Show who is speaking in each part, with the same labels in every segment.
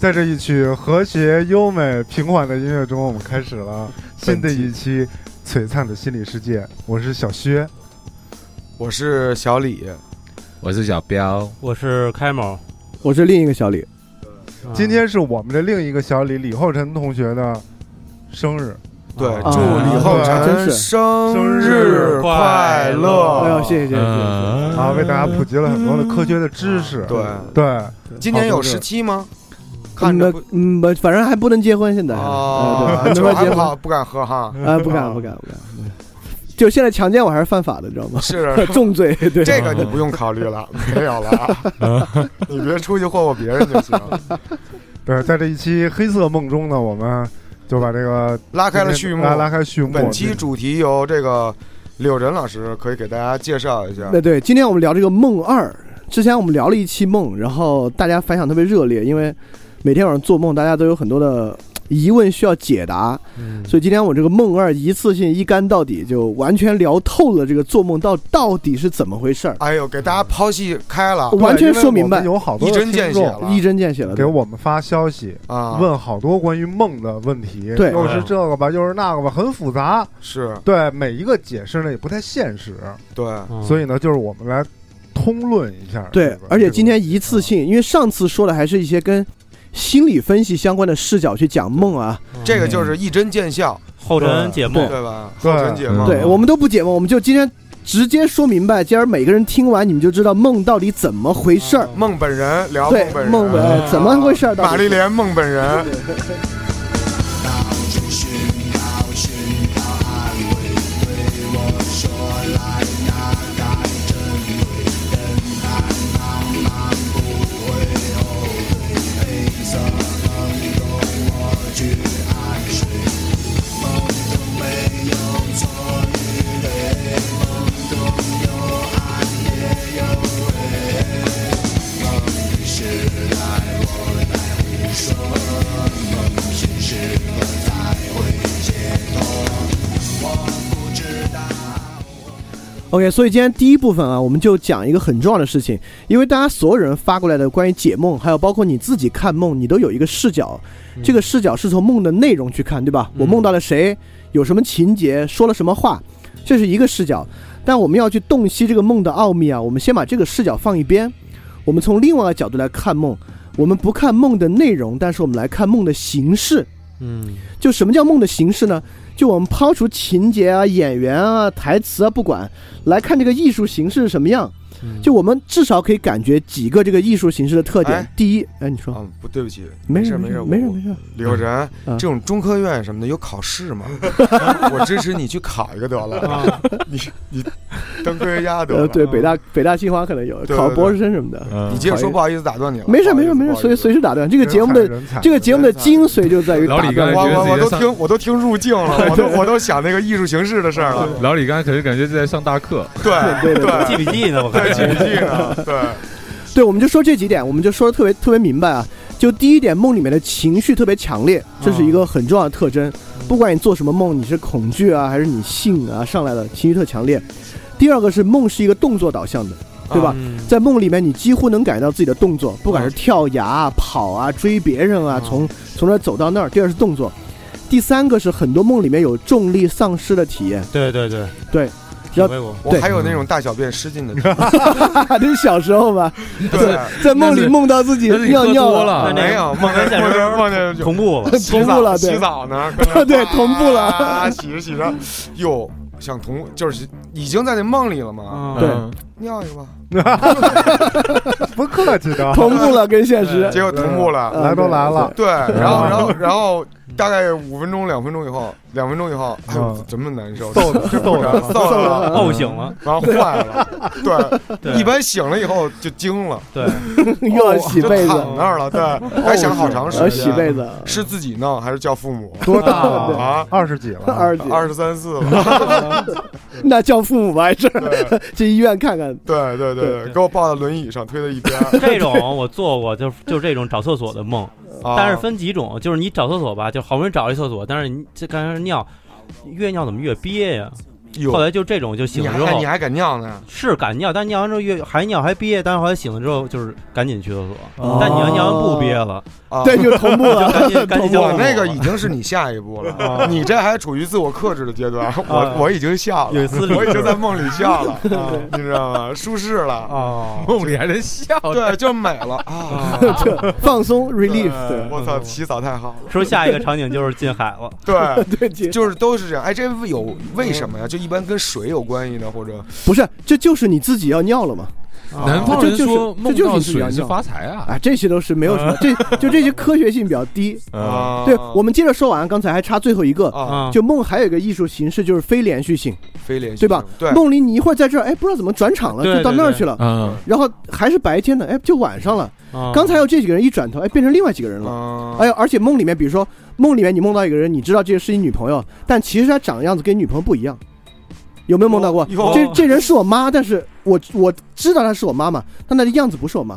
Speaker 1: 在这一曲和谐、优美、平缓的音乐中，我们开始了新的一期璀璨的心理世界。我是小薛，
Speaker 2: 我是小李，
Speaker 3: 我是小彪，
Speaker 4: 我是开某，
Speaker 5: 我是另一个小李。
Speaker 2: 啊
Speaker 1: 今天是我们的另一个小李李厚辰同学的生日，
Speaker 2: 对，
Speaker 4: 啊
Speaker 2: 祝李厚辰生日快
Speaker 5: 哎呦，
Speaker 2: 乐！
Speaker 5: 谢谢谢谢谢
Speaker 3: 嗯
Speaker 5: 谢。
Speaker 2: 嗯
Speaker 1: 啊，为大家普及了很多的科学的知识。
Speaker 2: 对，
Speaker 1: 对，
Speaker 2: 今年有十七吗？看着
Speaker 5: 嗯
Speaker 2: 不
Speaker 5: 嗯不，反正还不能结婚，现在
Speaker 2: 哦
Speaker 5: 哎对还没
Speaker 2: 酒
Speaker 5: 法
Speaker 2: 还
Speaker 5: 结
Speaker 2: 不
Speaker 5: 婚
Speaker 2: 好，哦不敢喝哈。
Speaker 5: 啊，不敢不敢不敢。就现在强奸我还是犯法的，知道吗？
Speaker 2: 是
Speaker 5: 重罪，对，
Speaker 2: 这个你不用考虑了，没有了啊，你别出去霍霍别人就行。
Speaker 1: 对，在这一期黑色梦中呢，我们就把这个
Speaker 2: 拉开了序幕，
Speaker 1: 拉拉开序幕。
Speaker 2: 本期主题由这个柳仁老师可以给大家介绍一下。
Speaker 5: 那对，今天我们聊这个梦二。之前我们聊了一期梦，然后大家反响特别热烈，因为每天晚上做梦，大家都有很多的疑问需要解答。
Speaker 2: 嗯
Speaker 5: 所以今天我这个梦二一次性一干到底，就完全聊透了这个做梦到到底是怎么回事儿，
Speaker 2: 哎呦，给大家剖析开了
Speaker 1: 对
Speaker 5: 完全
Speaker 1: 因为
Speaker 5: 说明白
Speaker 1: 我们有好多
Speaker 2: 一
Speaker 1: 的
Speaker 2: 针见
Speaker 1: 听
Speaker 2: 血
Speaker 1: 众
Speaker 2: 了
Speaker 5: 一针见血了。
Speaker 1: 给
Speaker 5: 对
Speaker 1: 我们发消息，
Speaker 2: 啊！
Speaker 1: 问好多关于梦的问题，
Speaker 5: 对
Speaker 1: 又是这个吧，又是那个吧，很复杂。
Speaker 2: 是
Speaker 1: 对，每一个解释呢也不太现实，
Speaker 2: 对，
Speaker 4: 哦
Speaker 5: 嗯
Speaker 1: 所以呢，就是我们来通论一下这个。
Speaker 5: 对，而且今天
Speaker 1: 这个啊
Speaker 5: 一次性，因为上次说的还是一些跟心理分析相关的视角去讲梦啊，
Speaker 2: 这个就是一针见效，
Speaker 4: 后尘解梦，
Speaker 2: 对吧？
Speaker 1: 对
Speaker 2: 浩辰姐
Speaker 1: 嗯
Speaker 2: 嘛，
Speaker 5: 对我们都不解梦，我们就今天直接说明白，今儿每个人听完你们就知道梦到底怎么回事儿。
Speaker 2: 孟本人
Speaker 1: 嗯
Speaker 2: 聊
Speaker 5: 对
Speaker 2: 孟本，人，
Speaker 5: 梦本、
Speaker 1: 啊
Speaker 5: 哎怎么回事儿？
Speaker 2: 玛丽莲孟本人，
Speaker 5: OK，所以今天第一部分啊，我们就讲一个很重要的事情，因为大家所有人发过来的关于解梦，还有包括你自己看梦，你都有一个视角，这个视角是从梦的内容去看，对吧？我梦到了谁，有什么情节，说了什么话，这是一个视角。但我们要去洞悉这个梦的奥秘啊，我们先把这个视角放一边，我们从另外一个角度来看梦。我们不看梦的内容，但是我们来看梦的形式。
Speaker 4: 嗯
Speaker 5: 就什么叫梦的形式呢？就我们抛除情节啊、演员啊、台词啊不管，来看这个艺术形式是什么样。
Speaker 4: 嗯
Speaker 5: 就我们至少可以感觉几个这个艺术形式的特点
Speaker 2: 哎。
Speaker 5: 第一，哎，你说
Speaker 2: 嗯，不对不起，
Speaker 5: 没
Speaker 2: 事
Speaker 5: 事
Speaker 2: 没
Speaker 5: 没
Speaker 2: 事
Speaker 5: 事没事
Speaker 2: 我
Speaker 5: 没事，
Speaker 2: 李厚
Speaker 5: 嗯
Speaker 2: 辰，这种中科院什么的有考试 吗？我支持你去考一个得了，
Speaker 4: 啊
Speaker 2: 你你当科学家得
Speaker 5: 呃，
Speaker 2: 了。
Speaker 5: 对，北大北大清华可能有
Speaker 2: 对
Speaker 5: 考
Speaker 2: 对
Speaker 5: 博士生什么的。
Speaker 2: 你接着说，不好意思打断你了。
Speaker 5: 没事
Speaker 2: 不好
Speaker 5: 没
Speaker 2: 意思
Speaker 5: 事没
Speaker 2: 不
Speaker 5: 事，
Speaker 2: 好
Speaker 5: 随
Speaker 2: 意思
Speaker 5: 随时打断。这个节目的这个节目的精髓就在于
Speaker 3: 老
Speaker 5: 打
Speaker 3: 李刚才
Speaker 5: 断
Speaker 3: 觉
Speaker 2: 我我我
Speaker 3: 得自
Speaker 2: 都
Speaker 3: 己在
Speaker 2: 听我都听入境 了，我都我都想那个艺术形式的事儿了。
Speaker 3: 老李刚才可是感觉是在上大课，
Speaker 2: 对
Speaker 5: 对对对
Speaker 4: 记笔记呢，我看
Speaker 2: 对，谨记呢，对，
Speaker 5: 对，我们就说这几点，我们就说的特别特别明白啊。就第一点，梦里面的情绪特别强烈，这是一
Speaker 3: 哦
Speaker 5: 个很重要的特征。
Speaker 3: 嗯
Speaker 5: 不管你做什么梦，你是恐惧啊，还是你性啊上来了，情绪特强烈。第二个是梦是一个动作导向的， 对吧？
Speaker 4: 嗯
Speaker 5: 在梦里面，你几乎能感觉到自己的动作，不管
Speaker 3: 嗯
Speaker 5: 是跳崖、啊、跑啊、追别人啊
Speaker 4: 嗯，
Speaker 5: 从从这儿走到那儿。第二是动作，第三个是很多梦里面有重力丧失 的体验，
Speaker 4: 对对对
Speaker 5: 对，
Speaker 4: 体会过
Speaker 2: 我
Speaker 5: 对
Speaker 2: 还有那种大小便失 禁的，
Speaker 5: 哈，这是小时候吧，
Speaker 2: 对，
Speaker 5: 在梦
Speaker 3: 那
Speaker 5: 里
Speaker 3: 是
Speaker 5: 梦到自己
Speaker 3: 那是你
Speaker 5: 尿
Speaker 3: 喝
Speaker 5: 尿
Speaker 3: 多了，
Speaker 2: 没有梦见梦见梦见
Speaker 4: 同步 了，
Speaker 2: 洗
Speaker 5: 同
Speaker 2: 澡
Speaker 5: 步了，对
Speaker 2: 洗，澡 呢，可能
Speaker 5: 对同步了
Speaker 2: 啊洗着洗着，哟，想同就是已经在那梦里了嘛，
Speaker 4: 嗯
Speaker 5: 对
Speaker 3: 哦
Speaker 2: 尿一个吧，
Speaker 1: 不客气的，啊
Speaker 5: 同步了跟 现实
Speaker 4: 对。
Speaker 2: 结果同步了，
Speaker 1: 来都来了，
Speaker 2: 对，然后然后然后大概五分钟两分钟以后，两分钟以后，哎呦
Speaker 1: 嗯，
Speaker 2: 怎么难受，
Speaker 5: 呃
Speaker 1: 逗的逗
Speaker 2: 然后
Speaker 1: 的，
Speaker 2: 揍了，
Speaker 4: 哦醒了，
Speaker 2: 然后坏了，对，
Speaker 4: 对
Speaker 2: 一般醒了以后就惊了，
Speaker 4: 对，
Speaker 5: 又要洗
Speaker 2: 哦就
Speaker 5: 被子，
Speaker 2: 躺那儿了，对，还想好长时
Speaker 5: 要
Speaker 2: 间，啊
Speaker 5: 洗被子，
Speaker 2: 是自己弄还是叫父母
Speaker 1: 多大了？
Speaker 2: 啊？
Speaker 1: 二十几了，
Speaker 5: 二姐，
Speaker 2: 二十三四了，
Speaker 5: 那叫父母吧，这
Speaker 2: 对
Speaker 5: 去医院看看。
Speaker 2: 对对对，给我抱到轮椅上推到一边儿，
Speaker 4: 这种我做过，就就这种找厕所的梦，
Speaker 2: 啊
Speaker 4: 但是分几种，就是你找厕所吧，就好不容易找一厕所，但是你这刚才是尿，越尿怎么越憋呀？
Speaker 2: 有
Speaker 4: 后来就这种就醒
Speaker 2: 你
Speaker 4: 了
Speaker 2: 还
Speaker 4: 之
Speaker 2: 敢
Speaker 4: 后
Speaker 2: 你还敢尿呢？
Speaker 4: 是敢尿，但尿完之后越还尿还憋，但是后来醒了之后就是赶紧去厕所，
Speaker 5: 哦
Speaker 4: 但你要尿完不憋了，
Speaker 2: 啊，
Speaker 5: 对，就同步了，
Speaker 4: 赶紧 赶紧
Speaker 5: 同
Speaker 4: 叫
Speaker 5: 步
Speaker 2: 我
Speaker 5: 了
Speaker 4: 我
Speaker 2: 那个已经是你下一步了，你这还处于自我克制的阶段，
Speaker 4: 啊
Speaker 2: 我我已经笑了
Speaker 4: 有，私理
Speaker 2: 我已经在梦里笑了，
Speaker 4: 啊
Speaker 2: 你知道吗？舒适了，
Speaker 5: 哦
Speaker 1: 啊，
Speaker 3: 梦里还能笑，
Speaker 2: 对，就美了啊！
Speaker 5: 对放松 relief，
Speaker 2: 对我
Speaker 4: 嗯
Speaker 2: 操，起早太好了，
Speaker 4: 说下一个场景就是进海了，
Speaker 2: 对。
Speaker 5: 对对对，
Speaker 2: 就是都是这样，哎，这有为什么呀？就一般跟水有关系的，或者
Speaker 5: 不是，这就是你自己要尿了嘛？
Speaker 4: 啊
Speaker 3: 南方人说
Speaker 5: 这
Speaker 3: 梦
Speaker 5: 就是
Speaker 3: 到
Speaker 5: 这就是你
Speaker 3: 水
Speaker 5: 自己
Speaker 3: 是
Speaker 5: 要
Speaker 3: 发财啊，
Speaker 5: 啊，这些都是没有什么，
Speaker 2: 嗯
Speaker 5: 这就这些科学性比较低。
Speaker 2: 啊，
Speaker 5: 对我们接着说完，刚才还差最后一个，
Speaker 2: 啊，
Speaker 4: 嗯
Speaker 5: 哦就梦还有一个艺术形式就是非连续性，
Speaker 2: 非连续
Speaker 5: 对吧
Speaker 2: 性？对，
Speaker 5: 梦里你一会儿在这儿，哎，不知道怎么转场了，
Speaker 4: 对
Speaker 5: 就到
Speaker 4: 对
Speaker 5: 那儿
Speaker 4: 对
Speaker 5: 去了，
Speaker 2: 呃
Speaker 3: 嗯，
Speaker 5: 然后还是白天的，哎，就晚上了。
Speaker 4: 嗯
Speaker 5: 刚才有这几个人一转头，哎，变成另外几个人了。
Speaker 2: 嗯
Speaker 5: 哎呦，而且梦里面，比如说梦里面你梦到一个人，你知道这个是你女朋友，但其实她长的样子跟女朋友不一样，有没有梦到过？
Speaker 2: 哦有
Speaker 5: 这这人是我妈，但是我我知道她是我妈妈，但她的样子不是我妈。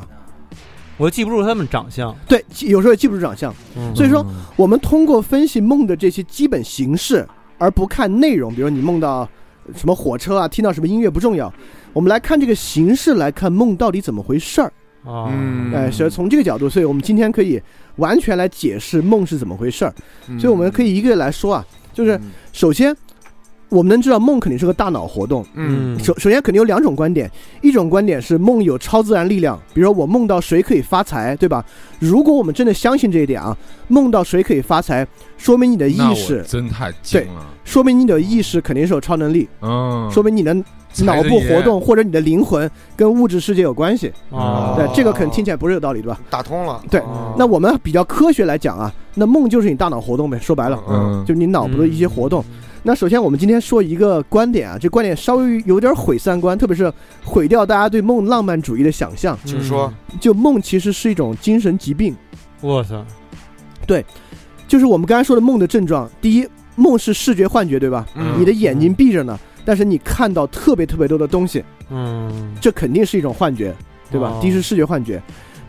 Speaker 4: 我记不住他们长相，
Speaker 5: 对，记有时候也记不住长相。
Speaker 4: 嗯
Speaker 5: 所以说，我们通过分析梦的这些基本形式，而不看内容，比如你梦到什么火车啊，听到什么音乐不重要，我们来看这个形式，来看梦到底怎么回事儿。
Speaker 4: 啊，
Speaker 2: 嗯
Speaker 5: 哎，是从这个角度，所以我们今天可以完全来解释梦是怎么回事儿。
Speaker 2: 嗯
Speaker 5: 所以我们可以一个一个来说啊，就是
Speaker 2: 嗯
Speaker 5: 首先，我们能知道梦肯定是个大脑活动。
Speaker 2: 嗯
Speaker 5: 首首先肯定有两种观点，一种观点是梦有超自然力量，比如说我梦到谁可以发财，对吧？如果我们真的相信这一点啊，梦到谁可以发财，说明你的意
Speaker 3: 那我
Speaker 5: 识，
Speaker 3: 真太精了，
Speaker 5: 说明你的意识肯定是有超能力，
Speaker 3: 嗯，
Speaker 5: 说明你的脑部活动或者你的灵魂跟物质世界有关系。
Speaker 4: 啊
Speaker 5: 对，这个肯定
Speaker 2: 哦
Speaker 5: 听起来不是有道理，对
Speaker 4: 嗯
Speaker 5: 吧？
Speaker 2: 打通了，
Speaker 5: 对
Speaker 2: 哦
Speaker 5: 那我们比较科学来讲啊，那梦就是你大脑活动呗，说白了，
Speaker 2: 嗯
Speaker 3: 嗯，
Speaker 5: 就是你脑部的一些活动。那首先，我们今天说一个观点啊，这观点稍微有点毁三观，特别是毁掉大家对梦浪漫主义的想象。
Speaker 4: 嗯
Speaker 2: 请说，
Speaker 5: 就梦其实是一种精神疾病，
Speaker 4: 我操，
Speaker 5: 就是我们刚才说的梦的症状。第一，梦是视觉幻觉，对吧？
Speaker 2: 嗯
Speaker 5: 你的眼睛闭着呢，但是你看到特别特别多的东西，
Speaker 4: 嗯，
Speaker 5: 这肯定是一种幻觉，对吧？
Speaker 4: 哦
Speaker 5: 第一是视觉幻觉，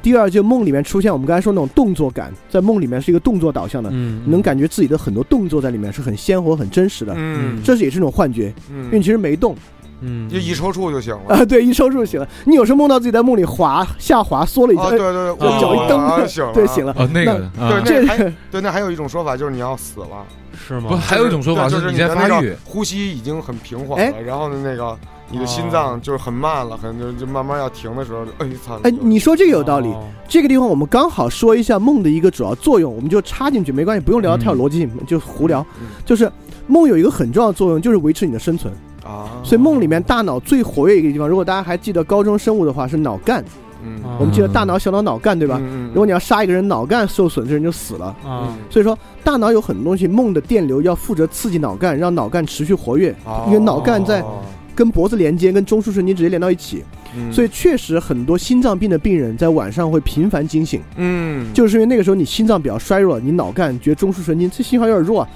Speaker 5: 第二就梦里面出现我们刚才说那种动作感，在梦里面是一个动作导向的，
Speaker 4: 嗯，
Speaker 5: 能感觉自己的很多动作在里面是很鲜活、很真实的，
Speaker 2: 嗯
Speaker 5: 这是也是一种幻觉，因
Speaker 2: 嗯
Speaker 5: 为你，其实没动。
Speaker 4: 嗯，
Speaker 2: 就一抽搪就行了。
Speaker 5: 啊，对，一抽搐醒了。你有时候梦到自己在梦里滑下滑，缩了一
Speaker 2: 哦，
Speaker 5: 跤，
Speaker 2: 对对
Speaker 5: 就
Speaker 2: 对，
Speaker 5: 脚一蹬
Speaker 2: 啊哎醒了，
Speaker 5: 对，醒了。
Speaker 3: 哦那个
Speaker 2: 对，
Speaker 3: 啊，
Speaker 2: 那
Speaker 5: 这
Speaker 2: 还对，那还有一种说法就是你要死了，
Speaker 4: 是
Speaker 3: 不
Speaker 4: 吗？
Speaker 3: 还有一种说法
Speaker 2: 就是是
Speaker 3: 你在
Speaker 2: 的那
Speaker 3: 发
Speaker 2: 个
Speaker 3: 育，
Speaker 2: 呼吸已经很平缓
Speaker 5: 哎
Speaker 2: 了，然后呢，那个你的心
Speaker 3: 哦
Speaker 2: 脏就是很慢了，很就就慢慢要停的时候，哎操！
Speaker 5: 哎， 你说这个有道理。
Speaker 4: 哦
Speaker 5: 这个地方我们刚好说一下梦的一个主要作用，我们就插进去，没关系，不用聊得太有逻辑性，就胡聊
Speaker 2: 嗯。
Speaker 5: 就是梦有一个很重要的作用，就是维持你的生存。
Speaker 2: 啊，
Speaker 5: 所以梦里面大脑最活跃一个地方，如果大家还记得高中生物的话，是脑干。
Speaker 2: 嗯，
Speaker 4: 哦
Speaker 5: 我们记得大脑想到脑干，对吧？
Speaker 2: 嗯？
Speaker 5: 如
Speaker 2: 如
Speaker 5: 果你要杀一个人，脑干受损，这人就死了。
Speaker 4: 啊，
Speaker 5: 所以说，大脑有很多东西，梦的电流要负责刺激脑干，让脑干持续活跃，嗯因为脑干在
Speaker 2: 哦
Speaker 5: 跟脖子连接，跟中枢神经直接连到一起。所以
Speaker 2: 以
Speaker 5: 确实很多心脏病的病人在晚上会频繁惊醒，
Speaker 2: 嗯，
Speaker 5: 就是因为那个时候你心脏比较衰弱，你脑干觉得中枢神经这信号有点弱，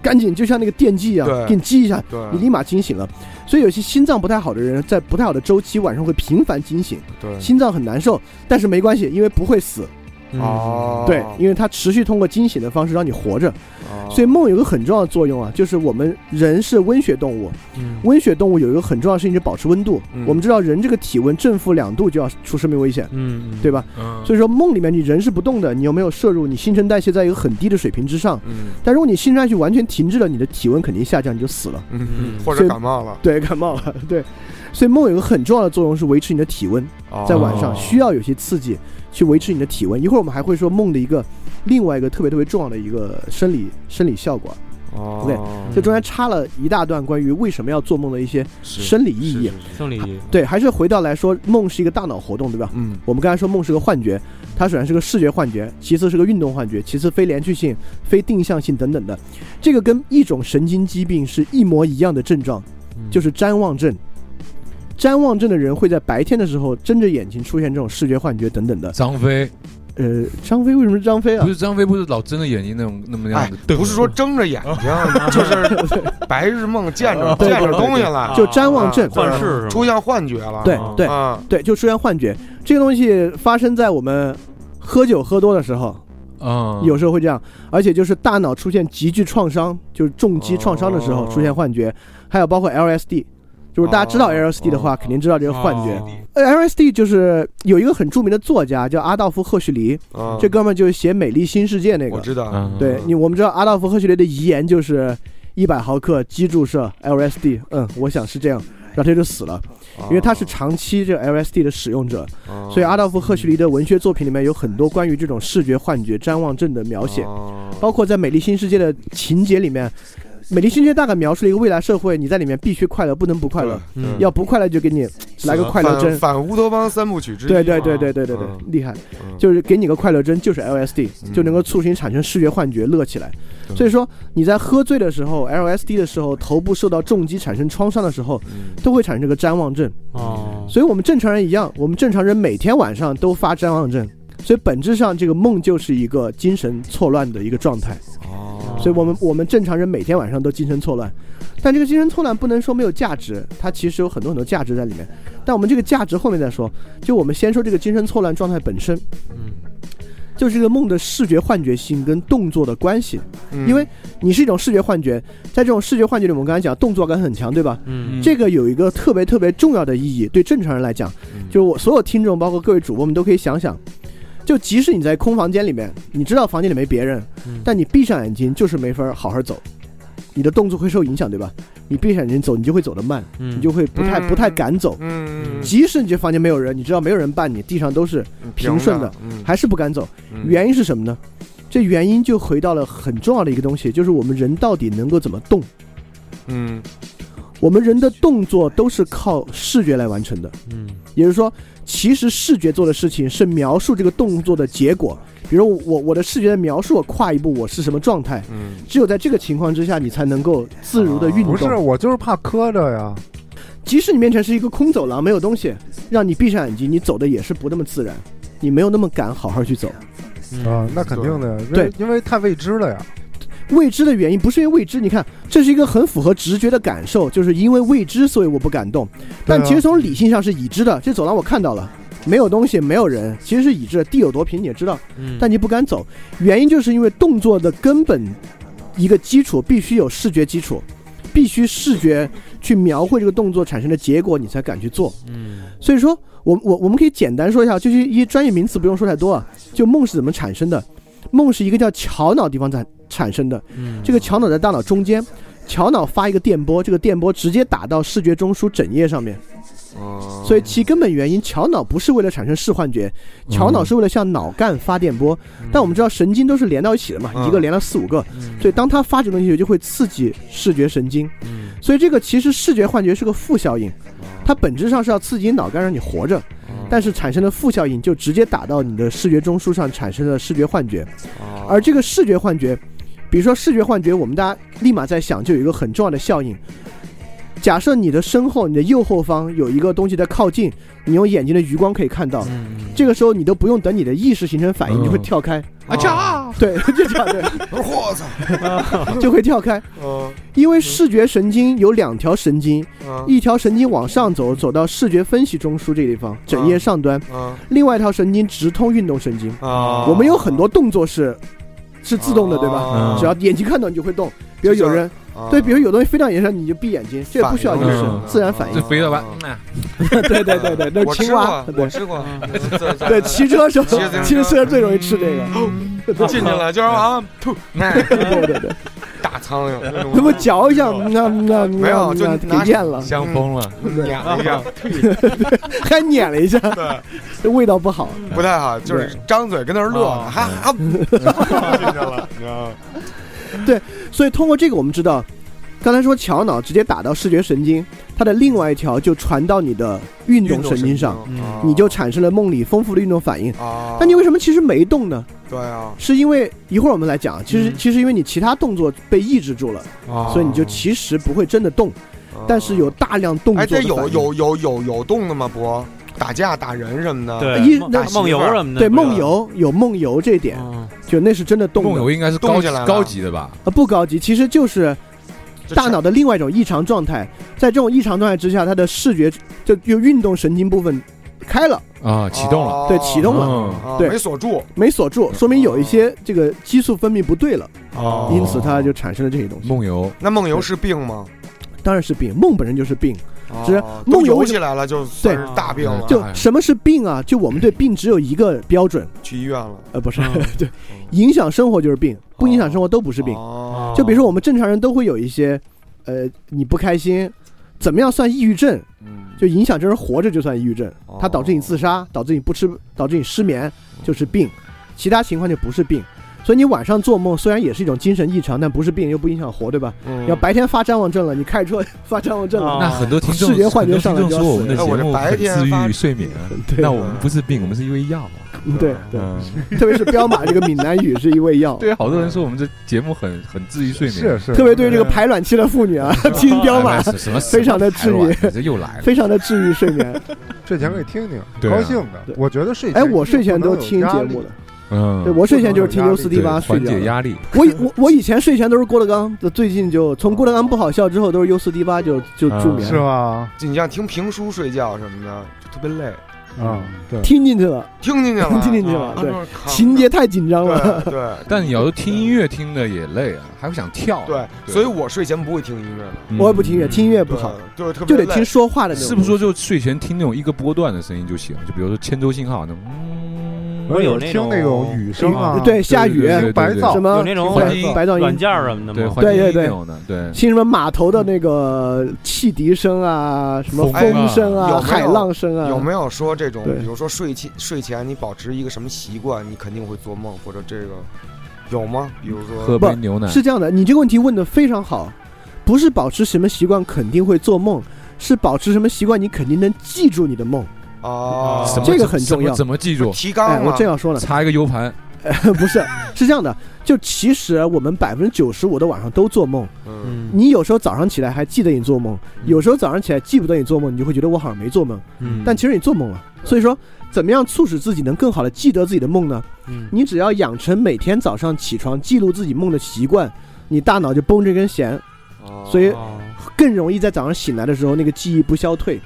Speaker 5: 赶紧就像那个电击一样
Speaker 2: 对嗯
Speaker 5: 给你击一下，
Speaker 2: 对，
Speaker 5: 你立马惊醒了。所以有些心脏不太好的人，在不太好的周期晚上会频繁惊醒，
Speaker 2: 对
Speaker 5: 心脏很难受，但是没关系，因为不会死。
Speaker 4: 嗯，
Speaker 2: 哦，
Speaker 5: 对，因为它持续通过惊醒的方式让你活着。
Speaker 2: 哦
Speaker 5: 所以梦有一个很重要的作用啊，就是我们人是温血动物，
Speaker 4: 嗯
Speaker 5: 温血动物有一个很重要的事情，就是保持温度。
Speaker 2: 嗯
Speaker 5: 我们知道人这个体温正负两度就要出生命危险，
Speaker 4: 嗯，
Speaker 5: 对吧？
Speaker 3: 嗯
Speaker 5: 所以说梦里面你人是不动的，你有没有摄入？你新陈代谢在一个很低的水平之上，
Speaker 2: 嗯
Speaker 5: 但如果你新陈代谢完全停滞了，你的体温肯定下降，你就死了。
Speaker 2: 嗯，
Speaker 4: 嗯
Speaker 2: 或
Speaker 5: 所
Speaker 2: 者
Speaker 5: 以
Speaker 2: 感冒了，
Speaker 5: 对，感冒了。对，所以梦有一个很重要的作用是维持你的体温，在晚上
Speaker 2: 哦
Speaker 5: 需要有些刺激去维持你的体温。一会儿我们还会说梦的一个另外一个特别特别重要的一个生理生理效果。
Speaker 2: 哦
Speaker 5: 对这中间插了一大段关于为什么要做梦的一些
Speaker 2: 是
Speaker 5: 生理意
Speaker 2: 是
Speaker 5: 义啊
Speaker 2: 是。是
Speaker 4: 生理
Speaker 5: 对，还是回到来说，梦是一个大脑活动，对吧？
Speaker 2: 嗯
Speaker 5: 我们刚才说梦是个幻觉，它首先是个视觉幻觉，其次是个运动幻觉，其次非连续性、非定向性等等的。这个跟一种神经疾病是一模一样的症状，就是瞻望症。瞻望症的人会在白天的时候睁着眼睛出现这种视觉幻觉等等的。
Speaker 3: 张飞
Speaker 5: 呃，张飞为什么是张飞啊
Speaker 3: 不？是张飞，不是老睁着眼睛那种那么样
Speaker 2: 哎
Speaker 3: 子，，瞪
Speaker 2: 不是
Speaker 3: 着
Speaker 2: 说睁着 眼睛，就是白日梦见着
Speaker 5: 啊对
Speaker 2: 见着
Speaker 5: 对
Speaker 2: 东西
Speaker 5: 对
Speaker 2: 了，
Speaker 5: 就瞻望症
Speaker 2: 啊。
Speaker 4: 幻视是吗
Speaker 2: 出现幻觉了，
Speaker 5: 对
Speaker 4: 啊
Speaker 5: 对
Speaker 2: 啊，
Speaker 5: 对，就出现幻觉。这个东西发生在我们喝酒喝多的时候，
Speaker 3: 嗯，
Speaker 5: 有时候会这样，而且就是大脑出现急剧创伤，就是重击创伤的时候
Speaker 2: 哦
Speaker 5: 出现幻觉，还有包括 LSD，就是大家知道
Speaker 2: 哦
Speaker 5: LSD 的话，
Speaker 2: 哦
Speaker 5: 肯定知道这个
Speaker 4: 啊
Speaker 5: 幻觉。
Speaker 2: 哦
Speaker 5: 呃 LSD 就是有一个很著名的作家叫阿道夫·赫胥黎，
Speaker 2: 嗯
Speaker 5: 这哥们儿就是写《美丽新世界》那
Speaker 2: 我
Speaker 5: 个。
Speaker 2: 知道，
Speaker 3: 嗯
Speaker 5: 对你，我们知道阿道夫·赫胥黎的遗言就是一百毫克基注射 LSD，嗯，我想是这样，
Speaker 2: 哎
Speaker 5: 然后他就死了，
Speaker 2: 啊
Speaker 5: 因为他是长期这个 LSD 的使用者，
Speaker 2: 哦，
Speaker 5: 所以阿道夫·赫胥黎的文学作品里面有很多关于这种视觉幻觉、瞻望症的描写。
Speaker 2: 哦
Speaker 5: 包括在《美丽新世界》的情节里面，《美丽新世界》大概描述了一个未来社会，你在里面必须快乐，不能不快乐，
Speaker 4: 嗯
Speaker 2: 对对
Speaker 5: 要不快乐就给你来个快乐
Speaker 2: 啊反
Speaker 5: 针。
Speaker 2: 反乌托邦三部曲之一嘛。
Speaker 5: 对对对对对对对，厉害！
Speaker 2: 嗯
Speaker 5: 就是给你个快乐针，就是 LSD，
Speaker 2: 嗯
Speaker 5: 就能够促使你产生视觉幻觉，乐起来。
Speaker 2: 对
Speaker 5: 所以说你在喝醉的时候，LSD 的时候，头部受到重击产生创伤的时候，
Speaker 2: 嗯
Speaker 5: 都会产生这个瞻望症。
Speaker 4: 哦，
Speaker 5: 所以我们正常人一样，我们正常人每天晚上都发瞻望症，所以本质上这个梦就是一个精神错乱的一个状态。
Speaker 4: 啊
Speaker 2: 哦
Speaker 5: 所以我们我们正常人每天晚上都精神错乱，但这个精神错乱不能说没有价值，它其实有很多很多价值在里面。但我们这个价值后面再说，就我们先说这个精神错乱状态本身，
Speaker 4: 嗯
Speaker 5: 就是这个梦的视觉幻觉性跟动作的关系。
Speaker 2: 嗯
Speaker 5: 因为你是一种视觉幻觉，在这种视觉幻觉里，我们刚才讲动作感很强，对吧？
Speaker 4: 嗯
Speaker 5: 这个有一个特别特别重要的意义，对正常人来讲，
Speaker 2: 嗯
Speaker 5: 就是我所有听众，包括各位主播们都可以想想，就即使你在空房间里面，你知道房间里没别人，
Speaker 4: 嗯
Speaker 5: 但你闭上眼睛就是没法儿好好走，你的动作会受影响，对吧？你闭上眼睛走，你就会走得慢，你
Speaker 4: 你
Speaker 5: 就会不太
Speaker 2: 嗯
Speaker 5: 不太敢走。
Speaker 2: 嗯
Speaker 5: 即使你这房间没有人，你知道没有人伴你，地上都是，平顺的，
Speaker 2: 嗯
Speaker 5: 还是不敢走。
Speaker 2: 嗯
Speaker 5: 原因是什么呢？这原因就回到了很重要的一个东西，就是我们人到底能够怎么动。
Speaker 2: 嗯
Speaker 5: 我们人的动作都是靠视觉来完成的，
Speaker 4: 嗯
Speaker 5: 也就是说，其实视觉做的事情是描述这个动作的结果。比如我我的视觉的描述，我跨一步我是什么状态，
Speaker 2: 嗯
Speaker 5: 只有在这个情况之下，你才能够自如的运
Speaker 1: 啊不是，
Speaker 5: 动。
Speaker 1: 我就是怕磕着呀。
Speaker 5: 即使你面前是一个空走廊，没有东西，让你闭上眼睛，你走的也是不那么自然，你没有那么敢好好去走。
Speaker 4: 嗯
Speaker 1: 啊，那肯定的，因
Speaker 5: 嗯对
Speaker 1: 为因为太未知了呀。
Speaker 5: 未知的原因不是因为未知，你看，这是一个很符合直觉的感受，就是因为未知，所以我不敢动。但
Speaker 1: 对啊
Speaker 5: 其实从理性上是已知的，这走廊我看到了。没有东西，没有人，其实是已知的。地有多平你也知道，
Speaker 4: 嗯
Speaker 5: 但你不敢走，原因就是因为动作的根本一个基础必须有视觉基础，必须视觉去描绘这个动作产生的结果，你才敢去做。
Speaker 4: 嗯
Speaker 5: 所以说，我我我们可以简单说一下，就是一些专业名词不用说太多啊，就梦是怎么产生的。梦是一个叫桥脑地方产产生的，
Speaker 4: 嗯
Speaker 5: 这个桥脑在大脑中间，桥脑发一个电波，这个电波直接打到视觉中枢枕叶上面，
Speaker 2: 哦
Speaker 5: 所以其根本原因，桥脑不是为了产生视幻觉，
Speaker 3: 嗯
Speaker 5: 桥脑是为了向脑干发电波。但我们知道神经都是连到一起的嘛，
Speaker 2: 嗯
Speaker 5: 一个连到四五个，
Speaker 4: 嗯
Speaker 5: 所以当它发这个东西就会刺激视觉神经，
Speaker 4: 嗯
Speaker 5: 所以这个其实视觉幻觉是个负效应，它本质上是要刺激你脑干让你活着，
Speaker 2: 啊
Speaker 5: 但是产生的负效应就直接打到你的视觉中枢上，产生了视觉幻觉。
Speaker 2: 哦
Speaker 5: 而这个视觉幻觉，比如说视觉幻觉，我们大家立马在想，就有一个很重要的效应。假设你的身后、你的右后方有一个东西在靠近，你用眼睛的余光可以看到，
Speaker 4: 嗯
Speaker 5: 这个时候你都不用等你的意识形成反应，
Speaker 3: 嗯
Speaker 5: 你就会跳开，
Speaker 2: 啊炸，
Speaker 5: 对，就这样，对，
Speaker 2: 我操，
Speaker 5: 就会跳开，
Speaker 2: 嗯
Speaker 5: 因为视觉神经有两条神经，
Speaker 2: 嗯
Speaker 5: 一条神经往上走，走到视觉分析中枢这个地方，枕叶上端；
Speaker 2: 嗯
Speaker 5: 另外一条神经直通运动神经。
Speaker 2: 啊，
Speaker 5: 我们有很多动作是是自动的，对吧？
Speaker 2: 吧
Speaker 4: 嗯
Speaker 5: 只要眼睛看到你就会动，比如有人。
Speaker 2: 啊
Speaker 5: 对，比如有东西飞到你身上，你就闭眼睛，这个不需要意
Speaker 3: 反应
Speaker 5: 识
Speaker 3: 嗯，
Speaker 5: 自然反
Speaker 3: 这
Speaker 5: 应。
Speaker 3: 肥皂吧，
Speaker 2: 嗯
Speaker 5: 对 对对 对，那
Speaker 2: 哦我
Speaker 5: 是
Speaker 2: 吃
Speaker 5: 青蛙，
Speaker 2: 过，我
Speaker 5: 对
Speaker 2: 吃 过，
Speaker 5: 对，骑车的时候
Speaker 2: 骑自行，车嗯
Speaker 5: 骑车最容易吃这个，
Speaker 2: 个进去了，就是啊吐，
Speaker 5: 对对对，
Speaker 2: 大苍蝇，
Speaker 5: 那不嚼一下，那那
Speaker 2: 嗯没有就
Speaker 5: 那
Speaker 2: 拿
Speaker 5: 给咽了，
Speaker 3: 香疯了，
Speaker 2: 撵了一下，
Speaker 5: 还撵了一下，
Speaker 2: 对，
Speaker 5: 这味道不好。
Speaker 2: 不太好，就是张嘴跟那儿乐，
Speaker 5: 哦
Speaker 2: 哈 哈，进去了，你知道吗？
Speaker 5: 所以通过这个，我们知道，刚才说桥脑直接打到视觉神经，它的另外一条就传到你的运动神经上，
Speaker 4: 嗯
Speaker 5: 你
Speaker 2: 哦
Speaker 5: 就产生了梦里丰富的运动反应。
Speaker 2: 啊，
Speaker 5: 那你为什么其实没动呢？
Speaker 2: 对啊，
Speaker 5: 是因为一会儿我们来讲，其实
Speaker 4: 嗯
Speaker 5: 其实因为你其他动作被抑制住了。哦
Speaker 2: 哦
Speaker 5: 所以你就其实不会真的动，但是有大量动作
Speaker 2: 哎，
Speaker 5: 的
Speaker 2: 这
Speaker 5: 反应。
Speaker 2: 有有有有有动的吗？不，打架打人什么的，
Speaker 4: 对
Speaker 5: 一
Speaker 4: 梦
Speaker 5: 那
Speaker 4: 打梦游什么的
Speaker 5: 对
Speaker 4: 不是
Speaker 5: 梦游有梦游这一点，
Speaker 4: 嗯
Speaker 5: 就那是真的动的
Speaker 3: 梦游应该是
Speaker 2: 动
Speaker 3: 高
Speaker 2: 起来了
Speaker 3: 高级的吧？
Speaker 5: 呃不高级，其实就是
Speaker 2: 这
Speaker 5: 大脑的另外一种异常状态。在这种异常状态之下，它的视觉就就运动神经部分开了，
Speaker 3: 啊，启动了，
Speaker 2: 了
Speaker 5: 对启动
Speaker 3: 了
Speaker 5: 对
Speaker 2: 哦没锁住，
Speaker 5: 没锁住，说明有一些这个激素分泌不对了，
Speaker 2: 哦
Speaker 5: 因此它就产生了这些东西。
Speaker 3: 梦游，
Speaker 2: 那梦游是病吗？
Speaker 5: 当然是病，梦本身就是病。只是
Speaker 2: 哦
Speaker 5: 梦游
Speaker 2: 都起来了就算是大病了，
Speaker 5: 嗯就
Speaker 3: 哎
Speaker 5: 什么是病啊？就我们对病只有一个标准，
Speaker 2: 去医院了，嗯
Speaker 5: 呃，不是，对，影响生活就是病，不影响生活都不是病。
Speaker 2: 哦
Speaker 5: 就比如说我们正常人都会有一些，呃，你不开心，怎么样算抑郁症？
Speaker 2: 嗯
Speaker 5: 就影响这人活着就算抑郁症
Speaker 2: 哦，
Speaker 5: 它导致你自杀，导致你不吃，导致你失眠，就是病，其他情况就不是病。所以你晚上做梦虽然也是一种精神异常，但不是病又不影响活，对吧？
Speaker 2: 嗯
Speaker 5: 要白天发张望症了，你开车发张望症了，
Speaker 4: 哦
Speaker 3: 那很多听众
Speaker 5: 视觉幻觉
Speaker 3: 很多
Speaker 5: 上来
Speaker 3: 听
Speaker 5: 就
Speaker 3: 众
Speaker 5: 要
Speaker 3: 说我
Speaker 2: 哎我
Speaker 3: 们的节
Speaker 5: 死了
Speaker 2: 这
Speaker 3: 目
Speaker 2: 白
Speaker 3: 很
Speaker 2: 天
Speaker 3: 自
Speaker 2: 发
Speaker 3: 愈睡眠，
Speaker 5: 对
Speaker 3: 那我们不是病，我们是因为药。
Speaker 5: 对对，
Speaker 3: 嗯，
Speaker 5: 特别是彪马这个闽南语是一味药，
Speaker 3: 对，好多人说我们这节目很很治愈睡眠，
Speaker 1: 是是，
Speaker 5: 特别对这个排卵期的妇女啊， 听彪马
Speaker 3: 哎什什么
Speaker 5: 非常的治，
Speaker 3: 什么
Speaker 5: 愈
Speaker 3: 排卵你这又来了。
Speaker 5: 非常的治愈睡 眠。
Speaker 1: 睡前可以听听，
Speaker 3: 对啊
Speaker 1: 高兴的
Speaker 5: 对。
Speaker 1: 我觉得睡前
Speaker 5: 哎，我睡前都听节目的
Speaker 1: 的，，
Speaker 3: 嗯，
Speaker 5: 对我睡前就是听刘斯蒂
Speaker 3: 对
Speaker 5: 巴睡
Speaker 3: 缓
Speaker 5: 觉
Speaker 3: 解
Speaker 5: 的。
Speaker 3: 压力，
Speaker 5: 我以我我以前睡前都是郭德纲，最近就
Speaker 3: 哦
Speaker 5: 从郭德纲不好笑之后都是优斯蒂巴就就
Speaker 3: 嗯
Speaker 5: 助眠
Speaker 1: 是
Speaker 5: 了，
Speaker 1: 吗？
Speaker 2: 嗯就你像听评书睡觉什么的，就特别累，
Speaker 5: 嗯
Speaker 1: 啊，对，
Speaker 5: 听进去了，
Speaker 2: 听进去了，
Speaker 5: 听进去了
Speaker 2: 啊，
Speaker 5: 对，，
Speaker 2: 扛
Speaker 5: 情节太紧张了。
Speaker 2: 对 对，
Speaker 3: 但你要是听音乐听的也累啊，还会想跳啊。
Speaker 2: 对，
Speaker 3: 对
Speaker 2: 所以我睡前不会听音乐的，
Speaker 3: 嗯
Speaker 5: 我也不听音乐，听音乐
Speaker 2: 对
Speaker 5: 不好，，
Speaker 2: 就是特别
Speaker 5: 就得
Speaker 2: 累
Speaker 5: 听说话的那种。
Speaker 3: 是不是说就睡前听那种一个波段的声音就行？就比如说千州信号那种，嗯，
Speaker 4: 我有
Speaker 1: 有
Speaker 4: 那
Speaker 1: 听那
Speaker 4: 种哦
Speaker 1: 种雨声啊，
Speaker 5: 对，下雨
Speaker 3: 对对对对对
Speaker 1: 白
Speaker 5: 什
Speaker 1: 噪
Speaker 5: 么
Speaker 4: 有那种
Speaker 3: 环境
Speaker 5: 白白噪
Speaker 4: 软
Speaker 5: 音，嗯
Speaker 4: 件儿什么的
Speaker 3: 对，
Speaker 4: 吗？
Speaker 3: 环境
Speaker 5: 对
Speaker 3: 音
Speaker 5: 对
Speaker 3: 那种的，对，
Speaker 5: 新什么码头的那个汽笛声啊，什么
Speaker 3: 风啊
Speaker 5: 风声
Speaker 2: 有没有
Speaker 5: 啊，海浪声啊，
Speaker 2: 有没有说这种，
Speaker 5: 对
Speaker 2: 比如说睡前睡前你保持一个什么习惯，你肯定会做梦，或者这个有吗？比如说
Speaker 3: 喝杯牛奶
Speaker 5: 是这样的，你这个问题问的非常好，不是保持什么习惯肯定会做梦，是保持什么习惯你肯定能记住你的梦。
Speaker 2: 啊，
Speaker 3: 什么
Speaker 5: 这个很重要
Speaker 3: 哦怎么怎么记住？啊
Speaker 2: 提
Speaker 5: 哎，
Speaker 2: 纲
Speaker 5: 我
Speaker 2: 吗？
Speaker 5: 这样 说呢，
Speaker 3: 插一个 U 盘，
Speaker 5: 不是，是这样的，就其实我们百分之九十五的晚上都做梦，
Speaker 2: 嗯
Speaker 4: 嗯
Speaker 5: 你有时候早上起来还记得你做梦，有时候早上起来记不得你做梦，你就会觉得我好像没做梦，
Speaker 4: 嗯
Speaker 5: 但其实你做梦了。所以说，怎么样促使自己能更好的记得自己的梦呢？
Speaker 4: 嗯
Speaker 5: 你只要养成每天早上起床记录自己梦的习惯，你大脑就绷这根弦，所以
Speaker 4: 哦
Speaker 5: 更容易在早上醒来的时候那个记忆不消退。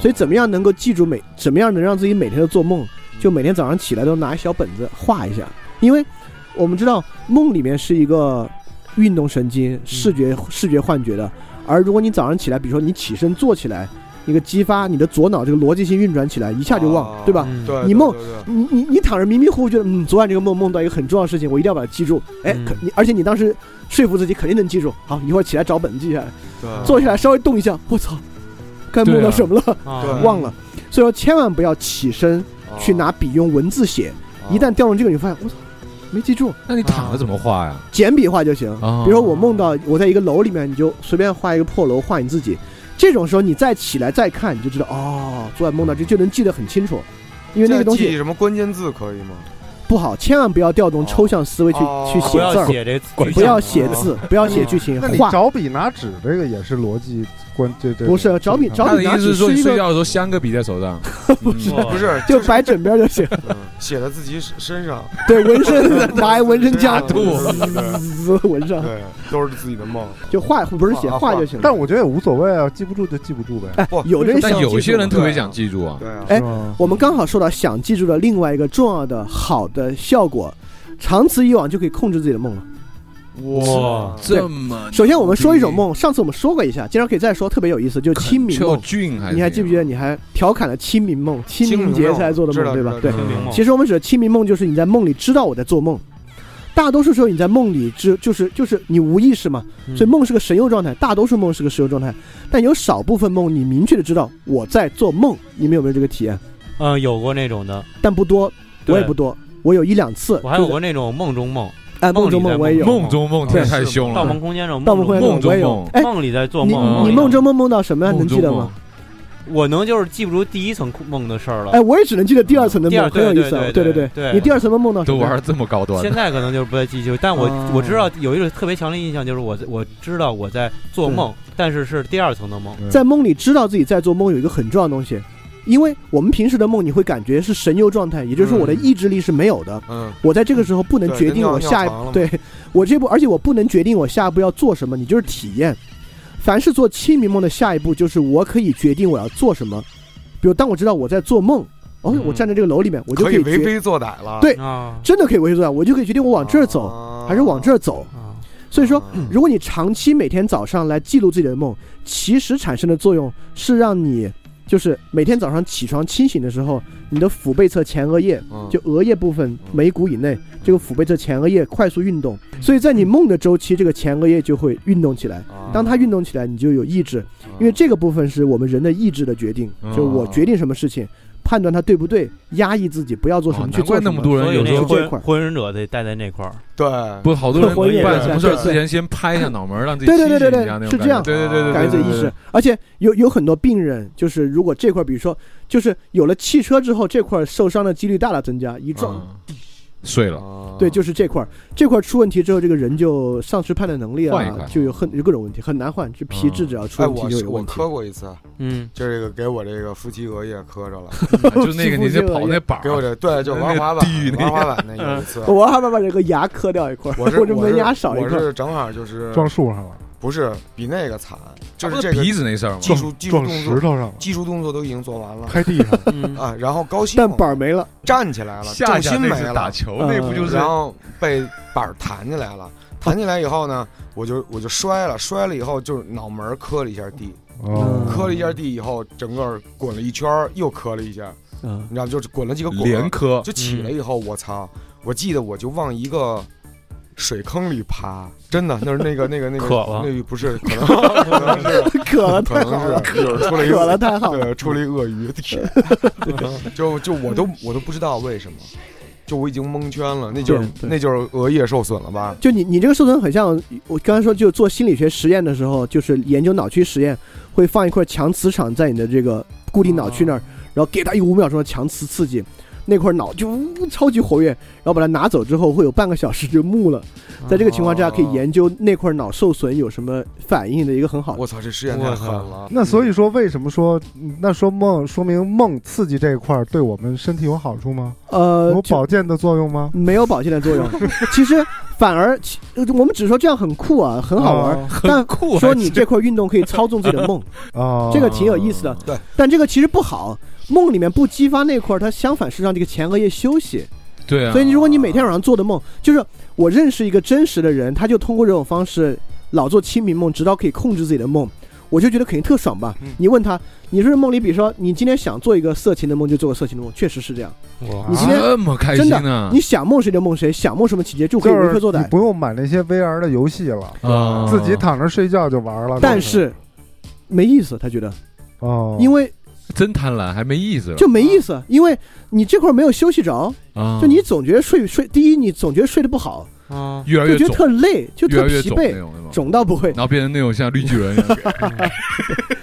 Speaker 5: 所以怎么样能够记住每怎么样能让自己每天都做梦？就每天早上起来都拿一小本子画一下，因为我们知道梦里面是一个运动神经、视觉
Speaker 2: 嗯
Speaker 5: 视觉幻觉的，而如果你早上起来，比如说你起身坐起来，一个激发你的左脑这个逻辑性运转起来，一下就忘
Speaker 2: 哦，
Speaker 5: 对吧？
Speaker 4: 嗯
Speaker 2: 对，
Speaker 5: 你
Speaker 2: 对
Speaker 5: 梦
Speaker 2: 对对
Speaker 5: 你你你躺着迷迷糊糊，觉得嗯，昨晚这个梦梦到一个很重要的事情，我一定要把它记住。哎，
Speaker 4: 嗯
Speaker 5: 可你而且你当时说服自己肯定能记住。好，一会儿起来找本子记下来，
Speaker 2: 对
Speaker 5: 坐下来稍微动一下，我操，该梦到什么了？
Speaker 2: 对啊
Speaker 5: 忘了。所以说千万不要起身
Speaker 2: 哦
Speaker 5: 去拿笔用文字写，
Speaker 2: 哦
Speaker 5: 一旦掉入这个，你发现我操，没记住，
Speaker 3: 那你躺着怎么画呀？
Speaker 5: 简笔画就行。
Speaker 3: 啊，
Speaker 5: 比如说我梦到我在一个楼里面，你就随便画一个破楼，画你自己。这种时候你再起来再看，你就知道哦，昨晚梦到这就能记得很清楚，因为那个东
Speaker 2: 现在
Speaker 5: 西
Speaker 2: 记什么关键字可以吗？
Speaker 5: 不好，千万不要调动抽象思维去、
Speaker 2: 哦
Speaker 5: 去
Speaker 2: 不
Speaker 5: 写
Speaker 4: 不
Speaker 5: 字
Speaker 4: 要
Speaker 5: 儿，
Speaker 4: 写这
Speaker 3: 滚
Speaker 5: 不要写
Speaker 4: 哦
Speaker 5: 字，不要写剧情
Speaker 1: 那，你
Speaker 5: 画
Speaker 1: 找笔拿纸这个也是逻辑关，这这
Speaker 5: 不是找笔找
Speaker 3: 他
Speaker 5: 笔
Speaker 3: 的意
Speaker 5: 拿
Speaker 3: 思
Speaker 5: 纸
Speaker 3: 是说
Speaker 5: 是
Speaker 3: 你
Speaker 5: 一
Speaker 3: 睡
Speaker 5: 个
Speaker 3: 觉的时候镶个笔在手 上，
Speaker 2: 不是，
Speaker 5: 就是摆枕边就行，
Speaker 2: 嗯写在自己身 上，
Speaker 5: 对纹身拿纹身夹
Speaker 2: 对
Speaker 5: 滋纹上，
Speaker 2: 对，都是自己的梦。
Speaker 5: 就画不是写
Speaker 2: 画
Speaker 5: 画
Speaker 2: 画
Speaker 5: 就行了。
Speaker 1: 但我觉得也无所谓啊，记不住就记不住呗。
Speaker 5: 哎
Speaker 2: 不，
Speaker 5: 有的人
Speaker 3: 但
Speaker 5: 想
Speaker 3: 有
Speaker 5: 记
Speaker 3: 些
Speaker 5: 住
Speaker 3: 人
Speaker 5: 的
Speaker 3: 特别想记住啊。
Speaker 2: 对啊，
Speaker 5: 哎
Speaker 1: 是吗
Speaker 5: 我们刚好说到想记住的另外一个重要的好的效果，长此以往就可以控制自己的梦了。
Speaker 4: 哇
Speaker 5: 对
Speaker 3: 这么
Speaker 5: 首先我们说一种梦，上次我们说过一下，经常可以再说，特别有意思， 就是清明
Speaker 3: 很
Speaker 5: 梦
Speaker 3: 叫。俊还是
Speaker 5: 你还记不记得你还调侃了清明梦，清明节才做的
Speaker 2: 知道
Speaker 5: 梦，对吧？对
Speaker 2: 知道。
Speaker 4: 清明
Speaker 3: 嗯
Speaker 4: 梦
Speaker 5: 其实我们指的清明梦就是你在梦里知道我在做梦，大多数时候你在梦里知就是就是你无意识嘛，所以梦是个神游状态，大多数梦是个神游状态，但有少部分梦你明确的知道我在做梦，你们有没有这个体验？
Speaker 4: 嗯有过那种的，
Speaker 5: 但不多，
Speaker 4: 对
Speaker 5: 我也不多，我有一两次，
Speaker 4: 我还有过那种梦中梦，
Speaker 5: 就是哎梦中梦我也有，
Speaker 3: 梦中梦这太凶
Speaker 4: 《
Speaker 3: 了
Speaker 4: 盗，梦空间》中，
Speaker 5: 盗梦空间
Speaker 3: 梦
Speaker 5: 中我也有
Speaker 3: 梦，
Speaker 5: 哎，
Speaker 4: 梦里在做
Speaker 5: 你
Speaker 4: 梦，
Speaker 5: 你
Speaker 4: 里
Speaker 5: 梦中梦梦到什么呀？
Speaker 3: 梦
Speaker 5: 能
Speaker 3: 中
Speaker 5: 记得
Speaker 3: 梦
Speaker 5: 吗？
Speaker 4: 我能就是记不住第一层梦的事儿了。
Speaker 5: 哎，我也只能记得第二层的
Speaker 4: 第二
Speaker 5: 梦，很有
Speaker 4: 对
Speaker 5: 意思啊，
Speaker 4: 对
Speaker 5: 对
Speaker 4: 对对
Speaker 5: 你第二层梦梦到什
Speaker 3: 都
Speaker 5: 么
Speaker 3: 玩
Speaker 5: 呀？
Speaker 3: 得这么高端
Speaker 4: 现，在可能就是不太记清，但我、
Speaker 5: 哦
Speaker 4: 我知道有一种特别强烈印象，就是我在我知道我在做梦，但是是第二层的梦。
Speaker 5: 在梦里知道自己在做梦有一个很重要的东西，因为我们平时的梦你会感觉是神游状态，也就是说我的意志力是没有的，
Speaker 2: 嗯，
Speaker 5: 我在这个时候不能
Speaker 2: 对
Speaker 5: 决定
Speaker 2: 尿
Speaker 5: 我
Speaker 2: 尿
Speaker 5: 下一
Speaker 2: 床
Speaker 5: 步
Speaker 2: 了，嘛
Speaker 5: 对 我这步，而且我不能决定我下一步要做什么，你就是体验。凡是做清明梦的下一步，就是我可以决定我要做什么。比如，当我知道我在做梦，哦，
Speaker 4: 嗯
Speaker 5: 我站在这个楼里面，我就
Speaker 2: 可以为
Speaker 5: 决，
Speaker 2: 非作歹了。
Speaker 5: 对
Speaker 4: 啊
Speaker 5: 真的可以为非作歹，我就可以决定我往这儿
Speaker 3: 哦
Speaker 5: 走
Speaker 2: 啊
Speaker 5: 还是往这儿走。
Speaker 4: 啊，
Speaker 5: 所以说，
Speaker 2: 嗯
Speaker 5: 如果你长期每天早上来记录自己的梦，其实产生的作用是让你就是每天早上起床清醒的时候，你的腹背侧前额叶
Speaker 2: 嗯
Speaker 5: 就额叶部分眉骨以内这个腹背侧前额叶快速运动，
Speaker 3: 嗯
Speaker 5: 所以在你梦的周期，这个前额叶就会运动起来。
Speaker 3: 嗯
Speaker 2: 啊
Speaker 5: 当它运动起来，你就有意志，因为这个部分是我们人的意志的决定，
Speaker 3: 嗯
Speaker 5: 就我决定什么事情，判断它对不对，压抑自己，不要做什么，
Speaker 3: 哦
Speaker 5: 去
Speaker 3: 难
Speaker 5: 做
Speaker 3: 怪
Speaker 5: 什
Speaker 3: 那么
Speaker 5: 么。
Speaker 3: 多
Speaker 4: 所
Speaker 3: 人
Speaker 4: 以
Speaker 3: 有时
Speaker 4: 那
Speaker 3: 候
Speaker 5: 这
Speaker 4: 火
Speaker 5: 块儿
Speaker 4: 火影忍者得待在那块儿，
Speaker 2: 对
Speaker 3: 不好多 人
Speaker 5: 婚姻
Speaker 3: 办什么事儿
Speaker 5: 对
Speaker 3: 之前先拍一下脑门儿，让自己
Speaker 5: 对
Speaker 3: 清
Speaker 5: 对
Speaker 3: 醒一
Speaker 5: 对
Speaker 3: 下，那种
Speaker 5: 对对
Speaker 3: 感
Speaker 5: 是这
Speaker 3: 觉嗯
Speaker 5: 样
Speaker 3: 对对对对，
Speaker 5: 改
Speaker 3: 对
Speaker 5: 变
Speaker 3: 对
Speaker 5: 意
Speaker 3: 对
Speaker 5: 识，而且有有很多病人，就是如果这块儿，比如说，就是有了汽车之后，这块儿受伤的几率大大增加，一撞，
Speaker 3: 嗯睡 了，
Speaker 2: 啊
Speaker 5: 对，就是这块儿，这块儿出问题之后，这个人就丧失判断能力
Speaker 3: 换一
Speaker 5: 啊
Speaker 3: 款，
Speaker 5: 就有很有各种问题，很难换，就皮质
Speaker 3: 嗯
Speaker 5: 只要出
Speaker 2: 哎，
Speaker 5: 问题
Speaker 2: 我
Speaker 5: 就是有
Speaker 2: 我
Speaker 5: 问题。
Speaker 2: 磕过一次，
Speaker 4: 嗯，
Speaker 2: 就这个给我这个夫妻额叶磕 着了，
Speaker 3: 就那个你这跑那板
Speaker 2: 给我
Speaker 3: 儿，
Speaker 2: 这对，就玩滑板
Speaker 3: 地狱，那
Speaker 2: 玩滑板那有一次，
Speaker 5: 我还把把这个牙磕掉一块儿，
Speaker 2: 我是
Speaker 5: 嗯我这门牙
Speaker 2: 是
Speaker 5: 少一
Speaker 2: 我
Speaker 5: 块儿。
Speaker 2: 是正好就是
Speaker 1: 撞树上了，
Speaker 2: 不是比那个惨，就
Speaker 3: 不
Speaker 2: 是
Speaker 3: 是
Speaker 2: 这个
Speaker 3: 鼻子那事儿吗？
Speaker 2: 技术技术
Speaker 1: 撞
Speaker 2: 动
Speaker 1: 石
Speaker 2: 作
Speaker 1: 头上了，
Speaker 2: 技术动作都已经做完了
Speaker 1: 拍地上了，
Speaker 4: 嗯
Speaker 2: 啊，然后高兴
Speaker 5: 但板儿没了，
Speaker 2: 站起来了，重心没了，
Speaker 3: 球
Speaker 5: 那不就是
Speaker 2: 然后被板儿弹起来了，弹起来以后呢，我就我就摔了，摔了以后就是脑门儿磕了一下地，
Speaker 1: 哦
Speaker 5: 嗯
Speaker 2: 磕了一下地以后，整个儿滚了一圈儿，又磕了一下，
Speaker 5: 嗯
Speaker 2: 你知道吗就是滚了几个滚儿
Speaker 3: 连，磕，
Speaker 2: 就起来以后，我操！我记得我就往一个水坑里爬，真的，那是那个那个那
Speaker 4: 渴
Speaker 2: 个
Speaker 4: 了
Speaker 2: 那个不是，可能 可能是
Speaker 5: 可
Speaker 2: 可
Speaker 5: 了太好
Speaker 2: 能
Speaker 5: 了，
Speaker 2: 是有出了一
Speaker 5: 可了
Speaker 2: 个
Speaker 5: 太 好了。
Speaker 2: 对出了一鳄鱼， 就就我都我都不知道为什么，就我已经蒙圈了，那就是
Speaker 5: 对对
Speaker 2: 那就是额叶受损了吧？
Speaker 5: 就你你这个受损很像我刚才说，就做心理学实验的时候，就是研究脑区实验，会放一块强磁场在你的这个固定脑区那儿，然后给它一五秒钟的强磁刺激，那块脑就呜超级活跃，然后把它拿走之后，会有半个小时就木了。嗯在这个情况之下，可以研究那块脑受损有什么反应的一个很好的。
Speaker 2: 哦我操，这实验太狠了！
Speaker 1: 那所以说，为什么说嗯那说梦说明梦刺激这一块儿对我们身体有好处吗？
Speaker 5: 呃
Speaker 1: 有，
Speaker 5: 就
Speaker 1: 保健的作用吗？
Speaker 5: 没有保健的作用，其实反而其呃我们只说这样很酷啊，很好
Speaker 1: 哦
Speaker 5: 玩儿， 但
Speaker 3: 酷啊
Speaker 5: 说你这块运动可以操纵自己的梦。
Speaker 1: 啊，
Speaker 5: 这个挺有意思的。
Speaker 2: 对，
Speaker 5: 但这个其实不好，梦里面不激发那块儿，它相反是让这个前额叶休息。
Speaker 3: 对啊
Speaker 5: 所，以如果你每天晚上做的梦，就是我认识一个真实的人，他就通过这种方式老做清明梦，直到可以控制自己的梦。我就觉得肯定特爽吧
Speaker 2: 嗯。
Speaker 5: 你问他，你是不是梦里，比如说你今天想做一个色情的梦，就做个色情的梦，确实是这样。
Speaker 4: 我
Speaker 1: 啊
Speaker 5: 你今天
Speaker 3: 这么开心啊呢
Speaker 5: 你？想梦谁就梦谁，想梦什么情节就可以
Speaker 1: 就
Speaker 5: 为
Speaker 1: 是
Speaker 5: 非作
Speaker 1: 你
Speaker 5: 歹。
Speaker 1: 啊不用买那些 VR 的游戏了，
Speaker 3: 啊
Speaker 5: 嗯
Speaker 1: 自己躺着睡觉就玩了。
Speaker 5: 但是没意思，他觉得，
Speaker 1: 哦，
Speaker 5: 因为
Speaker 3: 真贪婪，还没意思了。
Speaker 5: 就没意思，因为你这块儿没有休息着，
Speaker 1: 嗯
Speaker 3: 啊
Speaker 5: 就你总觉得睡睡，第一你总觉得睡得不好，
Speaker 4: 啊，
Speaker 3: 越来
Speaker 5: 就
Speaker 3: 越
Speaker 5: 觉得
Speaker 3: 肿，
Speaker 5: 特累，就
Speaker 3: 越
Speaker 5: 特
Speaker 3: 来越
Speaker 5: 疲
Speaker 3: 肿
Speaker 5: 惫
Speaker 3: 那，种那种，
Speaker 5: 肿到不会。
Speaker 3: 然后变成那种像绿巨人一样
Speaker 2: 嗯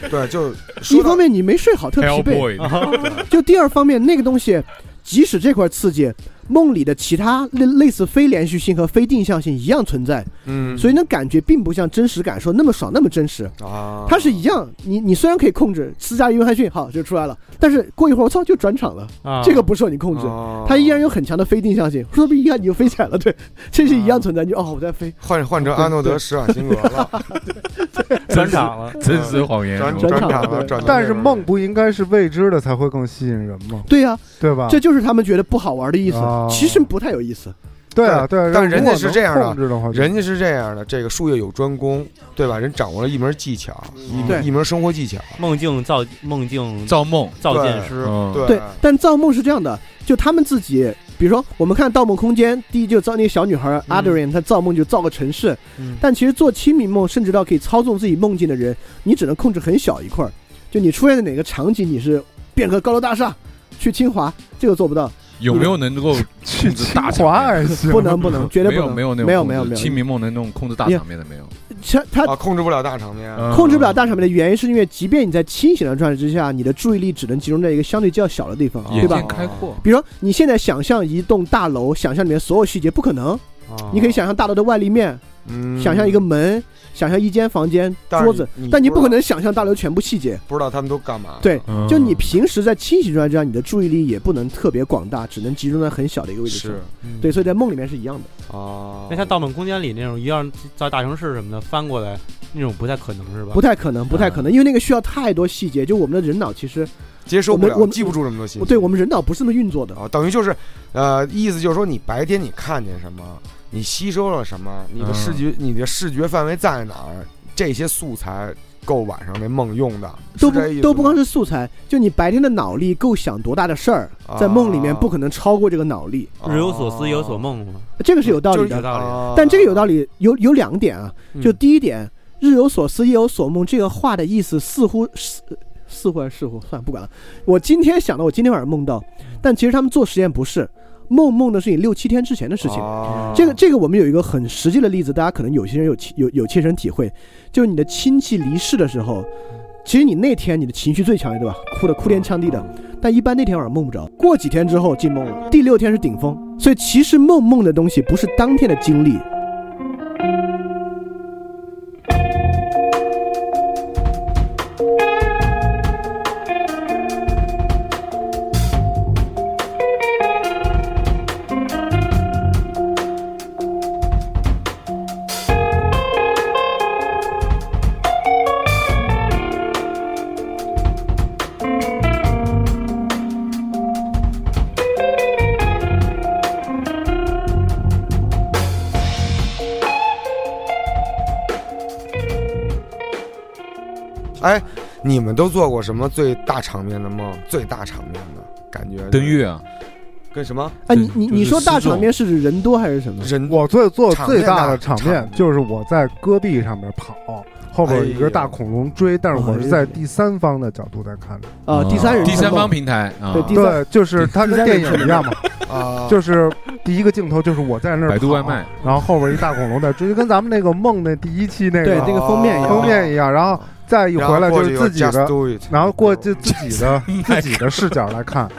Speaker 2: 对，就
Speaker 5: 一
Speaker 2: 说到
Speaker 5: 方面你没睡 好，特疲
Speaker 3: ，Hell
Speaker 5: 惫；啊
Speaker 3: Boy，
Speaker 5: 就第二方面，那个东西，即使这块刺激，梦里的其他类类似非连续性和非定向性一样存在，
Speaker 2: 嗯，
Speaker 5: 所以呢，感觉并不像真实感受那么爽，那么真实。
Speaker 2: 啊，
Speaker 5: 它是一样，你你虽然可以控制，私加约翰逊好就出来了，但是过一会儿我操就转场了，
Speaker 4: 啊
Speaker 5: 这个不受你控制。
Speaker 2: 啊
Speaker 5: 它依然有很强的非定向性，说不定一看你就飞起来了，对，
Speaker 3: 啊
Speaker 5: 这是一样存在。你就哦，我在飞，
Speaker 2: 换换成阿诺德施瓦辛格 了，嗯
Speaker 4: 转场了，
Speaker 3: 真实谎言。
Speaker 2: 转
Speaker 5: 转
Speaker 2: 转
Speaker 5: 场
Speaker 2: 场了，
Speaker 5: 对
Speaker 2: 转到
Speaker 1: 但
Speaker 2: 那
Speaker 1: 是
Speaker 2: 边
Speaker 1: 梦不应该是未知的才会更吸引人吗？
Speaker 5: 对呀、
Speaker 1: 对
Speaker 3: 啊
Speaker 1: 吧？
Speaker 5: 这就是他们觉得不好玩的意思
Speaker 1: 哦，
Speaker 5: 其实不太有意思。
Speaker 1: 对啊，对啊。
Speaker 2: 但人家
Speaker 1: 如果
Speaker 2: 是这样的
Speaker 1: 能控制的话，
Speaker 2: 人家是这样的，这个术业有专攻，对吧？人掌握了一门技巧，
Speaker 1: 嗯
Speaker 2: 一
Speaker 5: 对
Speaker 2: 门一门生活技巧，
Speaker 4: 梦境造梦境
Speaker 3: 造梦，
Speaker 4: 造剑师，
Speaker 3: 嗯，
Speaker 5: 对，
Speaker 2: 啊
Speaker 5: 但造梦是这样的，就他们自己，比如说我们看《盗梦空间》，第一就造那个小女孩儿
Speaker 4: 嗯
Speaker 5: Adrian，她造梦就造个城市，
Speaker 4: 嗯
Speaker 5: 但其实做清明梦，甚至到可以操纵自己梦境的人，你只能控制很小一块儿，就你出现在哪个场景，你是变个高楼大厦。去清华，这个做不到，
Speaker 3: 有没有能够
Speaker 1: 去
Speaker 3: 控制
Speaker 1: 清
Speaker 3: 大场
Speaker 1: 华
Speaker 3: 面
Speaker 1: 还行，
Speaker 5: 不能不能，绝对
Speaker 3: 没
Speaker 5: 不
Speaker 3: 有
Speaker 5: 能，
Speaker 3: 有那种
Speaker 5: 没有
Speaker 3: 控
Speaker 5: 没有
Speaker 3: 制
Speaker 5: 没有
Speaker 3: 清明梦的那种控制大场面的没有，
Speaker 5: 他他
Speaker 2: 啊，控制不了大场面，
Speaker 3: 嗯
Speaker 5: 控制不了大场面的原因是因为，即便你在清醒的状态之下，你的注意力只能集中在一个相对较小的地方，对
Speaker 3: 眼
Speaker 5: 吧
Speaker 3: 界？开阔，
Speaker 5: 比如说你现在想象一栋大楼，想象里面所有细节，不可能，
Speaker 4: 啊
Speaker 5: 你可以想象大楼的外立面，
Speaker 2: 嗯
Speaker 5: 想象一个，门，想象一间房间、
Speaker 2: 但是
Speaker 5: 桌子，
Speaker 2: 你
Speaker 5: 但你
Speaker 2: 不
Speaker 5: 不
Speaker 2: 知
Speaker 5: 可
Speaker 2: 道
Speaker 5: 能想象大楼全部细节。
Speaker 2: 不知道他们都干嘛。啊
Speaker 5: 对，
Speaker 3: 嗯
Speaker 5: 就你平时在清醒状态之下，你的注意力也不能特别广大，只能集中在很小的一个位置上
Speaker 2: 是。
Speaker 4: 嗯
Speaker 5: 对，所以在梦里面是一样的。
Speaker 2: 啊，
Speaker 4: 那像《盗梦空间》里那种一样造大城市什么的，翻过来那种不太可能是吧？
Speaker 5: 不太可能，不太可能，因为那个需要太多细节，就我们的人脑其实
Speaker 2: 接受不
Speaker 5: 我们我
Speaker 2: 了，
Speaker 5: 们
Speaker 2: 记不住这么多信息。
Speaker 5: 对我们人脑不是那么运作的。
Speaker 2: 啊，等于就是，呃，意思就是说，你白天你看见什么，你吸收了什么，你的视觉，
Speaker 5: 嗯
Speaker 2: 你的视觉范围在哪儿，这些素材够晚上那梦用的，
Speaker 5: 都
Speaker 2: 是这意
Speaker 5: 不
Speaker 2: 思
Speaker 5: 都不光
Speaker 2: 吗
Speaker 5: 是素材，就你白天的脑力够想多大的事儿，
Speaker 2: 啊
Speaker 5: 在梦里面不可能超过这个脑力，
Speaker 4: 日有所思，夜有所，梦嘛，
Speaker 5: 这个是有道理
Speaker 2: 就是
Speaker 5: 的
Speaker 4: 有。道理。
Speaker 2: 啊
Speaker 5: 但这个有道理，有有两点啊，
Speaker 4: 嗯
Speaker 5: 就第一点，“日有所思，夜有所梦”这个话的意思似乎是似乎还是似乎，算了不管了。我今天想到，我今天晚上梦到，但其实他们做实验不是梦，梦的是你六七天之前的事情。
Speaker 2: 啊
Speaker 5: 这个这个我们有一个很实际的例子，大家可能有些人有有有切身体会，就是你的亲戚离世的时候，其实你那天你的情绪最强烈，对吧？哭的哭天抢地的，但一般那天晚上梦不着，过几天之后进梦了，第六天是顶峰，所以其实梦梦的东西不是当天的经历。
Speaker 2: 哎，你们都做过什么最大场面的梦？最大场面的感觉就是？
Speaker 3: 登月啊，
Speaker 2: 跟什么
Speaker 5: 哎，你
Speaker 3: 对
Speaker 5: 你
Speaker 3: 就是
Speaker 5: 你说大场
Speaker 3: 失
Speaker 5: 面是指人多还是什么？
Speaker 2: 人
Speaker 1: 我最做
Speaker 2: 场面
Speaker 1: 最大的
Speaker 2: 大
Speaker 1: 场
Speaker 2: 场
Speaker 1: 面就是我在戈壁上面跑，后边有一
Speaker 2: 哎呦
Speaker 1: 个大恐龙追，但是我是
Speaker 5: 哎
Speaker 1: 在
Speaker 5: 呦
Speaker 1: 第三方的角度在看的。
Speaker 5: 啊，第三人
Speaker 3: 第
Speaker 5: 称
Speaker 3: 三方
Speaker 5: 梦，
Speaker 3: 平台啊
Speaker 5: 对，第三
Speaker 1: 对，就是它跟电影一样嘛，
Speaker 2: 啊，
Speaker 1: 就是第一个镜头就是我在那儿
Speaker 3: 百度
Speaker 1: 跑
Speaker 3: 外卖，
Speaker 1: 然后后边一大恐龙在追，就跟咱们那个梦那第一期那
Speaker 5: 对
Speaker 1: 个
Speaker 5: 那个封面一样
Speaker 1: 封面一样，然后再一
Speaker 2: 然
Speaker 1: 回
Speaker 2: 后
Speaker 1: 来
Speaker 2: 过
Speaker 1: 就
Speaker 2: 去
Speaker 1: 是
Speaker 2: 有
Speaker 1: 自己
Speaker 2: Just
Speaker 1: 的。
Speaker 2: Do It
Speaker 1: 然后过就自己 的自己的视角来看，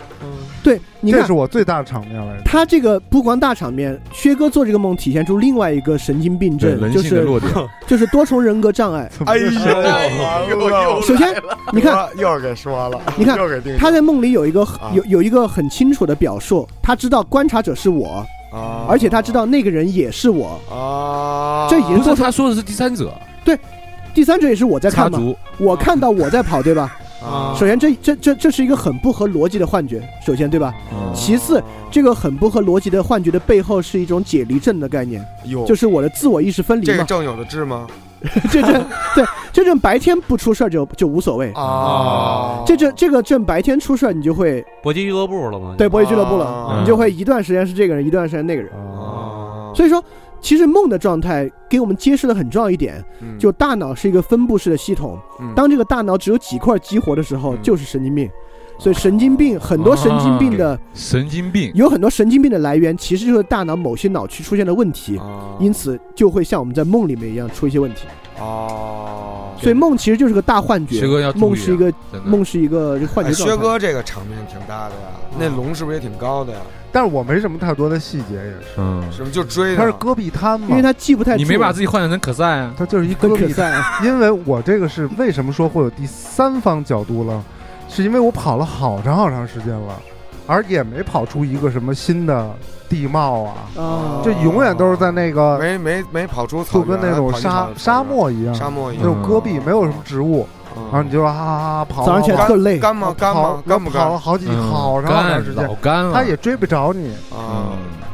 Speaker 5: 对，哎你
Speaker 1: 这
Speaker 5: 看
Speaker 1: 是我最大的场面 来着。
Speaker 5: 他这个不光大场面，薛哥做这个梦体现出另外一个神经病
Speaker 3: 对
Speaker 5: 症，
Speaker 3: 人
Speaker 5: 就
Speaker 3: 性的
Speaker 5: 是
Speaker 3: 弱点，
Speaker 5: 就是多重人格障碍。
Speaker 1: 怎么
Speaker 2: 哎
Speaker 1: 就
Speaker 2: 呦，
Speaker 1: 是
Speaker 2: 又又
Speaker 5: 首先，你看
Speaker 2: 又给说了，
Speaker 5: 你看
Speaker 2: 又给定
Speaker 5: 他在梦里有一个
Speaker 2: 啊
Speaker 5: 有有一个很清楚的表述，他知道观察者是我，
Speaker 2: 啊，
Speaker 5: 而且他知道那个人也是我，
Speaker 2: 啊，
Speaker 5: 这已经
Speaker 3: 不
Speaker 5: 做
Speaker 3: 是
Speaker 5: 出
Speaker 3: 他说的是第三者
Speaker 5: 第三者也是我在
Speaker 3: 插
Speaker 5: 看嘛，
Speaker 3: 足，
Speaker 5: 我看到我在跑，对吧？
Speaker 2: 啊
Speaker 5: 首先这这这这是一个很不合逻辑的幻觉，首先对吧？
Speaker 3: 嗯
Speaker 5: 其次，这个很不合逻辑的幻觉的背后是一种解离症的概念，
Speaker 2: 有
Speaker 5: 就是我的自我意识分离
Speaker 2: 这个
Speaker 5: 嘛。
Speaker 2: 正有的治吗？
Speaker 5: 这这对这阵白天不出事儿就就无所谓，
Speaker 2: 啊，
Speaker 5: 这阵这个阵白天出事儿你就会
Speaker 4: 搏击俱乐部了吗？
Speaker 5: 对博弈俱乐部了，
Speaker 2: 了
Speaker 5: 你就会一段时间是这个人，一段时间那个人。哦
Speaker 2: 啊，
Speaker 5: 所以说，其实梦的状态给我们揭示了很重要一点，
Speaker 2: 以
Speaker 5: 就大脑是一个分布式的系统，当这个大脑只有几块激活的时候，
Speaker 2: 嗯啊
Speaker 5: 就是神经病。所以神经病很多神经病的
Speaker 3: 神经病，
Speaker 5: 有很多神经病的来源，其实就是大脑某些脑区出现了问题，
Speaker 2: 啊
Speaker 3: 啊
Speaker 5: 因此就会像我们在梦里面一样出一些问题。
Speaker 2: 哦，
Speaker 5: 所以梦其实就是个大幻觉
Speaker 3: 薛哥要，注意啊
Speaker 5: 梦是一个
Speaker 3: 真的
Speaker 5: 梦是一个这个幻
Speaker 2: 哎
Speaker 5: 觉状态。
Speaker 2: 薛哥这个场面挺大的呀，那龙是不是也挺高的呀？
Speaker 1: 但是我没什么太多的细节，也是，
Speaker 3: 嗯，
Speaker 2: 是不是就追
Speaker 1: 它是
Speaker 2: 的？
Speaker 1: 戈壁滩嘛，
Speaker 5: 啊因为他记不太住，
Speaker 3: 你没把自己幻想成可赛啊？
Speaker 1: 它就是一
Speaker 5: 很
Speaker 1: 戈
Speaker 5: 可
Speaker 1: 壁滩。
Speaker 5: 赛 啊。
Speaker 1: 因为我这个是为什么说会有第三方角度了，是因为我跑了好长好长时间了，而也没跑出一个什么新的地貌啊，
Speaker 5: 啊
Speaker 1: 就永远都是在那
Speaker 5: 哦
Speaker 1: 个
Speaker 2: 没没没跑出
Speaker 1: 就
Speaker 2: 草原，
Speaker 1: 跟那种
Speaker 2: 跑进草
Speaker 5: 啊
Speaker 1: 沙
Speaker 2: 原
Speaker 1: 沙漠一样，
Speaker 2: 沙漠一
Speaker 1: 那
Speaker 2: 样，
Speaker 1: 种戈壁，没有什么植物，
Speaker 2: 嗯
Speaker 1: 然后你就啊啊啊跑
Speaker 5: 早上起来
Speaker 1: 跑
Speaker 5: 特累，
Speaker 2: 干吗？干
Speaker 1: 跑
Speaker 2: 吗？干不
Speaker 1: 跑
Speaker 2: 干
Speaker 1: 了？好几
Speaker 3: 嗯
Speaker 1: 好长好
Speaker 3: 干
Speaker 1: 长时间
Speaker 3: 老，干了，
Speaker 1: 他也追不着你，
Speaker 2: 啊
Speaker 3: 嗯，，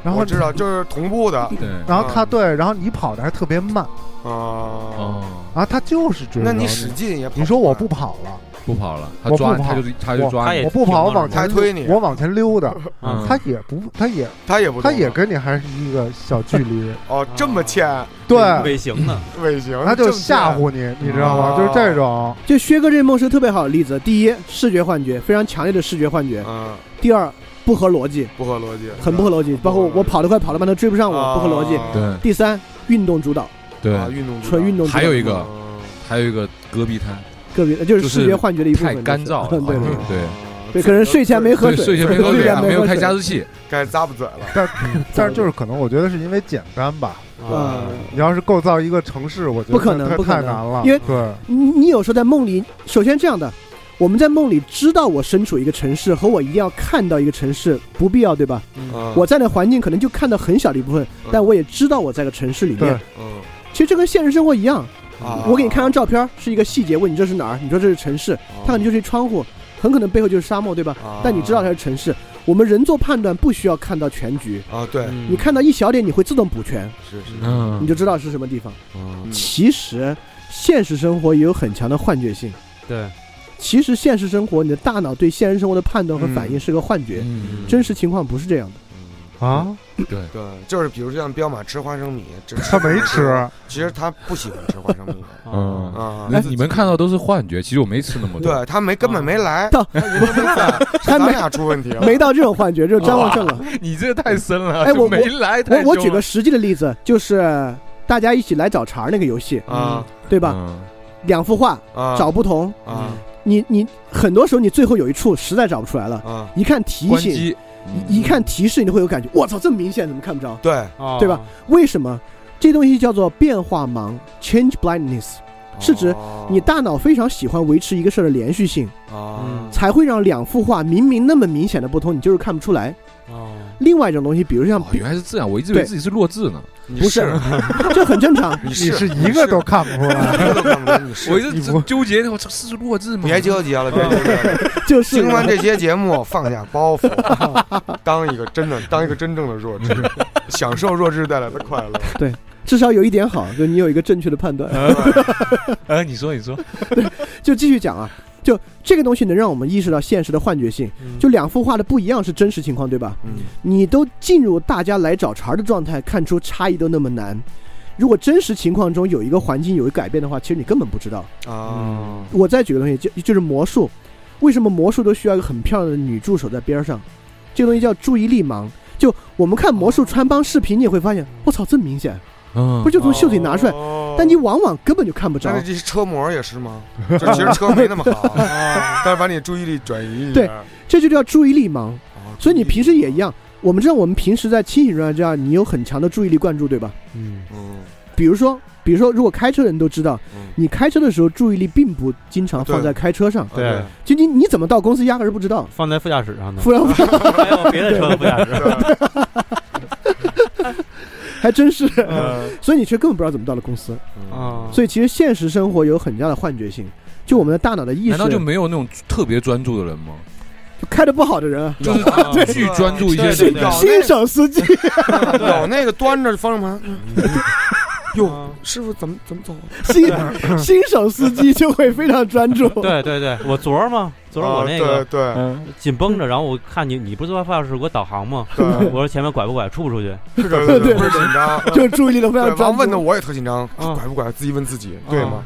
Speaker 1: 然后
Speaker 2: 我知道，就是同步的
Speaker 3: 对，
Speaker 1: 然后他
Speaker 2: 嗯
Speaker 1: 对，然后你跑的还特别慢，
Speaker 2: 啊。
Speaker 3: 哦，
Speaker 1: 然后他就是追不
Speaker 2: 那
Speaker 1: 着
Speaker 2: 你使劲也跑，
Speaker 1: 你说我不，跑了，
Speaker 3: 不跑了，他
Speaker 1: 我不
Speaker 3: 抓
Speaker 1: 跑
Speaker 3: 他就是他就
Speaker 1: 我
Speaker 3: 抓
Speaker 4: 他
Speaker 3: 你
Speaker 4: 也
Speaker 1: 我不跑，我往
Speaker 2: 他
Speaker 1: 前
Speaker 2: 推你
Speaker 1: 我往前溜达，
Speaker 3: 嗯
Speaker 1: 他也不，他也，
Speaker 2: 他也不
Speaker 1: 他
Speaker 2: 动啊，
Speaker 1: 也跟你还是一个小距 离，
Speaker 2: 哦这
Speaker 3: 啊
Speaker 2: 么欠
Speaker 1: 对，
Speaker 4: 尾行呢？
Speaker 2: 尾行，
Speaker 1: 他就
Speaker 2: 这么欠
Speaker 1: 吓唬你，你知道
Speaker 2: 哦
Speaker 1: 吗？就是这 种，
Speaker 5: 就薛哥这梦是个特别好的例子。第一，视觉幻觉，非常强烈的视觉幻
Speaker 3: 啊
Speaker 5: 觉；
Speaker 2: 嗯，
Speaker 5: 第二，不合逻辑，
Speaker 2: 不合逻辑，啊
Speaker 5: 很不合逻辑，包括我跑得快，跑得慢，他追不上
Speaker 3: 啊
Speaker 5: 我，不合逻辑。
Speaker 3: 对
Speaker 5: 第三，运动主导，
Speaker 2: 啊，
Speaker 3: 对，
Speaker 2: 运动指导
Speaker 5: 纯运动主导，
Speaker 3: 还有一
Speaker 2: 嗯
Speaker 3: 个还有一个戈壁滩，
Speaker 5: 个别就是视觉幻觉的一部分。
Speaker 3: 太干燥了
Speaker 5: 就是 对对
Speaker 3: 嗯
Speaker 2: 啊
Speaker 3: 对
Speaker 5: 对，可能睡前没喝
Speaker 3: 对，睡
Speaker 5: 水，
Speaker 3: 前没喝
Speaker 5: 睡
Speaker 3: 水
Speaker 5: 前
Speaker 3: 啊，没有
Speaker 5: 喝
Speaker 3: 开
Speaker 5: 水
Speaker 3: 加湿器，
Speaker 2: 该咂巴嘴了，
Speaker 1: 但但是就是可能，我觉得是因为简单吧。
Speaker 4: 啊
Speaker 5: 嗯
Speaker 1: 你要是构造一个城市，我觉得
Speaker 5: 不可能
Speaker 1: 太
Speaker 5: 不可
Speaker 1: 太
Speaker 5: 能
Speaker 1: 难了，
Speaker 5: 因为
Speaker 1: 对，
Speaker 5: 你你有时候在梦里，首先这样的，我们在梦里知道我身处一个城市，和我一定要看到一个城市，不必要对吧？
Speaker 2: 嗯
Speaker 5: 我在那环境可能就看到很小的一部分，但我也知道我在个城市里面
Speaker 1: 对。
Speaker 2: 嗯
Speaker 5: 其实这跟现实生活一样，
Speaker 2: 啊
Speaker 5: 我给你看张照片，是一个细节，问你这是哪儿，你说这是城
Speaker 2: 哦
Speaker 5: 市，他可能就是一窗户，很可能背后就是沙漠，对吧？
Speaker 2: 啊
Speaker 5: 但你知道它是城市，我们人做判断不需要看到全局，
Speaker 2: 啊，对，
Speaker 4: 嗯
Speaker 5: 你看到一小点，你会自动补全，
Speaker 2: 是是，
Speaker 5: 你
Speaker 3: 嗯
Speaker 5: 就知道是什么地方。
Speaker 3: 嗯
Speaker 2: 嗯
Speaker 5: 其实现实生活也有很强的幻觉性。
Speaker 4: 对，
Speaker 5: 其实现实生活，你的大脑对现实生活的判断和反应是个幻觉，
Speaker 3: 嗯
Speaker 5: 真实情况不是这样的。
Speaker 2: 嗯
Speaker 1: 啊，
Speaker 2: 对，就是比如说像彪马吃花生米，这
Speaker 1: 他没吃，
Speaker 2: 其实他不喜欢吃花生米
Speaker 3: 嗯
Speaker 2: 啊，
Speaker 5: 哎
Speaker 3: 那你们看到都是幻觉，其实我没吃那么多。
Speaker 2: 对他没根本没来，
Speaker 5: 到
Speaker 2: 他人都没在，是
Speaker 5: 啊 他
Speaker 2: 咱
Speaker 5: 没
Speaker 2: 俩出问题
Speaker 3: 嗯
Speaker 2: 了，
Speaker 5: 没到这种幻觉，就是 张望症了。
Speaker 3: 你这太深了，
Speaker 5: 哎我
Speaker 3: 就没来哦太凶
Speaker 5: 我
Speaker 3: 了。
Speaker 5: 我举个实际的例子，就是大家一起来找茬儿那个游戏，
Speaker 3: 嗯
Speaker 2: 啊
Speaker 5: 对吧？
Speaker 3: 吧？
Speaker 5: 两幅画
Speaker 3: 嗯
Speaker 2: 啊
Speaker 5: 找不同，
Speaker 2: 啊
Speaker 5: 你你很多时候你最后有一处实在找不出来了，
Speaker 2: 啊，
Speaker 5: 一看提
Speaker 3: 嗯关
Speaker 5: 醒，
Speaker 3: 机，嗯
Speaker 5: 一一看提示，你会有感觉，我操，这么明显怎么看不着？
Speaker 2: 对，
Speaker 4: 哦
Speaker 5: 对吧？为什么？这东西叫做变化盲 （change blindness），是指
Speaker 2: 哦
Speaker 5: 你大脑非常喜欢维持一个事儿的连续性，
Speaker 2: 啊
Speaker 4: 嗯
Speaker 5: 才会让两幅画明明那么明显的不同，你就是看不出来。
Speaker 4: 哦，
Speaker 5: 另外一种东西，比如像
Speaker 3: 哦，原来是这样，我一直以为
Speaker 5: 对
Speaker 3: 自己是弱智呢，
Speaker 2: 不
Speaker 5: 不是，啊这很 正常。
Speaker 2: 你
Speaker 1: 你是一 个都看不出来。
Speaker 2: 一个都看不见，你是
Speaker 3: 我一直
Speaker 1: 你
Speaker 3: 纠
Speaker 1: 不
Speaker 3: 纠结，我操，是弱智吗？
Speaker 2: 别纠结了，别纠结了。
Speaker 5: 就是
Speaker 2: 听完这些节目，放下包袱，当一个真的，当一个真正的弱 智，享受弱智带来的快乐。
Speaker 5: 至少有一点好，就你有一个正确的判断。
Speaker 3: 哎，你说，你说，
Speaker 5: 就继续讲啊，就这个东西能让我们意识到现实的幻觉性。
Speaker 4: 嗯
Speaker 5: 就两幅画的不一样是真实情况，对吧？
Speaker 2: 嗯，
Speaker 5: 你都进入大家来找茬儿的状态，看出差异都那么难。如果真实情况中有一个环境有一改变的话，其实你根本不知道。
Speaker 2: 啊，
Speaker 5: 我再举个东西，就就是魔术，为什么魔术都需要一个很漂亮的女助手在边上？这个东西叫注意力盲。就我们看魔术穿帮视频，你也会发现，我操，这么明显，
Speaker 3: 嗯
Speaker 5: 不是就从袖子里拿出来？
Speaker 2: 哦
Speaker 5: 但你往往根本就看不着
Speaker 2: 但。是这车模也是吗？就其实车没那么好，但是把你注意力转移一下。
Speaker 5: 对
Speaker 2: 哦，
Speaker 5: 这就叫注意力盲。所以
Speaker 2: 注
Speaker 5: 你
Speaker 2: 意
Speaker 5: 平时也一样。我们知道，我们平时在清醒状态下，你有很强的注意力灌注，对吧？
Speaker 4: 嗯
Speaker 2: 嗯，
Speaker 5: 比如说，比如说，如果开车的人都知道
Speaker 2: 嗯，
Speaker 5: 你开车的时候注意力并不经常放在开车上，
Speaker 2: 嗯
Speaker 4: 对，
Speaker 5: 就你你怎么到公司压根儿不 知道。
Speaker 4: 放在副驾驶上呢，
Speaker 5: 不然
Speaker 4: 还有别的车的副驾驶，
Speaker 2: 对
Speaker 5: 还真是，
Speaker 2: 嗯
Speaker 5: 所以你却根本不知道怎么到了公司。
Speaker 4: 啊，
Speaker 5: 所以其实现实生活有很大的幻觉性，就我们的大脑的意识
Speaker 3: 难，道就没有那种特别专注的人吗？
Speaker 5: 就开的不好的人，
Speaker 3: 就是
Speaker 4: 啊
Speaker 3: 巨专注一些
Speaker 4: 对
Speaker 3: 事
Speaker 4: 对对
Speaker 2: 对。
Speaker 3: 情
Speaker 5: 新手 司机
Speaker 2: 有那个端着方向盘，嗯哟，
Speaker 4: 啊
Speaker 2: 师傅怎么怎么走啊？
Speaker 5: 新新手司机就会非常专注。
Speaker 4: 对对对，我昨儿嘛，昨儿我那个
Speaker 2: 啊对
Speaker 3: 嗯
Speaker 4: 紧绷着，然后我看你，你不是坐在副驾驶给我导航吗？
Speaker 2: 对
Speaker 4: 我
Speaker 2: 对
Speaker 4: 说前面拐不拐，出不出去？
Speaker 2: 对对
Speaker 5: 对
Speaker 2: 对，不是紧张，
Speaker 5: 就是注意力都非
Speaker 2: 对
Speaker 5: 常，专
Speaker 2: 王
Speaker 5: 注。
Speaker 2: 问的我也特紧张，
Speaker 4: 嗯
Speaker 2: 拐不拐自己问自己，
Speaker 4: 嗯
Speaker 2: 对吗？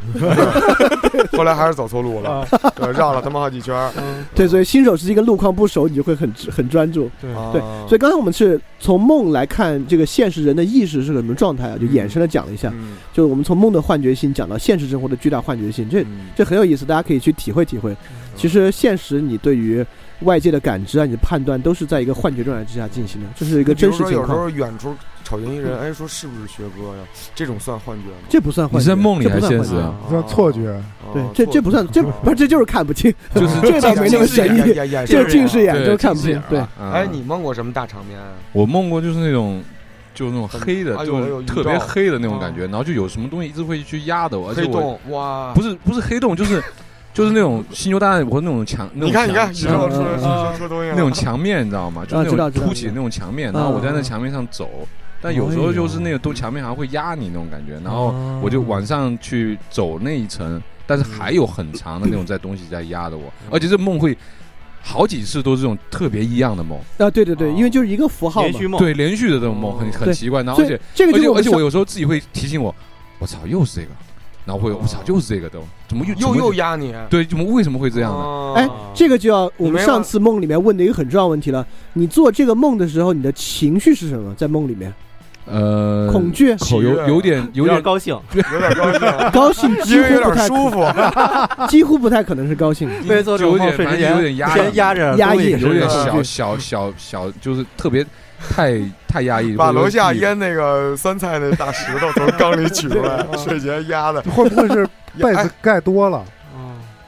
Speaker 2: 后来还是走错路了，对绕了他妈好几圈儿。
Speaker 4: 嗯，
Speaker 5: 对，所以新手司机跟路况不熟，你就会很很专注。
Speaker 4: 对
Speaker 5: 对
Speaker 2: 啊，
Speaker 5: 所以刚才我们是从梦来看这个现实人的意识是个什么状态啊，就衍生的讲了一下，
Speaker 2: 嗯
Speaker 5: 就是我们从梦的幻觉性讲到现实生活的巨大幻觉性，这
Speaker 2: 嗯
Speaker 5: 这很有意思，大家可以去体会体会。其实现实你对于外界的感知啊，你的判断都是在一个幻觉状态之下进行的，这是一个
Speaker 2: 比如
Speaker 5: 真实
Speaker 2: 说
Speaker 5: 情
Speaker 2: 有时
Speaker 5: 况，
Speaker 2: 候远处瞅见一人，哎，说是不是学哥呀？这种算幻觉吗？
Speaker 5: 这不算幻
Speaker 3: 你
Speaker 5: 觉，啊
Speaker 3: 是在梦里
Speaker 5: 这不
Speaker 3: 还是
Speaker 5: 算
Speaker 3: 现实
Speaker 5: 幻觉。
Speaker 3: 啊？
Speaker 1: 叫错觉，
Speaker 2: 哦
Speaker 5: 对，这这不算， 这不是这就是看不清，
Speaker 3: 就是
Speaker 5: 这倒没那么神秘，
Speaker 2: 秘
Speaker 5: 这近视眼
Speaker 3: 对
Speaker 5: 就是看不
Speaker 3: 近视
Speaker 5: 清
Speaker 3: 眼。
Speaker 5: 对
Speaker 3: 啊，嗯
Speaker 2: 哎，你梦过什么大场面啊？
Speaker 3: 我梦过就是那种，就是那种黑的，
Speaker 2: 哎呦哎
Speaker 3: 就
Speaker 2: 呦
Speaker 3: 是特别
Speaker 2: 宇宙嗯
Speaker 3: 黑的那种感觉，然后就有什么东西一直会去压的我，而且
Speaker 2: 黑
Speaker 3: 我
Speaker 2: 洞哇！
Speaker 3: 不是不是黑洞，就是就是那种星球大战或者那种墙，那种
Speaker 2: 你看你看，
Speaker 3: 墙
Speaker 2: 你知道
Speaker 5: 嗯
Speaker 2: 说说
Speaker 5: 嗯
Speaker 2: 说说东西了啊
Speaker 3: 那种墙面，你知道吗？就
Speaker 5: 啊
Speaker 3: 是
Speaker 5: 知道
Speaker 3: 那种
Speaker 5: 知道嗯
Speaker 3: 凸起的那种墙面，然后我在那墙面上走，但有时候就是
Speaker 5: 哎
Speaker 3: 那个都墙面还会压你那种感觉，然后
Speaker 5: 哦
Speaker 3: 我就往上去走那一层，但是
Speaker 5: 嗯
Speaker 3: 还有很长的那种在东西在压着我，而且这梦会好几次都是这种特别异样的梦，
Speaker 5: 啊，对对对，因为就是一个符号
Speaker 4: 连
Speaker 5: 嘛
Speaker 4: 续，梦，
Speaker 3: 对，连哦续的这种梦很很
Speaker 5: 哦对
Speaker 3: 奇怪，然后
Speaker 5: 所
Speaker 3: 而且
Speaker 5: 以这个
Speaker 3: 而
Speaker 5: 就
Speaker 3: 且
Speaker 5: 是
Speaker 3: 而
Speaker 5: 们
Speaker 3: 且
Speaker 5: 上
Speaker 3: 我有时候自己会提醒我，我操，又是这个，然后
Speaker 5: 哦
Speaker 3: 会有我操，又是这个都，怎么又
Speaker 2: 又
Speaker 3: 怎么
Speaker 2: 又压你，哦
Speaker 3: 对，怎么为什么会这
Speaker 2: 这
Speaker 3: 样呢？
Speaker 5: 哎，这个就要我
Speaker 2: 你没
Speaker 5: 们
Speaker 2: 有
Speaker 5: 上次梦里面问的一个很重要问题了。你做这个梦的时候，你的情绪是什么？在梦里面，
Speaker 3: 呃，
Speaker 5: 恐惧、
Speaker 3: 口有
Speaker 2: 喜悦
Speaker 3: 有点有
Speaker 4: 有
Speaker 3: 点
Speaker 4: 点高兴，
Speaker 2: 有点高兴，啊
Speaker 5: 高兴，几
Speaker 2: 因为
Speaker 5: 乎
Speaker 2: 有
Speaker 5: 不
Speaker 2: 点
Speaker 5: 太，
Speaker 2: 舒服。啊
Speaker 5: 几乎不太可能是高兴。
Speaker 4: 为了做这种
Speaker 3: 有点
Speaker 4: 梦，睡之
Speaker 3: 反正有点
Speaker 4: 前
Speaker 3: 压
Speaker 4: 先压着
Speaker 5: 压抑
Speaker 3: 有点
Speaker 2: 是
Speaker 3: 小小小小，就是特别太太压抑，
Speaker 2: 把楼下
Speaker 3: 或者是
Speaker 2: 腌那个酸菜那大石头从缸里取出来，睡前压的。
Speaker 1: 会不会是被
Speaker 2: 哎
Speaker 1: 子盖多了？
Speaker 4: 嗯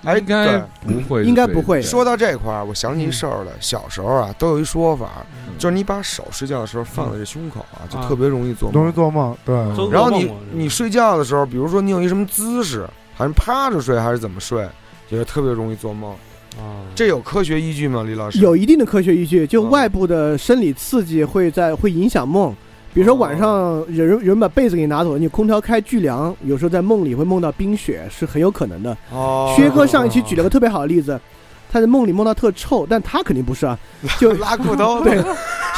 Speaker 2: 哎，
Speaker 3: 应该
Speaker 2: 对
Speaker 3: 不会，
Speaker 5: 应该不会
Speaker 2: 说到这块儿，我想起一事儿来。小时候啊，都有一说法，就是你把手睡觉的时候放在这胸口嗯啊，就
Speaker 4: 啊
Speaker 2: 特别容易做
Speaker 1: 容易
Speaker 2: 梦。
Speaker 1: 做梦，对，
Speaker 4: 做
Speaker 2: 然后
Speaker 4: 梦
Speaker 2: 你
Speaker 4: 嘛是吧
Speaker 2: 你睡觉的时候，比如说你有一什么姿势，好像趴着睡还是怎么睡，也特别容易做梦。
Speaker 4: 啊，
Speaker 2: 这有科学依据吗，李老师？
Speaker 5: 有一定的科学依据，就
Speaker 2: 嗯
Speaker 5: 外部的生理刺激会在会影响梦。比如说晚
Speaker 2: 哦
Speaker 5: 上有人有人把被子给你拿走了，你空调开巨凉，有时候在梦里会梦到冰雪，是很有可能的。
Speaker 2: 哦。
Speaker 5: 薛哥上一期举了个特别好的例子，他在梦里梦到特臭，但他肯定不是啊，就
Speaker 2: 拉裤 兜，
Speaker 5: 对，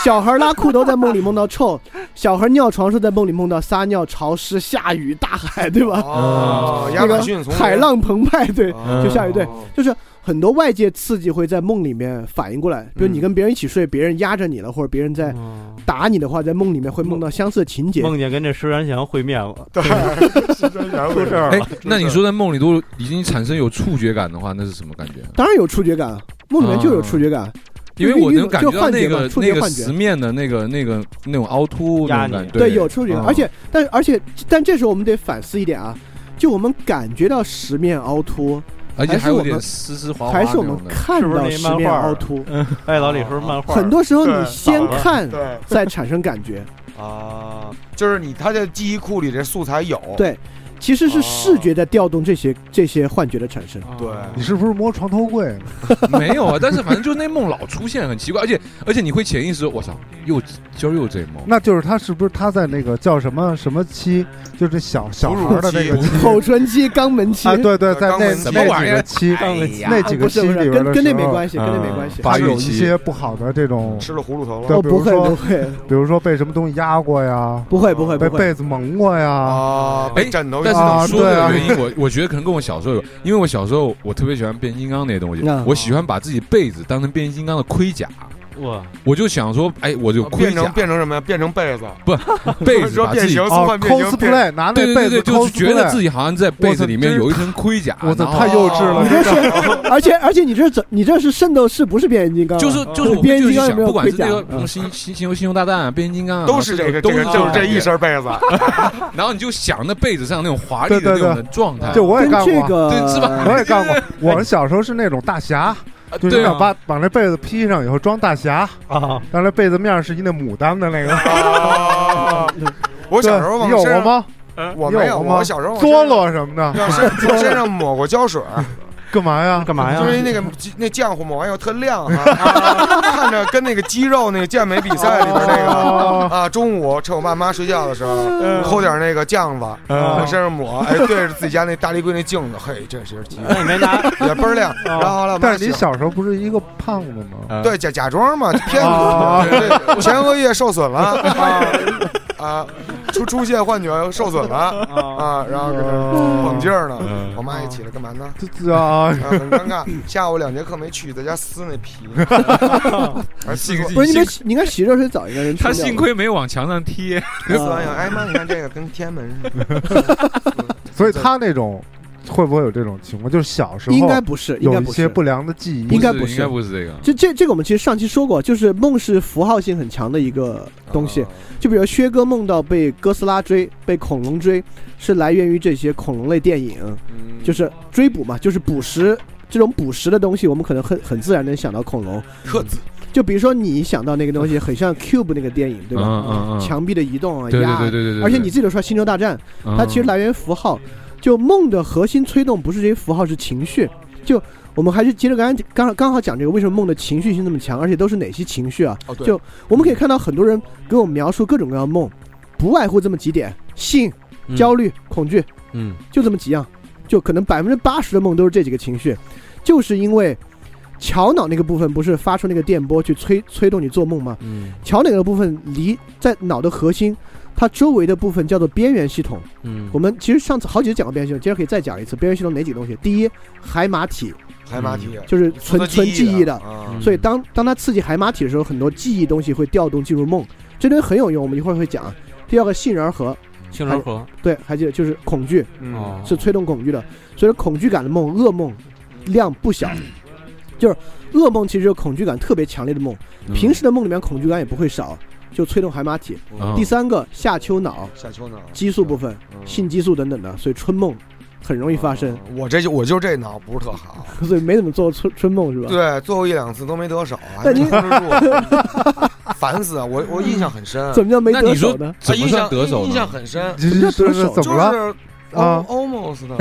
Speaker 5: 小孩拉裤兜在梦里梦到臭，小孩尿床时在梦里梦到撒尿、潮湿、下雨、大海，对吧？
Speaker 2: 哦，亚
Speaker 5: 那
Speaker 2: 马
Speaker 5: 个
Speaker 2: 逊丛林
Speaker 5: 海浪澎湃，对，
Speaker 2: 哦
Speaker 5: 就下雨对就是很多外界刺激会在梦里面反应过来，比如你
Speaker 2: 嗯
Speaker 5: 跟别人一起睡，别人压着你了，或者别人在
Speaker 4: 嗯
Speaker 5: 打你的话，在梦里面会梦到相似的情节。
Speaker 4: 梦见跟这石原祥会面了，
Speaker 2: 对， 是真然
Speaker 4: 出事儿
Speaker 3: 哎
Speaker 2: 啊
Speaker 4: 了，，
Speaker 3: 那你说在梦里都已经产生有触觉感的话，那是什么感觉？
Speaker 5: 当然有触觉感，啊，梦里面就有触觉感，
Speaker 3: 因为
Speaker 5: 就
Speaker 3: 我
Speaker 5: 晕
Speaker 3: 能感
Speaker 5: 就
Speaker 3: 觉到
Speaker 5: 幻
Speaker 3: 那
Speaker 5: 觉嘛
Speaker 3: 个
Speaker 5: 触
Speaker 3: 那
Speaker 5: 觉
Speaker 3: 个
Speaker 5: 幻觉
Speaker 3: 石。面的那个那个那种凹凸那
Speaker 4: 压
Speaker 3: 种
Speaker 4: 你
Speaker 3: 感觉，
Speaker 5: 对，有触觉感，
Speaker 3: 嗯
Speaker 5: 而且但而且但这时候我们得反思一点啊，就我们感觉到十面凹凸，
Speaker 3: 而且
Speaker 5: 还是
Speaker 3: 还有
Speaker 5: 我
Speaker 3: 点
Speaker 5: 们
Speaker 3: 丝丝滑滑
Speaker 5: 还
Speaker 3: 那
Speaker 5: 是我
Speaker 3: 种
Speaker 5: 们
Speaker 3: 的。
Speaker 5: 看
Speaker 4: 是不是
Speaker 5: 到
Speaker 4: 那
Speaker 5: 十
Speaker 4: 漫
Speaker 5: 面
Speaker 4: 画
Speaker 5: 凹凸？
Speaker 4: 哎，老李是不是漫画？
Speaker 5: 很多时候你
Speaker 2: 对
Speaker 5: 先
Speaker 2: 倒了
Speaker 5: 看，
Speaker 2: 对
Speaker 5: 再产生感觉。
Speaker 2: 啊，就是你他的记忆库里这素材有，
Speaker 5: 对其实是视
Speaker 2: 哦
Speaker 5: 觉在调动这些这些幻觉的产生。
Speaker 4: 啊
Speaker 2: 对
Speaker 1: 你是不是摸床头柜呢？
Speaker 3: 没有啊，但是反正就那梦老出现，很奇怪，而且而且你会潜意识，我操，又今儿又这梦，
Speaker 1: 那就是他是不是他在那个叫什么什么期，就是小小孩儿的那个
Speaker 2: 哺乳呃
Speaker 1: 期
Speaker 5: 口唇期、肛门期
Speaker 1: 啊，对对，在
Speaker 2: 肛
Speaker 1: 那
Speaker 2: 门哎
Speaker 3: 什么
Speaker 1: 那
Speaker 3: 玩
Speaker 1: 几
Speaker 3: 意儿
Speaker 1: 个期，
Speaker 2: 呀
Speaker 1: 那
Speaker 5: 啊
Speaker 1: 几
Speaker 5: 不
Speaker 1: 个
Speaker 5: 是
Speaker 1: 期
Speaker 5: 不
Speaker 1: 里
Speaker 5: 是
Speaker 1: 边
Speaker 5: 跟
Speaker 1: 的
Speaker 5: 跟那
Speaker 1: 时
Speaker 5: 没
Speaker 1: 候
Speaker 5: 关系，跟那没
Speaker 3: 嗯
Speaker 5: 关系。
Speaker 1: 把
Speaker 3: 发育
Speaker 1: 有一
Speaker 3: 期
Speaker 1: 些不好的这种，
Speaker 2: 吃了糊涂头了
Speaker 1: 对
Speaker 5: 哦，
Speaker 1: 比
Speaker 5: 不
Speaker 1: 如
Speaker 5: 会
Speaker 1: 说
Speaker 5: 不会
Speaker 1: 比如说被什么东西压过呀，
Speaker 5: 不会不会
Speaker 1: 被
Speaker 5: 不会，
Speaker 1: 被子蒙过呀，
Speaker 2: 啊，被枕头
Speaker 3: 但是
Speaker 1: 啊
Speaker 3: 你说
Speaker 1: 对啊
Speaker 3: 的原因，我我觉得可能跟我小时候有，因为我小时候我特别喜欢变形金刚那些东西
Speaker 5: 嗯，
Speaker 3: 我喜欢把自己被子当成变形金刚的盔甲，
Speaker 4: 哇，
Speaker 3: 我就想说，哎，我就盔
Speaker 2: 变
Speaker 3: 甲
Speaker 2: 成变成什么呀？变成被子，
Speaker 3: 被子
Speaker 2: 说
Speaker 3: 把
Speaker 2: 变
Speaker 3: 自己
Speaker 2: 形，
Speaker 1: 哦
Speaker 2: 速换变形，变
Speaker 1: cosplay 拿那
Speaker 3: 对
Speaker 1: 被
Speaker 3: 对
Speaker 1: 子
Speaker 3: 对，就是觉得自
Speaker 1: 己，
Speaker 3: 己好像在被子里面有一层盔甲，
Speaker 1: 我操，
Speaker 3: 然后
Speaker 1: 太幼稚了，
Speaker 2: 这
Speaker 1: 这个
Speaker 5: 而且而且你这是怎你这是圣斗士，不是变形金刚啊？
Speaker 3: 就是就是我们
Speaker 5: 变形
Speaker 3: 就是
Speaker 5: 金
Speaker 3: 想
Speaker 5: 刚有没，有
Speaker 3: 不管是
Speaker 5: 盔
Speaker 3: 那
Speaker 5: 甲
Speaker 3: 个什么星星星球星球大战啊、变形金刚啊，
Speaker 2: 都是这个，
Speaker 3: 都
Speaker 2: 这个
Speaker 4: 是
Speaker 2: 就是这
Speaker 4: 这
Speaker 2: 一身被子，
Speaker 3: 然后你就想那被子上那种华丽的
Speaker 1: 对对
Speaker 3: 那
Speaker 1: 对
Speaker 3: 种的状态，
Speaker 1: 这我也
Speaker 5: 跟
Speaker 1: 干
Speaker 5: 这
Speaker 1: 过，啊
Speaker 5: 个
Speaker 3: 对是吧
Speaker 1: 我也干过，我们小时候是那种大侠，
Speaker 3: 啊
Speaker 1: 就是
Speaker 3: 对
Speaker 1: 你
Speaker 3: 啊
Speaker 1: 想 把把那被子披上以后装大侠，
Speaker 4: 啊，
Speaker 1: 但那被子面是一那牡丹的那个。
Speaker 2: 啊 我小时候
Speaker 1: 对
Speaker 2: 往
Speaker 1: 你有过
Speaker 2: 身上，
Speaker 1: 吗？
Speaker 2: 我没有，
Speaker 1: 你有吗
Speaker 2: 我小时候往身
Speaker 1: 佐
Speaker 2: 上
Speaker 1: 罗什么的，
Speaker 2: 往身往身上抹过胶水，
Speaker 1: 干嘛呀？
Speaker 4: 干哎嘛呀
Speaker 2: 就？是那个那浆糊抹完以后特亮啊，啊看着跟那个肌肉那个健美比赛里边那个
Speaker 1: 哦
Speaker 2: 啊，中午趁我爸妈睡觉的时候，抠点那个酱子往身上抹，哎，对着自己家那大立柜那镜子，嘿，这是肌肉
Speaker 4: 那你没拿？
Speaker 2: 也倍儿亮。然后后来我妈
Speaker 1: 但是你
Speaker 2: 醒
Speaker 1: 小时候不是一个胖子吗？
Speaker 5: 啊
Speaker 2: 对假假装嘛，骗
Speaker 1: 啊
Speaker 2: 子，对对前额叶受损了啊啊，出出现幻觉受损了啊，然后搁那绷劲儿
Speaker 5: 嗯
Speaker 2: 呢。我妈也起来干嘛呢？
Speaker 1: 这这啊，
Speaker 2: 啊，很尴尬。下午两节课没去，在家撕那 皮，还撕过
Speaker 5: 不是你们洗你应该洗热水澡应该能冲
Speaker 3: 他
Speaker 5: 掉
Speaker 3: 幸亏没往墙上贴，
Speaker 2: 撕完以后，哎妈，你看这个跟天安门似的。
Speaker 1: 所以他那种会不会有这种情况？就是小时候
Speaker 5: 应该不是，应该
Speaker 1: 有一
Speaker 5: 不
Speaker 1: 些
Speaker 5: 是。
Speaker 1: 不良的记忆，
Speaker 5: 应该
Speaker 3: 不
Speaker 5: 不
Speaker 3: 是
Speaker 5: 是
Speaker 3: 应该不是这个，
Speaker 5: 这这这个我们其实上期说过，就是梦是符号性很强的一个 东
Speaker 2: 啊
Speaker 1: 啊
Speaker 5: 西。就比如薛哥梦到被哥斯拉追、被恐龙追，是来源于这些恐龙类电影，
Speaker 2: 嗯
Speaker 5: 就是追捕嘛，就是捕食这种捕食的东西，我们可能很很自然能想到恐龙。
Speaker 2: 克子，
Speaker 5: 就比如说你想到那个东西，很像 Cube 那个电影，对吧？
Speaker 3: 嗯嗯嗯
Speaker 5: 墙壁的移动啊，
Speaker 3: 对对
Speaker 5: 压
Speaker 3: 对对对对，嗯
Speaker 5: 而且你自己都说《星球大战》，它其实来源于符号。就梦的核心推动不是这些符号，是情绪。就我们还是接着刚才刚好刚好讲这个，为什么梦的情绪性那么强，而且都是哪些情绪啊？
Speaker 2: 哦对
Speaker 5: 就我们可以看到很多人给我们描述各种各样的梦，不外乎这么几点：性、
Speaker 4: 嗯
Speaker 5: 焦虑、恐惧，
Speaker 4: 嗯，
Speaker 5: 就这么几样。就可能百分之八十的梦都是这几个情绪，就是因为桥脑那个部分不是发出那个电波去催催动你做梦吗？
Speaker 4: 嗯
Speaker 5: 桥脑的部分离在脑的核心，它周围的部分叫做边缘系统。
Speaker 4: 嗯
Speaker 5: 我们其实上次好几次讲过边缘系统，今天可以再讲一次边缘系统哪几个东西。第一，海马体
Speaker 2: 海马体
Speaker 5: 嗯就是纯纯记忆的，
Speaker 2: 啊
Speaker 4: 嗯
Speaker 5: 所以当当它刺激海马体的时候，很多记忆东西会调动进入梦，这东西很有用，我们一会儿会讲。第二个杏仁核，
Speaker 4: 杏仁核
Speaker 5: 对，还记得就是恐惧
Speaker 4: 哦
Speaker 2: 嗯，
Speaker 5: 是催动恐惧的，所以说恐惧感的梦，噩梦量不小，
Speaker 1: 嗯
Speaker 5: 就是噩梦其实就是恐惧感特别强烈的梦，
Speaker 1: 嗯
Speaker 5: 平时的梦里面恐惧感也不会少，就催动海马体。
Speaker 1: 嗯
Speaker 5: 第三个下丘脑
Speaker 2: 嗯下丘脑
Speaker 5: 激素部分，
Speaker 2: 嗯
Speaker 5: 性激素等等的，所以春梦很容易发生，
Speaker 2: 我这就我就这脑不是特好，
Speaker 1: 哦
Speaker 5: 所以没怎么做春春梦是吧？
Speaker 2: 对，做过一两次都没得手，还
Speaker 5: 但
Speaker 2: 没
Speaker 5: 您
Speaker 2: 控制住， 烦死啊！我我印象很深，
Speaker 5: 怎么叫没
Speaker 3: 那你
Speaker 5: 得
Speaker 3: 说
Speaker 5: 手呢？
Speaker 3: 怎
Speaker 2: 啊
Speaker 3: 么
Speaker 2: 印象
Speaker 3: 算得手
Speaker 2: 印象
Speaker 3: 呢？
Speaker 2: 很深，
Speaker 1: 这
Speaker 5: 么叫
Speaker 1: 这
Speaker 5: 得
Speaker 1: 是
Speaker 5: 手
Speaker 1: 怎么了？
Speaker 2: 就是哦
Speaker 1: 啊
Speaker 2: almost 的，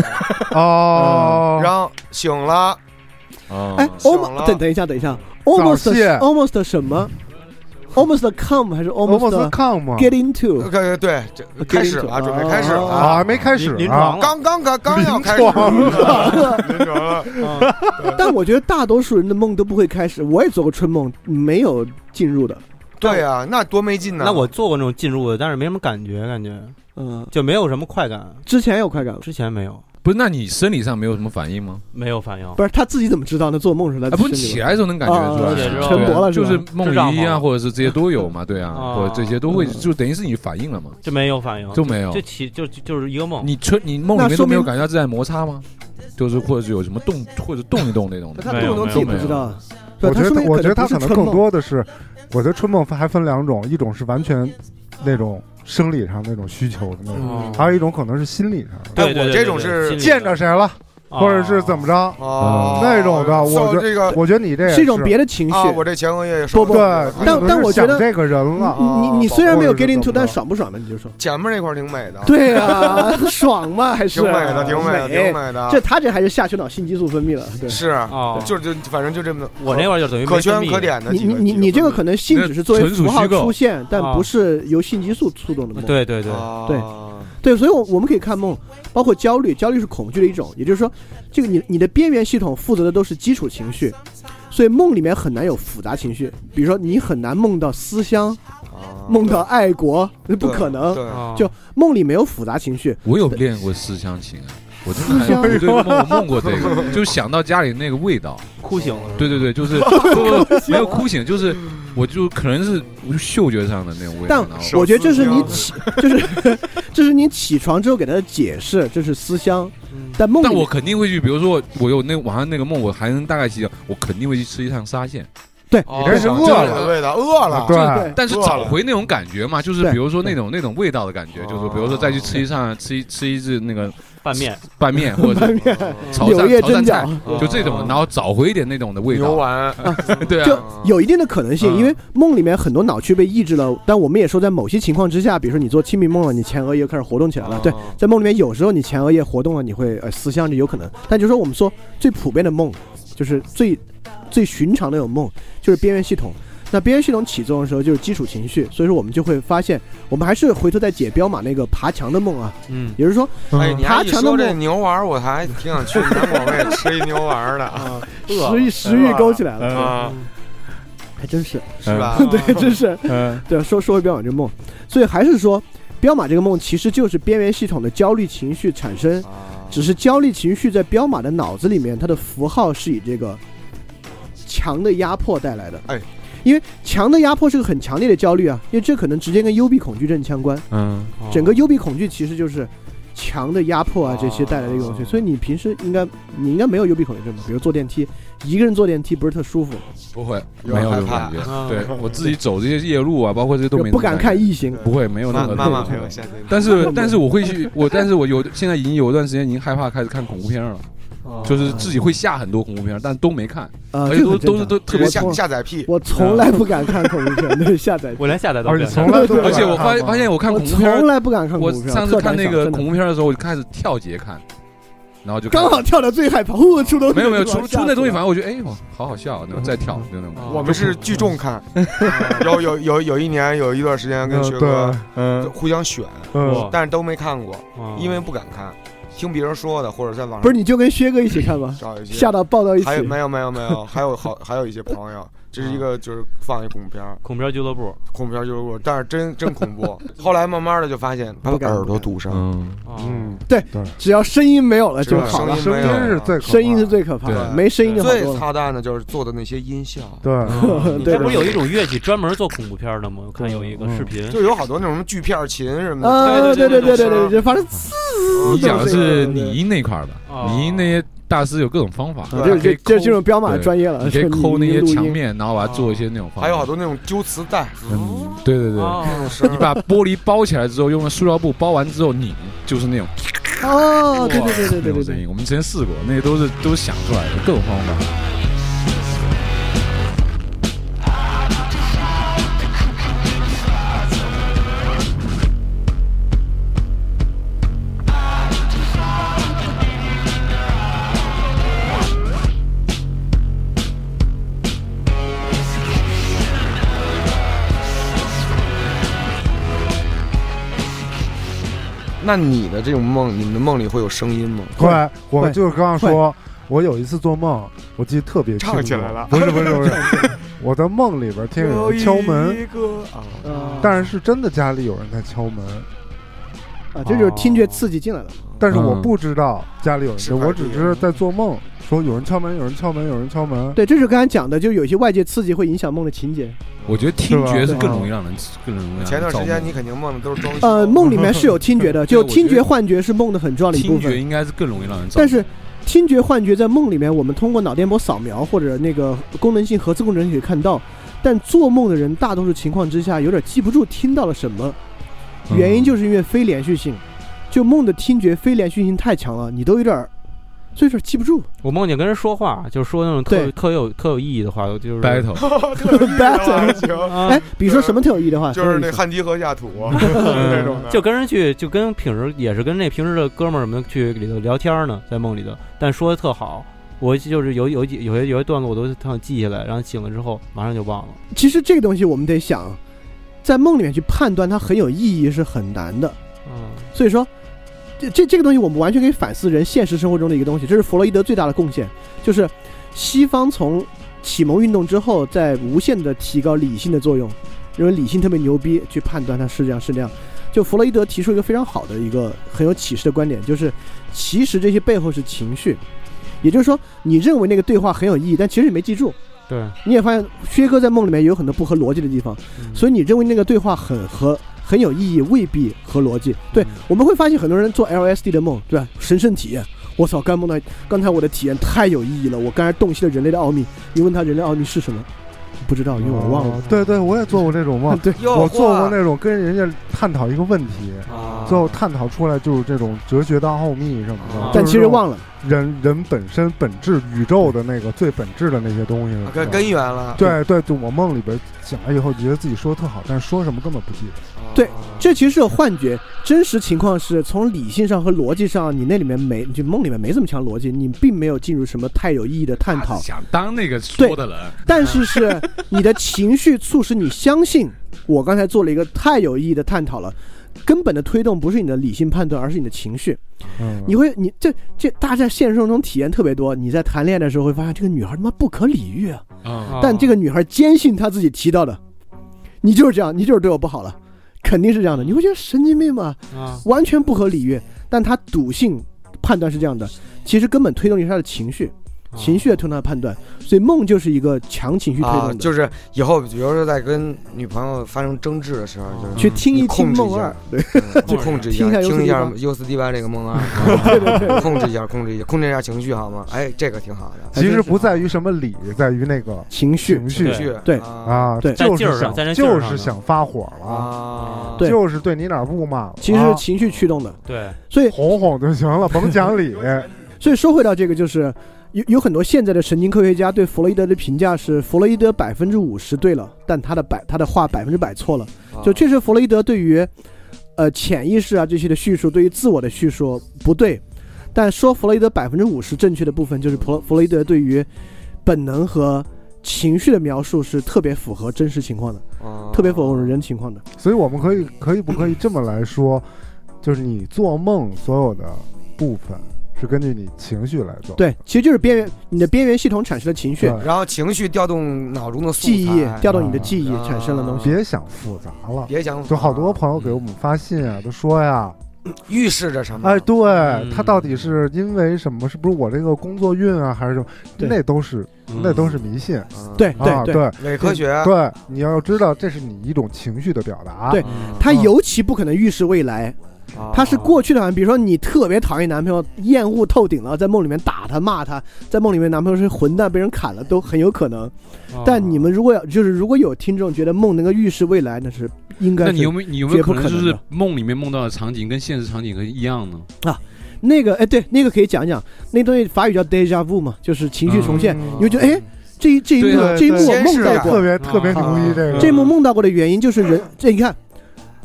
Speaker 5: 嗯
Speaker 1: 哦，
Speaker 2: 然后醒了，
Speaker 3: 啊
Speaker 5: 哎
Speaker 2: 醒
Speaker 5: ，almost
Speaker 2: 了
Speaker 5: 等等一下，等一下
Speaker 1: 早泄
Speaker 5: ，almost almost 什么？almost come 还是 almost
Speaker 1: come 啊
Speaker 5: get into？
Speaker 2: 呃对对，这开始了，准备开始了，
Speaker 5: 哦
Speaker 1: 啊，还没开始
Speaker 4: 临
Speaker 1: 啊
Speaker 4: 床，了，
Speaker 2: 刚刚刚刚要开始，
Speaker 1: 临床
Speaker 2: 临床了，
Speaker 4: 嗯
Speaker 5: 但我觉得大多数人的梦都不会开始，我也做过春梦，没有进入的。
Speaker 2: 对呀，那多没劲呢。
Speaker 4: 那我做过那种进入的，但是没什么感觉，感觉
Speaker 5: 嗯，
Speaker 4: 就没有什么快感。
Speaker 5: 之前有快感吗，
Speaker 4: 之前没有，
Speaker 3: 不是，那你生理上没有什么反应吗？
Speaker 4: 没有反应
Speaker 5: 不。是他自己怎么知道呢？做梦时候
Speaker 2: 哎
Speaker 3: 啊，
Speaker 5: 他
Speaker 3: 不
Speaker 5: 呃心
Speaker 3: 是
Speaker 5: 里
Speaker 3: 起来的时候能感觉出
Speaker 5: 啊
Speaker 3: 来，
Speaker 4: 起来之
Speaker 3: 对
Speaker 4: 后
Speaker 5: 晨勃了是
Speaker 3: 就
Speaker 5: 吧
Speaker 3: 是梦
Speaker 4: 知道
Speaker 3: 遗啊，
Speaker 4: 吗
Speaker 3: 或者是这些都有嘛，对啊，
Speaker 4: 啊
Speaker 3: 或者这些都会，
Speaker 5: 嗯
Speaker 3: 就等于是你反应了嘛，
Speaker 4: 就没有反应，
Speaker 3: 就没有
Speaker 4: 就。起就就就是一个梦。
Speaker 3: 你春你梦
Speaker 5: 那
Speaker 3: 里面
Speaker 5: 说
Speaker 3: 都没有
Speaker 5: 明
Speaker 3: 感觉到自然摩擦吗？就是或者是有什么动或者动一动那种的，
Speaker 5: 他
Speaker 4: 没有
Speaker 5: 动不动自己
Speaker 3: 没
Speaker 5: 不
Speaker 3: 有
Speaker 5: 知道。对
Speaker 1: 我觉
Speaker 5: 他说
Speaker 1: 得
Speaker 5: 明
Speaker 1: 我觉得他
Speaker 5: 不是
Speaker 1: 可能
Speaker 5: 春
Speaker 1: 更
Speaker 5: 梦
Speaker 1: 多的是，我觉得春梦还分两种，一种是完全那种生理上那种需求的那种，
Speaker 4: 哦
Speaker 1: 还有一种可能是心理上的，
Speaker 4: 对
Speaker 2: 我
Speaker 4: 对对，
Speaker 2: 这种
Speaker 4: 对
Speaker 2: 是
Speaker 4: 心里
Speaker 1: 见着谁了，或者是怎么着。
Speaker 2: 哦
Speaker 1: 那种的我
Speaker 2: 受
Speaker 1: 觉
Speaker 2: 这个
Speaker 1: 我觉得你这也
Speaker 5: 是一种别的情绪
Speaker 2: 啊，。我这前额叶
Speaker 5: 不
Speaker 2: 受
Speaker 5: 不
Speaker 1: 对
Speaker 2: 不了，哎
Speaker 1: 可
Speaker 5: 但
Speaker 1: 能
Speaker 5: 但
Speaker 1: 是
Speaker 5: 我觉
Speaker 1: 想
Speaker 5: 得
Speaker 1: 这个人了，
Speaker 2: 啊
Speaker 5: 你你你虽然没有 get
Speaker 1: 或者是怎
Speaker 5: into，
Speaker 1: 么
Speaker 5: 但
Speaker 1: 着
Speaker 5: 爽不爽呢？你就说。
Speaker 2: 前面那块儿挺美的，
Speaker 5: 对啊， 爽嘛还是啊
Speaker 2: 挺美的，挺美的，挺美
Speaker 5: 这
Speaker 2: 的，
Speaker 5: 他这还是下丘脑性激素分泌了，对。
Speaker 2: 是，
Speaker 4: 哦，
Speaker 2: 就就反正就这么多，
Speaker 4: 我那会儿就等于
Speaker 2: 可
Speaker 4: 没分
Speaker 2: 圈
Speaker 4: 泌
Speaker 2: 可，点的
Speaker 5: 你
Speaker 2: 几
Speaker 5: 你
Speaker 2: 个。
Speaker 5: 你
Speaker 2: 几个
Speaker 5: 你这个可能性只是作为
Speaker 3: 纯属
Speaker 5: 符号
Speaker 3: 虚构
Speaker 5: 出现，但
Speaker 4: 啊
Speaker 5: 不是由性激素触动的梦。
Speaker 4: 对对对，
Speaker 2: 对
Speaker 5: 对对，所以我我们可以看梦，包括焦虑，焦虑是恐惧的一种，也就是说，这个你你的边缘系统负责的都是基础情绪，所以梦里面很难有复杂情绪，比如说你很难梦到思乡，梦到爱国，这不可能，
Speaker 2: 啊对，
Speaker 4: 哦
Speaker 5: 啊就梦里没有复杂情绪，
Speaker 3: 我有练过思乡情啊，我真的 还
Speaker 5: 思乡
Speaker 3: 对对梦我梦过这个，就想到家里那个味道，
Speaker 4: 哭醒
Speaker 2: 啊
Speaker 4: 了。
Speaker 3: 对对对，就是不不没有哭醒，就是我就可能是嗅觉上的那种味道
Speaker 5: 但。
Speaker 3: 然后
Speaker 5: 我觉得这是你
Speaker 2: 手
Speaker 5: 起，就是这是你起床之后给他的解释，这是思乡。
Speaker 2: 嗯
Speaker 5: 但梦里
Speaker 3: 但我肯定会去，比如说我有那晚上那个梦，我还能大概记得，我肯定会去吃一趟沙县。
Speaker 2: 你
Speaker 1: 这是饿了
Speaker 2: 味道，饿了，
Speaker 1: 啊 对
Speaker 5: 嗯对
Speaker 3: 但是
Speaker 2: 饿
Speaker 3: 找
Speaker 2: 了
Speaker 3: 回那种感觉嘛，就是
Speaker 5: 哎对
Speaker 3: 比如说那种那种味道的感觉，就是比如说再去吃一上吃一吃一只那个
Speaker 4: 拌面，
Speaker 3: 拌面或者是潮
Speaker 5: 柳
Speaker 3: 汕
Speaker 5: 叶
Speaker 3: 潮汕
Speaker 5: 蒸
Speaker 3: 菜
Speaker 5: 饺，
Speaker 3: 就这
Speaker 2: 哦
Speaker 3: 种，然后找回一点那种的味
Speaker 2: 嗯牛
Speaker 3: 道。
Speaker 2: 丸，
Speaker 3: 对
Speaker 5: 就
Speaker 3: 啊，
Speaker 5: 有一定的可能性，
Speaker 3: 嗯
Speaker 5: 因为梦里面很多脑区被抑制了，但我们也说在某些情况之下，比如说你做清明梦了，你前额叶开始活动起来了，对，在梦里面有时候你前额叶活动了，你会呃思乡，这有可能。但就说我们说最普遍的梦，就是最最寻常的那种梦，就是边缘系统。那边缘系统起作用的时候就是基础情绪，所以说我们就会发现，我们还是回头再解彪马那个爬墙的梦啊，
Speaker 4: 嗯，
Speaker 5: 也就是说
Speaker 2: 哎，
Speaker 1: 嗯
Speaker 2: 你还一说这牛丸，我还挺想去南广味吃一牛丸的，
Speaker 5: 啊，
Speaker 4: 饿
Speaker 5: 食欲
Speaker 4: 了啊
Speaker 5: 食欲勾起来了，
Speaker 2: 啊，
Speaker 5: 还真是，
Speaker 2: 是吧？
Speaker 5: 对，真是，
Speaker 3: 嗯，
Speaker 5: 对，说说回彪马这个梦，所以还是说，彪马这个梦其实就是边缘系统的焦虑情绪产生，
Speaker 2: 啊
Speaker 5: 只是焦虑情绪在彪马的脑子里面，它的符号是以这个强的压迫带来的。
Speaker 2: 哎，
Speaker 5: 因为强的压迫是个很强烈的焦虑啊，因为这可能直接跟幽闭恐惧症相关。
Speaker 3: 嗯，
Speaker 4: 啊
Speaker 5: 整个幽闭恐惧其实就是强的压迫啊这些带来的一个东西，
Speaker 2: 哦
Speaker 5: 所以你平时应该你应该没有幽闭恐惧症吧？比如坐电梯，一个人坐电梯不是特舒服，
Speaker 3: 不会，
Speaker 2: 有
Speaker 3: 没有这
Speaker 2: 害
Speaker 3: 种
Speaker 2: 怕
Speaker 3: 感觉。
Speaker 4: 啊
Speaker 3: 对我自己走这些夜路啊，包括这些都
Speaker 5: 就
Speaker 3: 没
Speaker 5: 不敢看，异形。
Speaker 3: 不会没有那
Speaker 2: 妈
Speaker 3: 个
Speaker 2: 妈妈
Speaker 3: 那
Speaker 2: 陪
Speaker 3: 个
Speaker 2: 我下去，
Speaker 3: 但是但是我会去我，但是我有现在已经有一段时间已经害怕开始看恐怖片了，就是自己会下很多恐怖片，但都没看，
Speaker 5: 哦啊，
Speaker 3: 而
Speaker 5: 这
Speaker 3: 且
Speaker 5: 个
Speaker 3: 哎都都是都
Speaker 5: 很正常
Speaker 3: 特
Speaker 2: 特别
Speaker 3: 别
Speaker 5: 我
Speaker 3: 吓
Speaker 2: 下
Speaker 5: 从
Speaker 2: 下载屁，
Speaker 5: 我从来不敢看恐怖片，对下载。
Speaker 4: 我连下载都
Speaker 1: 而
Speaker 4: 不
Speaker 1: 且
Speaker 4: 敢
Speaker 1: 从来都不
Speaker 5: 而
Speaker 3: 而且我
Speaker 1: 敢
Speaker 3: 发
Speaker 1: 看
Speaker 3: 发现我 看
Speaker 5: 我
Speaker 3: 恐怖片儿
Speaker 5: 从，来不敢看恐
Speaker 3: 我
Speaker 5: 怖片，
Speaker 3: 上次
Speaker 5: 特
Speaker 3: 看
Speaker 5: 胆
Speaker 3: 那
Speaker 5: 小
Speaker 3: 个
Speaker 5: 真的
Speaker 3: 恐怖片的时候，我就开始跳节看，然后就看
Speaker 5: 刚好跳的最害怕，呼出东西
Speaker 3: 没有没有
Speaker 5: 就往
Speaker 3: 出
Speaker 5: 下
Speaker 3: 出那东西，
Speaker 5: 走
Speaker 3: 反正我觉得哎，我好好笑，那种再跳就那种感觉。
Speaker 2: 我们是聚众 看，啊有有有有一年有一段时间跟学哥
Speaker 1: 嗯
Speaker 2: 互相选，
Speaker 4: 啊
Speaker 1: 嗯，
Speaker 2: 但是都没看过，
Speaker 4: 哦
Speaker 2: 因为不敢看，听别人说的或者在网上
Speaker 5: 不是你就跟薛哥一起看吧，
Speaker 2: 找一些
Speaker 5: 吓到抱到一
Speaker 2: 嗯
Speaker 5: 起
Speaker 2: 还有没有没有没 有，还有好还有一些朋友，这是一
Speaker 5: 哦
Speaker 2: 个就是放一恐怖片儿，
Speaker 4: 恐怖片俱乐部，
Speaker 2: 恐怖片儿就是我，但是真真恐怖。后来慢慢的就发现把
Speaker 5: 不敢
Speaker 2: 耳朵堵上，
Speaker 3: 嗯，
Speaker 4: 哦
Speaker 1: 嗯，
Speaker 5: 只要声音没有了啊就好
Speaker 2: 声
Speaker 5: 了，
Speaker 2: 音
Speaker 1: 声
Speaker 2: 没有
Speaker 1: 音是
Speaker 2: 了。
Speaker 1: 最可
Speaker 5: 声音是
Speaker 1: 怕
Speaker 5: 最可怕的，
Speaker 2: 对
Speaker 5: 没声音就好
Speaker 2: 最
Speaker 5: 多了。
Speaker 2: 操蛋的就是做的那些音效，
Speaker 1: 对，
Speaker 2: 嗯
Speaker 4: 哦
Speaker 5: 对
Speaker 4: 这不是有一种乐器专门做恐怖片的吗？我看有一个
Speaker 1: 嗯
Speaker 4: 视频，
Speaker 2: 就有好多那种什么锯片儿琴什么
Speaker 5: 啊，
Speaker 2: 的。
Speaker 5: 对对对对
Speaker 2: 那种
Speaker 5: 对，
Speaker 2: 声
Speaker 5: 就反正嗯
Speaker 2: 儿
Speaker 3: 你讲的是
Speaker 5: 对对对
Speaker 3: 拟音那块儿吧？
Speaker 4: 哦
Speaker 3: 拟音那些大师有各种方法，
Speaker 5: 啊这
Speaker 3: 可以
Speaker 5: 这这
Speaker 3: 抠
Speaker 5: 这种彪马的专业了，
Speaker 3: 你可以
Speaker 5: 说
Speaker 3: 抠那些
Speaker 5: 录音
Speaker 3: 墙，面，然后把它做一些那种方法。
Speaker 2: 还有好多那种揪磁带，
Speaker 3: 嗯，对对对，
Speaker 4: 哦
Speaker 2: 那种声
Speaker 3: 你
Speaker 2: 儿
Speaker 3: 把玻璃包起来之后，用了塑料布包完之后拧，就是那种
Speaker 5: 哦，对对对对
Speaker 3: 那
Speaker 5: 对
Speaker 3: 种
Speaker 5: 对
Speaker 3: 声
Speaker 5: 对，
Speaker 3: 音，我们之前试过，那些都是都是想出来的，各种方法。
Speaker 2: 那你的这种梦，你们的梦里会有声音吗？
Speaker 1: 后来我
Speaker 5: 会
Speaker 1: 就是刚刚说，我有一次做梦，我记得特别清楚。
Speaker 2: 唱起来了
Speaker 1: 不是不是不是，我在梦里边听有人敲门，
Speaker 2: 歌啊，
Speaker 5: 啊
Speaker 1: 但是是真的家里有人在敲门，
Speaker 5: 啊，这就是听觉刺激进来了。
Speaker 1: 但是我
Speaker 3: 嗯
Speaker 1: 不知道家里有
Speaker 2: 是
Speaker 1: 人，我
Speaker 2: 快
Speaker 1: 只
Speaker 2: 递
Speaker 1: 是在做梦，说有人敲门，有人敲门，有人敲门。
Speaker 5: 对，这就是刚才讲的，就有一些外界刺激会影响梦的情节。
Speaker 3: 我觉得听觉是更容易让人更容易让人
Speaker 2: 前段时
Speaker 3: 造
Speaker 2: 间
Speaker 3: 梦
Speaker 2: 你肯定梦的都是装修。
Speaker 5: 呃，梦里面是有听觉的，就
Speaker 3: 对我
Speaker 5: 听
Speaker 3: 觉
Speaker 5: 觉
Speaker 3: 得
Speaker 5: 幻觉是梦的很重要的一部
Speaker 3: 听觉
Speaker 5: 分。
Speaker 3: 应该是更容易让人造梦，
Speaker 5: 但是听觉幻觉在梦里面，我们通过脑电波扫描或者那个功能性核磁共振可以看到。但做梦的人大多数情况之下有点记不住听到了什么，原因就是因为非连续性，就梦的听觉非连续性太强了，你都有点儿，所以说记不住。
Speaker 4: 我梦见跟人说话，就是说那种
Speaker 5: 对
Speaker 4: 特特有特有意义的话，就是
Speaker 3: battle。
Speaker 2: battle，
Speaker 4: 啊
Speaker 5: 哎，比如说什么特有意义的话，
Speaker 2: 啊
Speaker 5: 哎
Speaker 2: 就是
Speaker 5: 什么
Speaker 2: 那
Speaker 5: 意思
Speaker 2: 汗滴禾下 土那种的，
Speaker 4: 嗯就跟人去，就跟平时也是跟那平时的哥们儿们去里头聊天呢，在梦里头，但说的特好。我就是有有几有些有些段落我都特想记下来，然后醒了之后马上就忘了。
Speaker 5: 其实这个东西我们得想，在梦里面去判断它很有意义是很难的。
Speaker 4: 嗯，
Speaker 5: 所以说，这这这个东西我们完全可以反思人现实生活中的一个东西，这是弗洛伊德最大的贡献，就是西方从启蒙运动之后，在无限的提高理性的作用，认为理性特别牛逼，去判断它是这样是那样。就弗洛伊德提出一个非常好的一个很有启示的观点，就是其实这些背后是情绪，也就是说，你认为那个对话很有意义，但其实你没记住。
Speaker 4: 对，
Speaker 5: 你也发现薛哥在梦里面也有很多不合逻辑的地方，
Speaker 4: 嗯
Speaker 5: 所以你认为那个对话很合很有意义，未必合逻辑。对，我们会发现很多人做 LSD 的梦，对吧？神圣体验，我操，刚梦到刚才我的体验太有意义了，我刚才洞悉了人类的奥秘。你问他人类奥秘是什么？不知道，因为我忘了，
Speaker 1: 哦。对对，我也做过这种梦
Speaker 5: 对，
Speaker 1: 我做过那种跟人家探讨一个问题，
Speaker 4: 啊
Speaker 1: 最后探讨出来就是这种哲学的奥秘什么的
Speaker 4: 啊。
Speaker 5: 但其实忘
Speaker 1: 了
Speaker 5: 了。
Speaker 1: 人人本身本质宇宙的那个最本质的那些东
Speaker 5: 啊
Speaker 1: 西。
Speaker 2: 根根源了。
Speaker 1: 对对，就我梦里边讲了以后，觉得自己说的特好，但是说什么根本不记得。
Speaker 5: 对，这其实是有幻觉，真实情况是从理性上和逻辑上，你那里面没，就梦里面没这么强逻辑，你并没有进入什么太有意义的探
Speaker 3: 他
Speaker 5: 讨
Speaker 3: 啊是。想当那个说的人，
Speaker 5: 但是是你的情绪促使你相信我刚才做了一个太有意义的探讨了。根本的推动不是你的理性判断，而是你的情绪。
Speaker 1: 嗯，
Speaker 5: 你会，你这这大家在现实生活中体验特别多。你在谈恋爱的时候会发现，这个女孩他妈不可理喻啊！
Speaker 3: 嗯，
Speaker 5: 但这个女孩坚信她自己提到的，你就是这样，你就是对我不好了，肯定是这样的。你会觉得神经病吗？
Speaker 4: 啊，
Speaker 5: 完全不可理喻。但她笃信判断是这样的，其实根本推动的是她的情绪，情绪来推动她的判断。所以梦就是一个强情绪推动
Speaker 2: 啊
Speaker 5: 的，，
Speaker 2: 就是以后比如说在跟女朋友发生争执的时候，就是
Speaker 5: 去听一听
Speaker 2: 你控制一
Speaker 5: 梦
Speaker 2: 下
Speaker 5: 二，对
Speaker 2: 嗯 去控制一下，
Speaker 5: 听
Speaker 2: 听
Speaker 5: 一
Speaker 2: 一
Speaker 5: 下
Speaker 2: 下优斯迪班这个梦 二，控制一下，控制一下，控制一下情绪好吗？哎，这个挺好的，
Speaker 1: 其实不在于什么理，在于那个
Speaker 5: 情绪
Speaker 1: 情。绪
Speaker 2: 情绪
Speaker 5: 对
Speaker 2: 啊
Speaker 1: 啊，
Speaker 5: 对
Speaker 4: 在
Speaker 1: 就
Speaker 4: 劲儿
Speaker 1: 是
Speaker 4: 上在
Speaker 1: 想
Speaker 4: 那劲儿
Speaker 1: 就
Speaker 4: 上
Speaker 1: 是
Speaker 4: 呢
Speaker 1: 想发火了，
Speaker 2: 啊，
Speaker 5: 对
Speaker 1: 就是对你哪儿不满了，
Speaker 5: 其实是情绪驱动的，
Speaker 4: 对，
Speaker 5: 所以
Speaker 1: 哄哄就行了，甭讲理。
Speaker 5: 所以说回到这个，就是有有很多现在的神经科学家对弗洛伊德的评价是，弗洛伊德百分之五十对了，但他的百他的话百分之百错了。
Speaker 2: 啊
Speaker 5: 就确实弗洛伊德对于呃潜意识啊这些的叙述，对于自我的叙述不对，但说弗洛伊德百分之五十正确的部分，就是弗洛弗洛伊德对于本能和情绪的描述是特别符合真实情况的，
Speaker 2: 啊
Speaker 5: 特别符合人情况的。
Speaker 1: 所以我们可以可以不可以这么来说，就是你做梦所有的部分是根据你情绪来做。，
Speaker 5: 对，其实就是边缘你的边缘系统产生了情绪
Speaker 1: 对、
Speaker 2: 然后情绪调动脑中的素材
Speaker 5: 记忆，调动你的记忆
Speaker 2: 啊
Speaker 5: 产生了东西。
Speaker 1: 别想复杂了。
Speaker 2: 别想啊
Speaker 1: 就好多朋友给我们发信啊，都说呀，
Speaker 2: 预示着什么？
Speaker 1: 哎，对
Speaker 3: 嗯
Speaker 1: 他到底是因为什么？是不是我这个工作运啊，还是什么？
Speaker 5: 对
Speaker 1: 那都是那都是迷信
Speaker 2: 嗯
Speaker 5: 对
Speaker 1: 啊！
Speaker 5: 对
Speaker 1: 对
Speaker 2: 伪科学，
Speaker 1: 对，你要知道这是你一种情绪的表达。
Speaker 5: 对
Speaker 2: 嗯
Speaker 5: 他
Speaker 6: 哦
Speaker 5: 尤其不可能预示未来，
Speaker 2: 啊
Speaker 5: 他是过去的反应。比如说，你特别讨厌男朋友，厌恶透顶了，在梦里面打他、骂他，在梦里面男朋友是混蛋，被人砍了，都很有可能。
Speaker 6: 哦
Speaker 4: 嗯啊
Speaker 5: 但你们如果要就是如果有听众觉得梦能够预示未来，那是应该
Speaker 6: 那
Speaker 5: 是
Speaker 6: 你有没有你有没有
Speaker 5: 绝不
Speaker 6: 可
Speaker 5: 可
Speaker 6: 能就
Speaker 5: 能
Speaker 6: 是
Speaker 5: 的
Speaker 6: 梦里面梦到的场景跟现实场景可以一样呢？
Speaker 5: 那个哎，对，那个可以讲讲，那东西法语叫 deja vu 嘛，就是情绪重现。
Speaker 1: 嗯
Speaker 5: 你会觉得哎，这一这一幕
Speaker 1: 对
Speaker 5: 这一幕我
Speaker 2: 对
Speaker 5: 梦
Speaker 2: 先
Speaker 5: 到
Speaker 2: 是
Speaker 5: 过
Speaker 1: 特，别特别
Speaker 4: 啊
Speaker 1: 牛
Speaker 2: 嗯
Speaker 1: 逼这个。
Speaker 5: 这一幕梦到过的原因就是人，这你看，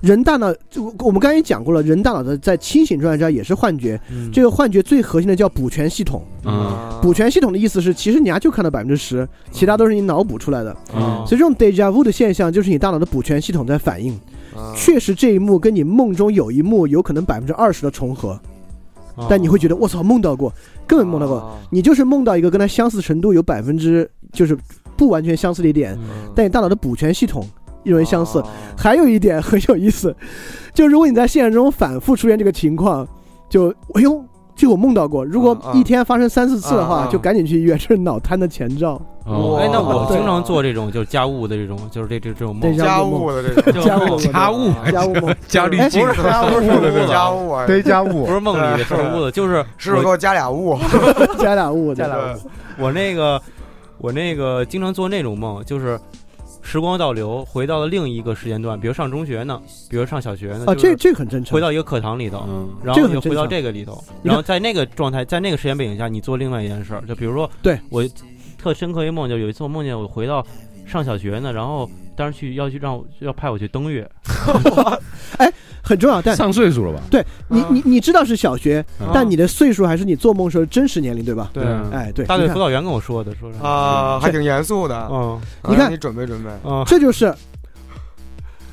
Speaker 5: 人大脑，就我们刚才也讲过了，人大脑的在清醒状态下也是幻觉，
Speaker 4: 嗯
Speaker 5: 这个幻觉最核心的叫补全系统。
Speaker 4: 嗯
Speaker 5: 补全系统的意思是，其实你啊就看到百分之十，其他都是你脑补出来的。
Speaker 4: 嗯
Speaker 5: 所以这种 deja vu 的现象就是你大脑的补全系统在反应。
Speaker 2: 啊
Speaker 5: 确实这一幕跟你梦中有一幕有可能百分之二十的重合，
Speaker 4: 嗯啊
Speaker 5: 但你会觉得我操梦到过，根本梦到过。你就是梦到一个跟它相似程度有百分之就是不完全相似的一点，
Speaker 4: 嗯
Speaker 5: 但你大脑的补全系统一
Speaker 2: 有
Speaker 5: 轮相似。还有一点很有意思， 就如果你在现实中反复出现这个情况，就哎呦，这个我梦到过。如果
Speaker 2: 啊啊
Speaker 5: 一天发生三四次的
Speaker 2: 啊
Speaker 5: 话，
Speaker 2: 啊
Speaker 5: 就赶紧去医院，这是脑瘫的前 兆。
Speaker 4: 哦
Speaker 2: 哇
Speaker 4: 哎，那我
Speaker 5: 对
Speaker 4: 经常做这种就是家务的这种，就是这这这种梦
Speaker 5: 对，
Speaker 2: 家务的这种
Speaker 4: 就
Speaker 5: 家务
Speaker 3: 家务
Speaker 5: 家务 梦，
Speaker 3: 家滤镜
Speaker 2: 不是
Speaker 5: 家务
Speaker 2: 不是
Speaker 4: 对
Speaker 2: 家务啊，
Speaker 1: 得加
Speaker 4: 不
Speaker 1: 物，
Speaker 4: 是梦里的事儿屋子，就是
Speaker 2: 师傅给
Speaker 4: 我
Speaker 2: 我加俩物，
Speaker 5: 加俩物，
Speaker 4: 加俩
Speaker 5: 物。
Speaker 4: 我那个我那个经常做那种梦，就是时光倒流，回到了另一个时间段，比如上中学呢，比如上小学呢，
Speaker 5: 啊，
Speaker 4: 就是
Speaker 5: 这这个很正常
Speaker 4: 回。到一个课堂里头，
Speaker 3: 嗯
Speaker 4: 然
Speaker 5: 这
Speaker 4: 后
Speaker 5: 个很
Speaker 4: 又回
Speaker 5: 正
Speaker 4: 到
Speaker 5: 常
Speaker 4: 这个里头，
Speaker 5: 你
Speaker 4: 然后在那个状态，在那个时间背景下，你做另外一件事儿，就比如说，
Speaker 5: 对
Speaker 4: 我特深刻一梦，就有一次我梦见我回到上小学呢，然后当时去要去让我要派我去登
Speaker 5: 啊
Speaker 4: 月，
Speaker 5: 很重要，但
Speaker 3: 上岁数了吧？
Speaker 5: 你
Speaker 4: 啊
Speaker 5: 你你知道是小学，
Speaker 3: 嗯
Speaker 5: 但你的岁数还是你做梦时候真实年龄，对吧？
Speaker 4: 对
Speaker 3: 嗯
Speaker 5: 哎，对，
Speaker 4: 大
Speaker 5: 你
Speaker 4: 队
Speaker 5: 看
Speaker 4: 辅导员跟我说的，说是，
Speaker 2: 啊，还挺严肃的。啊
Speaker 4: 嗯
Speaker 5: 哦你看
Speaker 2: 你准备准备。
Speaker 4: 嗯
Speaker 5: 这就是，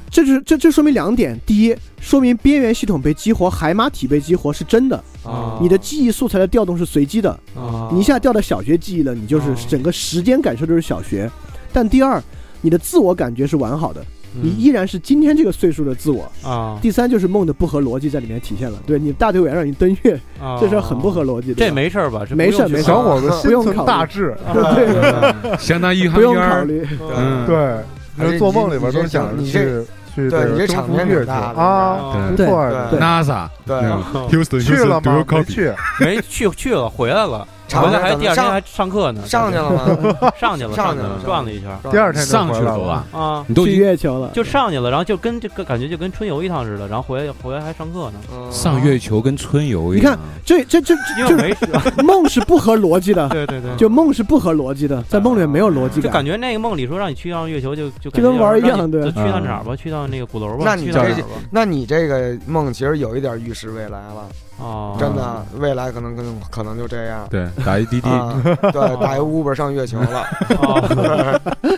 Speaker 5: 这就是这这说明两点：第一，说明边缘系统被激活，海马体被激活是真的，
Speaker 4: 啊
Speaker 5: 你的记忆素材的调动是随机的，
Speaker 4: 啊
Speaker 5: 你一下调到小学记忆了，你就是
Speaker 4: 哦
Speaker 5: 整个时间感受都是小学。但第二，你的自我感觉是完好的，你依然是今天这个岁数的自我。
Speaker 4: 嗯啊
Speaker 5: 第三就是梦的不合逻辑在里面体现了，对你大队委员让你登月，
Speaker 4: 啊，
Speaker 5: 这事儿很不合逻辑。对
Speaker 4: 这
Speaker 5: 吧
Speaker 4: 没事儿吧？这
Speaker 5: 没事儿
Speaker 4: 不用去
Speaker 5: 没事儿
Speaker 1: 小伙子
Speaker 5: 不
Speaker 1: 心
Speaker 5: 用
Speaker 1: 存
Speaker 5: 考虑
Speaker 1: 大志，
Speaker 2: 嗯
Speaker 3: 相当于一
Speaker 5: 不
Speaker 3: 行
Speaker 5: 用
Speaker 3: 烟
Speaker 5: 考
Speaker 3: 儿，
Speaker 5: 虑。
Speaker 3: 嗯，
Speaker 1: 对，
Speaker 2: 还是
Speaker 1: 那
Speaker 2: 你
Speaker 1: 做梦里边
Speaker 2: 你这
Speaker 1: 都想着
Speaker 2: 你这
Speaker 1: 去去
Speaker 2: 对
Speaker 1: 这
Speaker 2: 你
Speaker 1: 个
Speaker 2: 这
Speaker 1: 东
Speaker 2: 场
Speaker 1: 风
Speaker 2: 面
Speaker 1: 月
Speaker 2: 挺
Speaker 1: 去
Speaker 2: 大的嗯
Speaker 1: 啊，
Speaker 4: 啊
Speaker 1: 不
Speaker 5: 对
Speaker 1: 错
Speaker 2: 对
Speaker 1: 呀，
Speaker 3: ，NASA
Speaker 2: 对，
Speaker 3: 嗯
Speaker 4: 啊
Speaker 1: 对
Speaker 3: Houston
Speaker 1: 去了吗
Speaker 3: Houston Bureau？
Speaker 1: 没
Speaker 3: Coffee
Speaker 1: 去，
Speaker 4: 没去去了，回来了，
Speaker 2: 场
Speaker 4: 回
Speaker 2: 面
Speaker 4: 来还
Speaker 2: 怎么
Speaker 4: 第二天
Speaker 2: 上
Speaker 4: 还上课呢，
Speaker 2: 上去了 吗？
Speaker 4: 上去了，
Speaker 2: 上
Speaker 4: 上
Speaker 2: 去
Speaker 4: 去
Speaker 2: 了
Speaker 4: 了，转了一圈儿
Speaker 1: 第二天就
Speaker 3: 上去
Speaker 1: 回来
Speaker 3: 了都啊，
Speaker 4: 啊。
Speaker 3: 你都已
Speaker 5: 去
Speaker 3: 经
Speaker 5: 月球了，
Speaker 4: 就上去了，然后就跟这个感觉就跟春游一趟似的，然后回来回来还上课呢，
Speaker 2: 嗯
Speaker 3: 上月球跟春游一
Speaker 5: 你看
Speaker 3: 样，啊
Speaker 5: 这这这
Speaker 4: 因
Speaker 5: 这
Speaker 4: 为
Speaker 5: 就是
Speaker 4: 没事。
Speaker 5: 梦是不合逻辑 的，
Speaker 4: 对对对，
Speaker 5: 就梦是不合逻辑的，在梦里面没有逻辑
Speaker 4: 就
Speaker 5: 感
Speaker 4: 感。觉那个梦里说让你去趟月球，就就感
Speaker 5: 就跟
Speaker 4: 觉
Speaker 5: 玩儿一
Speaker 4: 让
Speaker 5: 样
Speaker 4: 你
Speaker 5: 对嗯
Speaker 4: 就去到哪儿吧，去到那个鼓楼吧。
Speaker 2: 那你
Speaker 4: 去到
Speaker 2: 这
Speaker 4: 哪儿吧？
Speaker 2: 那你这个梦其实有一点预示未来了，
Speaker 4: 哦，
Speaker 2: 真的，未来可能可能可能就这样。
Speaker 3: 啊对，打一滴滴，
Speaker 2: 啊，对，打一 Uber 上月球了，
Speaker 4: 哦。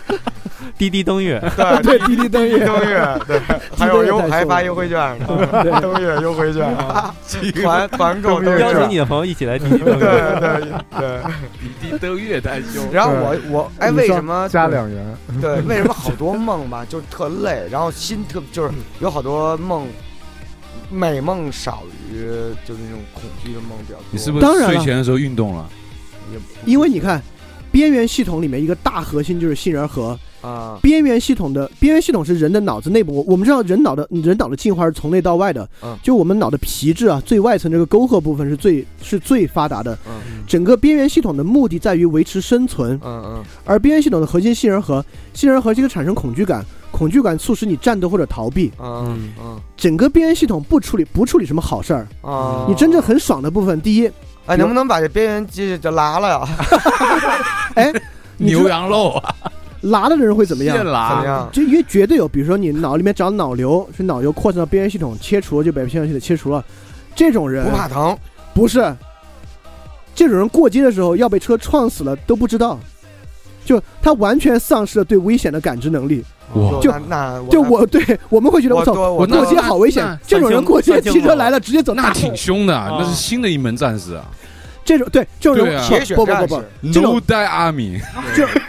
Speaker 4: 滴滴 登月，
Speaker 2: 对
Speaker 5: 对，滴滴登月，
Speaker 2: 登月，对，还有优还发优惠券呢，
Speaker 5: 对
Speaker 2: 登月优惠券，团团购
Speaker 1: 登
Speaker 2: 登
Speaker 1: 月
Speaker 4: 邀请
Speaker 2: 月
Speaker 4: 你，的朋友一起来滴滴登
Speaker 2: 对
Speaker 4: 月。
Speaker 2: 对对。
Speaker 3: 滴滴登月太凶
Speaker 2: 然后我我哎，
Speaker 1: 你
Speaker 2: 为
Speaker 1: 上
Speaker 2: 什么
Speaker 1: 加两元？
Speaker 2: 对，为什么好多梦吧，就是特累，然后心特就是有好多梦，美梦少于就是那种恐惧的梦比较多。
Speaker 3: 你是不是
Speaker 5: 当然了
Speaker 3: 睡前的时候运动了？
Speaker 2: 也
Speaker 5: 因为你看。边缘系统里面一个大核心就是杏仁核。
Speaker 2: 啊
Speaker 5: 边缘系统的边缘系统是人的脑子内部，我我们知道人脑的人脑的进化是从内到外的
Speaker 2: 嗯，
Speaker 5: 就我们脑的皮质啊，最外层这个沟壑部分是最是最发达的。
Speaker 2: 嗯
Speaker 5: 整个边缘系统的目的在于维持生存，
Speaker 2: 嗯
Speaker 5: 而边缘系统的核心杏仁核，杏仁核这个产生恐惧感，恐惧感促使你战斗或者逃避。
Speaker 2: 嗯嗯嗯
Speaker 5: 整个边缘系统不处理不处理什么好事儿，
Speaker 2: 嗯啊！
Speaker 5: 你真正很爽的部分，第一，
Speaker 2: 哎，能不能把这边缘就就拉了呀？
Speaker 5: 你知
Speaker 3: 牛羊肉啊，
Speaker 5: 拉了的人会怎么
Speaker 3: 现
Speaker 5: 样？
Speaker 2: 怎么
Speaker 3: 拉，
Speaker 2: 样？
Speaker 5: 就因为绝对有，比如说你脑里面长脑瘤，是脑瘤扩散到边缘系统，切除了就被边缘系统切除了，这种人
Speaker 2: 不怕疼
Speaker 5: 不是，这种人过街的时候要被车撞死了都不知道，就他完全丧失了对危险的感知能力。
Speaker 3: 哇，
Speaker 5: 就
Speaker 2: 那那
Speaker 5: 就我对我们会觉得
Speaker 2: 我
Speaker 5: 操，
Speaker 2: 多
Speaker 3: 我
Speaker 2: 我
Speaker 3: 那
Speaker 5: 过街好危险
Speaker 3: 那，
Speaker 5: 这种人过街
Speaker 4: 算清
Speaker 5: 骑车来了直接走
Speaker 3: 那
Speaker 5: 大
Speaker 3: 挺凶的啊，
Speaker 4: 啊
Speaker 3: 那是新的一门战士啊
Speaker 5: 这种对这种
Speaker 3: 对
Speaker 5: 人
Speaker 3: 啊
Speaker 2: 铁血
Speaker 5: 不不不
Speaker 2: 战
Speaker 5: 不
Speaker 2: 士，
Speaker 5: 这种
Speaker 3: ，No Die Army，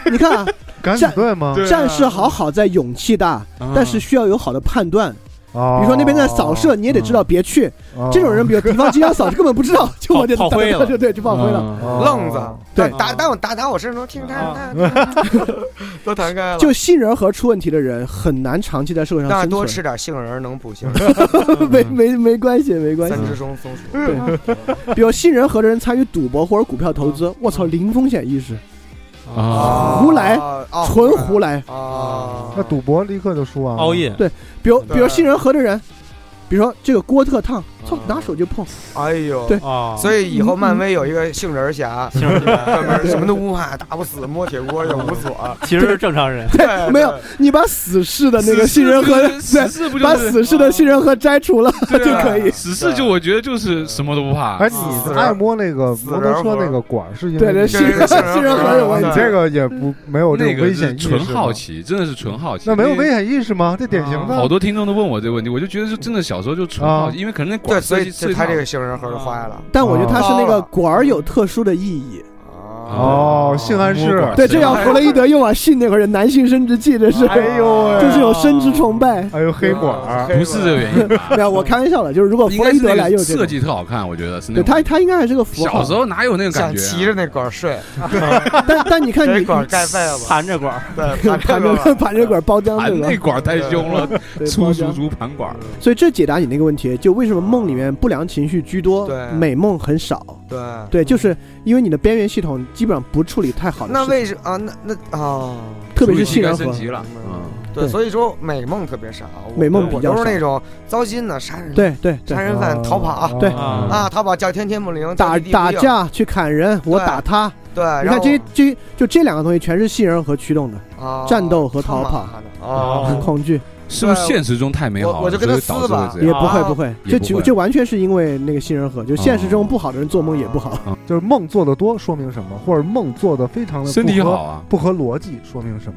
Speaker 5: 不， 你看啊，
Speaker 1: 敢死
Speaker 5: 战
Speaker 1: 队吗？
Speaker 3: 对啊
Speaker 5: 战士好好在勇气大，但是需要有好的判断。
Speaker 1: 比
Speaker 5: 比如说那边在扫射，你也得知道别去。这种人，比如敌方机枪扫射，根本不知道，就我就
Speaker 4: 炮
Speaker 5: 打
Speaker 4: 灰了
Speaker 5: 就对，就放灰了。
Speaker 3: 了，
Speaker 1: 哦
Speaker 2: 愣子
Speaker 5: 对
Speaker 2: 打
Speaker 4: 哦
Speaker 2: 打我打打我身上，听他
Speaker 4: 啊
Speaker 2: 他 都弹开了。
Speaker 5: 就杏仁核出问题的人，很难长期在社会上
Speaker 2: 那
Speaker 5: 生
Speaker 2: 多
Speaker 5: 存。
Speaker 2: 吃点杏仁儿能 补杏仁儿，
Speaker 5: 没没没关系，没关系
Speaker 2: 三。只松松鼠。
Speaker 5: 对，比如杏仁核的人参与赌博或者股票投资，我操，零风险意识，
Speaker 3: 啊
Speaker 5: 胡来
Speaker 2: 啊
Speaker 5: 纯胡来。
Speaker 2: 啊！
Speaker 1: 那赌博立刻就输啊！
Speaker 4: all in，
Speaker 5: 比如
Speaker 2: 对
Speaker 5: 比如杏仁核的人，比如说这个锅特烫，操，拿手就碰。
Speaker 2: 哎呦，
Speaker 5: 对嗯
Speaker 4: 啊，
Speaker 2: 所以以后漫威有一个杏仁侠，
Speaker 4: 其 实
Speaker 2: 专门什么都不怕，打不死，摸铁锅也无 所。
Speaker 4: 其实是正常人，
Speaker 2: 对
Speaker 5: 没有，你把死士哦的那个杏仁核，
Speaker 3: 死
Speaker 5: 对，
Speaker 3: 侍不就
Speaker 5: 把
Speaker 3: 是
Speaker 5: 死士的杏仁核摘除了就
Speaker 3: 对啊
Speaker 5: 可以。
Speaker 3: 死侍就我觉得就是什么都不怕，
Speaker 1: 哎，
Speaker 2: 死
Speaker 1: 你
Speaker 2: 人
Speaker 1: 爱摸那个
Speaker 2: 死
Speaker 1: 摩
Speaker 2: 人
Speaker 1: 托车
Speaker 2: 盒
Speaker 1: 那个管儿是因为
Speaker 5: 对，这
Speaker 1: 你
Speaker 5: 杏
Speaker 2: 这
Speaker 5: 仁
Speaker 2: 是
Speaker 5: 杏仁核有问
Speaker 1: 你
Speaker 5: 题
Speaker 2: 对。
Speaker 1: 这个也不没有这
Speaker 3: 那
Speaker 1: 种
Speaker 3: 个
Speaker 1: 危险
Speaker 3: 是
Speaker 1: 意识吗，
Speaker 3: 纯好奇，真的是纯好奇，
Speaker 1: 那没有
Speaker 3: 因为
Speaker 1: 危险意识吗？这典型
Speaker 5: 嗯
Speaker 1: 的，
Speaker 3: 啊好多听众都问我这个问题，我就觉得是真的小时候就纯
Speaker 5: 啊
Speaker 3: 好奇，因为可能那
Speaker 2: 对，
Speaker 3: 管儿
Speaker 2: 所
Speaker 3: 设
Speaker 2: 以
Speaker 3: 计设计
Speaker 2: 他
Speaker 3: 好
Speaker 2: 这个杏仁核就坏了。
Speaker 5: 但我觉得它是那
Speaker 2: 高
Speaker 5: 个
Speaker 2: 了
Speaker 5: 管儿有特殊的意义。
Speaker 2: 啊
Speaker 1: 哦，性暗
Speaker 3: 摸
Speaker 1: 示
Speaker 3: 管，儿
Speaker 5: 对，
Speaker 3: 是
Speaker 5: 这要弗洛伊德用啊，性那块儿男性生殖器，这
Speaker 3: 啊
Speaker 5: 是
Speaker 1: 哎呦喂
Speaker 5: 这是有生殖 崇拜。
Speaker 1: 哎呦黑管
Speaker 2: 啊
Speaker 1: 儿，
Speaker 3: 不是这个原因吧，
Speaker 5: 没有，我开玩笑的，就是如 果
Speaker 3: 应
Speaker 5: 弗洛
Speaker 3: 该
Speaker 5: 伊
Speaker 3: 是
Speaker 5: 德来
Speaker 3: 那
Speaker 5: 用
Speaker 3: 个
Speaker 5: 这个
Speaker 3: 设，计特好看，我觉得是那
Speaker 5: 对他
Speaker 3: 种。
Speaker 5: 他应该还是个符号。
Speaker 3: 小时候哪有那个感
Speaker 2: 想
Speaker 3: 觉啊？
Speaker 2: 骑着那管睡，
Speaker 5: 但但你看
Speaker 2: 这
Speaker 5: 你
Speaker 2: 管 盖被子，
Speaker 4: 盘着管儿，
Speaker 2: 对，
Speaker 5: 盘着盘着管儿包浆
Speaker 3: 盘
Speaker 5: 对吧
Speaker 3: 那？管儿太凶了，
Speaker 5: 对包
Speaker 3: 粗
Speaker 5: 浆
Speaker 3: 俗族盘管
Speaker 2: 嗯
Speaker 3: 儿。
Speaker 5: 所以这解答你那个问题，就为什么梦里面不良情绪居多，
Speaker 2: 对
Speaker 5: 美梦很少？
Speaker 2: 对。
Speaker 5: 对，就是因为你的边缘系统基本上不处理太好的
Speaker 2: 那
Speaker 5: 事情，
Speaker 2: 为什啊？那那啊，
Speaker 5: 特别是
Speaker 3: 注意
Speaker 5: 杏
Speaker 3: 该
Speaker 5: 仁
Speaker 3: 升
Speaker 5: 核。
Speaker 3: 级了，嗯，
Speaker 2: 对，
Speaker 5: 对
Speaker 2: 所以说美梦特别少，我
Speaker 5: 美梦
Speaker 2: 我
Speaker 5: 比较
Speaker 2: 都是
Speaker 5: 少
Speaker 2: 那种糟心的杀人，
Speaker 5: 对对对
Speaker 2: 杀，人犯逃跑
Speaker 5: 对
Speaker 4: 啊
Speaker 2: 啊，逃跑叫天天不灵，
Speaker 5: 打
Speaker 2: 叫地地不
Speaker 5: 打
Speaker 2: 应，
Speaker 5: 架去砍人，我
Speaker 2: 对
Speaker 5: 打他。
Speaker 2: 对，
Speaker 5: 你
Speaker 3: 哎
Speaker 2: 然后
Speaker 5: 看这这就这两个东西全是杏仁核驱动的，
Speaker 2: 啊
Speaker 5: 战斗和逃跑
Speaker 2: 他妈的哦，
Speaker 5: 恐惧
Speaker 3: 是不是现实中太美好了，
Speaker 2: 我我就跟他
Speaker 3: 所以导致
Speaker 2: 撕吧
Speaker 3: 会这
Speaker 5: 也
Speaker 3: 样？
Speaker 5: 不会
Speaker 2: 啊
Speaker 5: 不会，
Speaker 3: 也
Speaker 5: 这
Speaker 3: 不
Speaker 5: 就
Speaker 3: 会
Speaker 5: 这完全是因为那个杏仁核，就现实中不好的人做梦也不好。
Speaker 1: 就是梦做的多说明什么，或者梦做的非常的
Speaker 3: 身体好啊，
Speaker 1: 不合逻辑说明什么，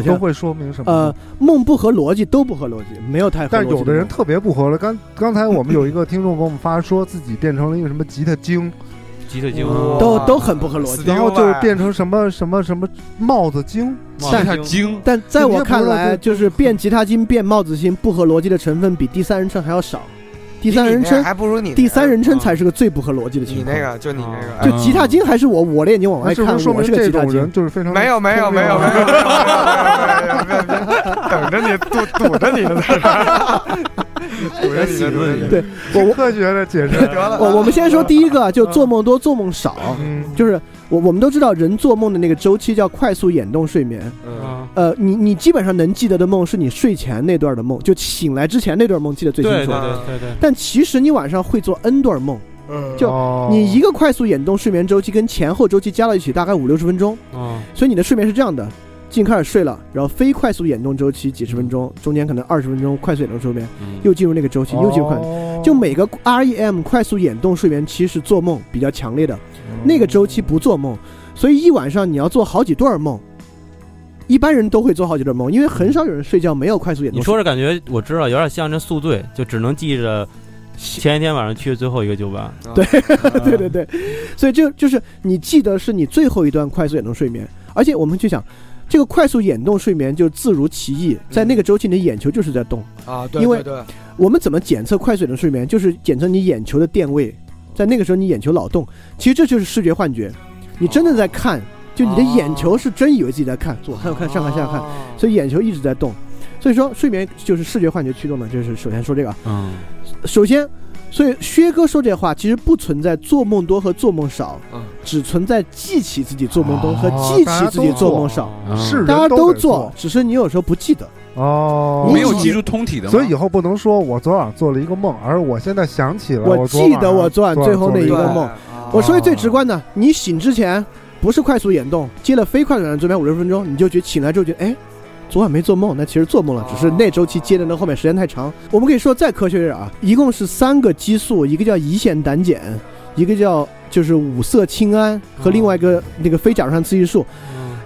Speaker 1: 都
Speaker 5: 像
Speaker 1: 会说明什么。
Speaker 5: 呃，梦不合逻辑都不合逻辑，没有太
Speaker 1: 嗯
Speaker 5: 合逻
Speaker 1: 但
Speaker 5: 辑。
Speaker 1: 是有的人特别不合了，刚刚才我们有一个听众给我们发说自己变成了一个什么吉他精，
Speaker 4: 吉特精，
Speaker 2: 哦
Speaker 5: 嗯都都很不合逻辑
Speaker 2: 死定
Speaker 1: 然后就是
Speaker 2: 了
Speaker 1: 变成什么什么什么帽子精，
Speaker 3: 一下精，
Speaker 5: 但在我看
Speaker 1: 你也不知道
Speaker 5: 来，
Speaker 1: 这
Speaker 5: 就是变吉他精、变帽子精不合逻辑的成分比第三人称还要少。第
Speaker 2: 比
Speaker 5: 三
Speaker 2: 你
Speaker 5: 人
Speaker 2: 那
Speaker 5: 称，
Speaker 2: 还不如你
Speaker 5: 第三人称
Speaker 2: 啊
Speaker 5: 才是个最不合逻辑的
Speaker 2: 你
Speaker 5: 情
Speaker 2: 那
Speaker 5: 况。
Speaker 2: 个就你那个
Speaker 3: 啊
Speaker 5: 就吉他精还是我，我的眼睛往
Speaker 1: 那
Speaker 5: 外
Speaker 1: 是不
Speaker 5: 看，
Speaker 1: 是说
Speaker 5: 我
Speaker 1: 明
Speaker 5: 是个
Speaker 1: 这
Speaker 5: 吉他
Speaker 1: 种
Speaker 5: 精
Speaker 1: 人。就是非常啊
Speaker 2: 没有没有没有没有没有没有没有没有没有，等着你堵堵着你 呢，在这儿堵着 你呢，堵着你呢。
Speaker 5: 哎对
Speaker 1: 我科学的解释，
Speaker 2: 得了，
Speaker 5: 我我们先说第一个啊，就做梦多，做梦少。
Speaker 1: 嗯，
Speaker 5: 就是我我们都知道，人做梦的那个周期叫快速眼动睡眠。
Speaker 2: 嗯
Speaker 4: 啊
Speaker 5: 呃，你你基本上能记得的梦是你睡前那段的梦，就醒来之前那段梦记得最
Speaker 4: 对对
Speaker 5: 清楚。
Speaker 4: 对对对，
Speaker 5: 但其实你晚上会做 n 段梦，
Speaker 2: 嗯
Speaker 5: 就
Speaker 1: 哦
Speaker 5: 你一个快速眼动睡眠周期跟前后周期加到一起大概五六十分钟，
Speaker 4: 嗯，
Speaker 5: 所以你的睡眠是这样的：进开始睡了，然后非快速眼动周期几十分钟，中间可能二十分钟快速眼动睡眠，又进入那个周期，又进入快。
Speaker 1: 哦
Speaker 5: 就每个 REM 快速眼动睡眠期是做梦比较强烈
Speaker 4: 哦
Speaker 5: 的，那个周期不做梦，所以一晚上你要做好几段梦。一般人都会做好几段梦，因为很少有人睡觉没有快速眼动。
Speaker 4: 你说这感觉我知道，有点像这宿醉，就只能记着前一天晚上去的最后一个酒吧，啊
Speaker 5: 对对对，所以就就是你记得是你最后一段快速眼动睡眠，而且我们去想，这个快速眼动睡眠就自如其意，在那个周期你的眼球就是在动。
Speaker 2: 啊，对
Speaker 5: 因为
Speaker 2: 对对，
Speaker 5: 我们怎么检测快速眼动睡眠？就是检测你眼球的电位，在那个时候你眼球老动，其实这就是视觉幻觉，你真的在看，就你的眼球是真以为自己在看，左看看上看下看，
Speaker 2: 看
Speaker 5: 所以眼球一直在动。所以说睡眠就是视觉幻觉驱动的，就是首先说这个啊。
Speaker 4: 嗯，
Speaker 5: 首先，所以薛哥说这话其实不存在做梦多和做梦少，
Speaker 2: 嗯
Speaker 5: 只存在记起自己做梦多和
Speaker 1: 哦
Speaker 5: 记起自己做梦啊少。
Speaker 4: 嗯
Speaker 1: 是人
Speaker 5: 大家
Speaker 1: 都
Speaker 5: 都
Speaker 1: 得
Speaker 5: 做，只是你有时候不记得。
Speaker 1: 哦，
Speaker 5: 你
Speaker 3: 没有记住通体的吗，
Speaker 1: 所以以 后不能说我昨晚做了一个梦，而我现在想起了
Speaker 5: 我
Speaker 1: 昨
Speaker 5: 记得我昨晚
Speaker 1: 晚
Speaker 5: 最后那一
Speaker 1: 做
Speaker 5: 个
Speaker 1: 了
Speaker 5: 梦。我说一最直观的，你醒之前不是快速眼动，接了非快速眼动，这边五十分钟，你就觉得醒来之后觉得哎。昨晚没做梦，那其实做梦了，只是那周期接的那后面时间太长。我们可以说再科学一点啊，一共是三个激素，一个叫乙酰胆碱，一个叫就是五色氰胺和另外一个那个非甲状腺刺激素。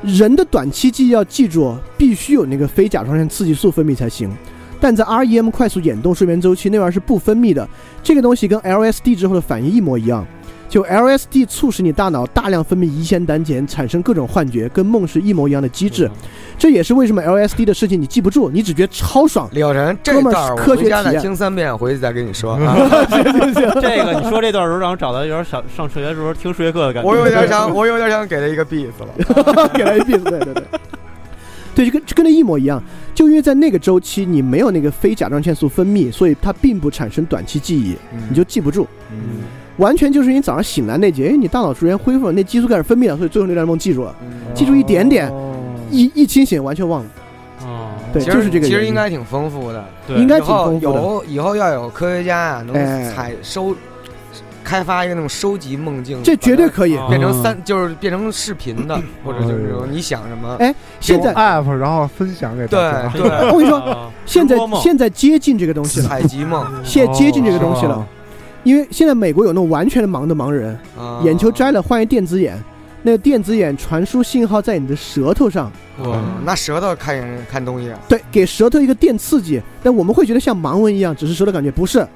Speaker 5: 人的短期记忆要记住，必须有那个非甲状腺刺激素分泌才行。但在 REM 快速眼动睡眠周期那玩意儿是不分泌的，这个东西跟 LSD 之后的反应一模一样。就 LSD 促使你大脑大量分泌乙酰胆碱，产生各种幻觉，跟梦是一模一样的机
Speaker 4: 嗯
Speaker 5: 制。这也是为什么 LSD 的事情你记不住，你只觉得 超爽。
Speaker 2: 李小哦晨，这
Speaker 5: 哥们儿
Speaker 2: 段儿我
Speaker 5: 科学
Speaker 2: 回家
Speaker 5: 体
Speaker 2: 再
Speaker 5: 验
Speaker 2: 听三遍，回去再跟你 说。啊
Speaker 4: 这个你说这段时候让我找到有点上上数学的时候听数学课的感觉，
Speaker 2: 我有点想，我有点想给他一个 beef 了。
Speaker 5: 给他一闭嘴，对对对，对，就跟就跟那一模一样。就因为在那个周期你没有那个非甲状腺素分泌，所以它并不产生短期记忆，你就记不住。
Speaker 1: 嗯
Speaker 5: 完全就是你早上醒来那节，哎，你大脑逐渐恢复了，那激素开始分
Speaker 1: 哦
Speaker 5: 泌了，所以最后那段梦记住了，记住一点点，一一清醒完全忘了。
Speaker 4: 哦，
Speaker 5: 对，
Speaker 2: 其
Speaker 5: 就
Speaker 2: 实
Speaker 5: 是这个
Speaker 2: 其
Speaker 5: 原
Speaker 2: 实
Speaker 5: 因，
Speaker 2: 应该挺丰富的。
Speaker 4: 对
Speaker 5: 应该
Speaker 2: 以
Speaker 5: 挺丰
Speaker 2: 后
Speaker 5: 富的。
Speaker 2: 有以后要有科学家啊，能
Speaker 5: 哎
Speaker 2: 采收、开发一个那种收集梦境，
Speaker 5: 这绝对
Speaker 2: 把它
Speaker 5: 可以。
Speaker 4: 啊
Speaker 2: 变成三，就是变成视频的，或者就是说你想什么
Speaker 5: 哎，现在
Speaker 1: 有 app，然后分享给大
Speaker 2: 对
Speaker 1: 家。
Speaker 2: 对，
Speaker 5: 我跟你说，
Speaker 4: 说，
Speaker 5: 现在
Speaker 4: 直播啊梦
Speaker 5: 现在接近这个东西了，
Speaker 2: 采集 梦，
Speaker 5: 现在接近这个东西
Speaker 1: 哦
Speaker 5: 了，因为现在美国有那种完全的盲的盲人，
Speaker 2: 啊
Speaker 5: 眼球摘了换一电子眼，那个电子眼传输信号在你的舌头上，
Speaker 4: 哇，
Speaker 2: 拿舌头看人看东西，啊
Speaker 5: 对，给舌头一个电刺激，但我们会觉得像盲文一样，只是舌头感觉不是，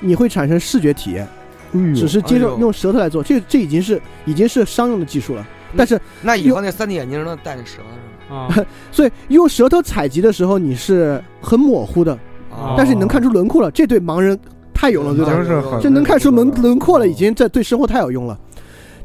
Speaker 5: 你会产生视觉体验，
Speaker 1: 哎呦
Speaker 5: 只是接
Speaker 2: 哎
Speaker 5: 受
Speaker 2: 呦
Speaker 5: 用舌头来做，这这已经是已经是商用的技术了。
Speaker 2: 嗯
Speaker 5: 但是，
Speaker 2: 那以后那三 D 眼镜能戴在舌头上
Speaker 4: 啊
Speaker 5: 所以用舌头采集的时候，你是很模糊的，
Speaker 2: 啊，
Speaker 5: 但是你能看出轮廓了，这对盲人太有了，对
Speaker 1: 已
Speaker 5: 吧？
Speaker 1: 经是很
Speaker 5: 就能看出轮轮廓了，已经在对生活太有用了。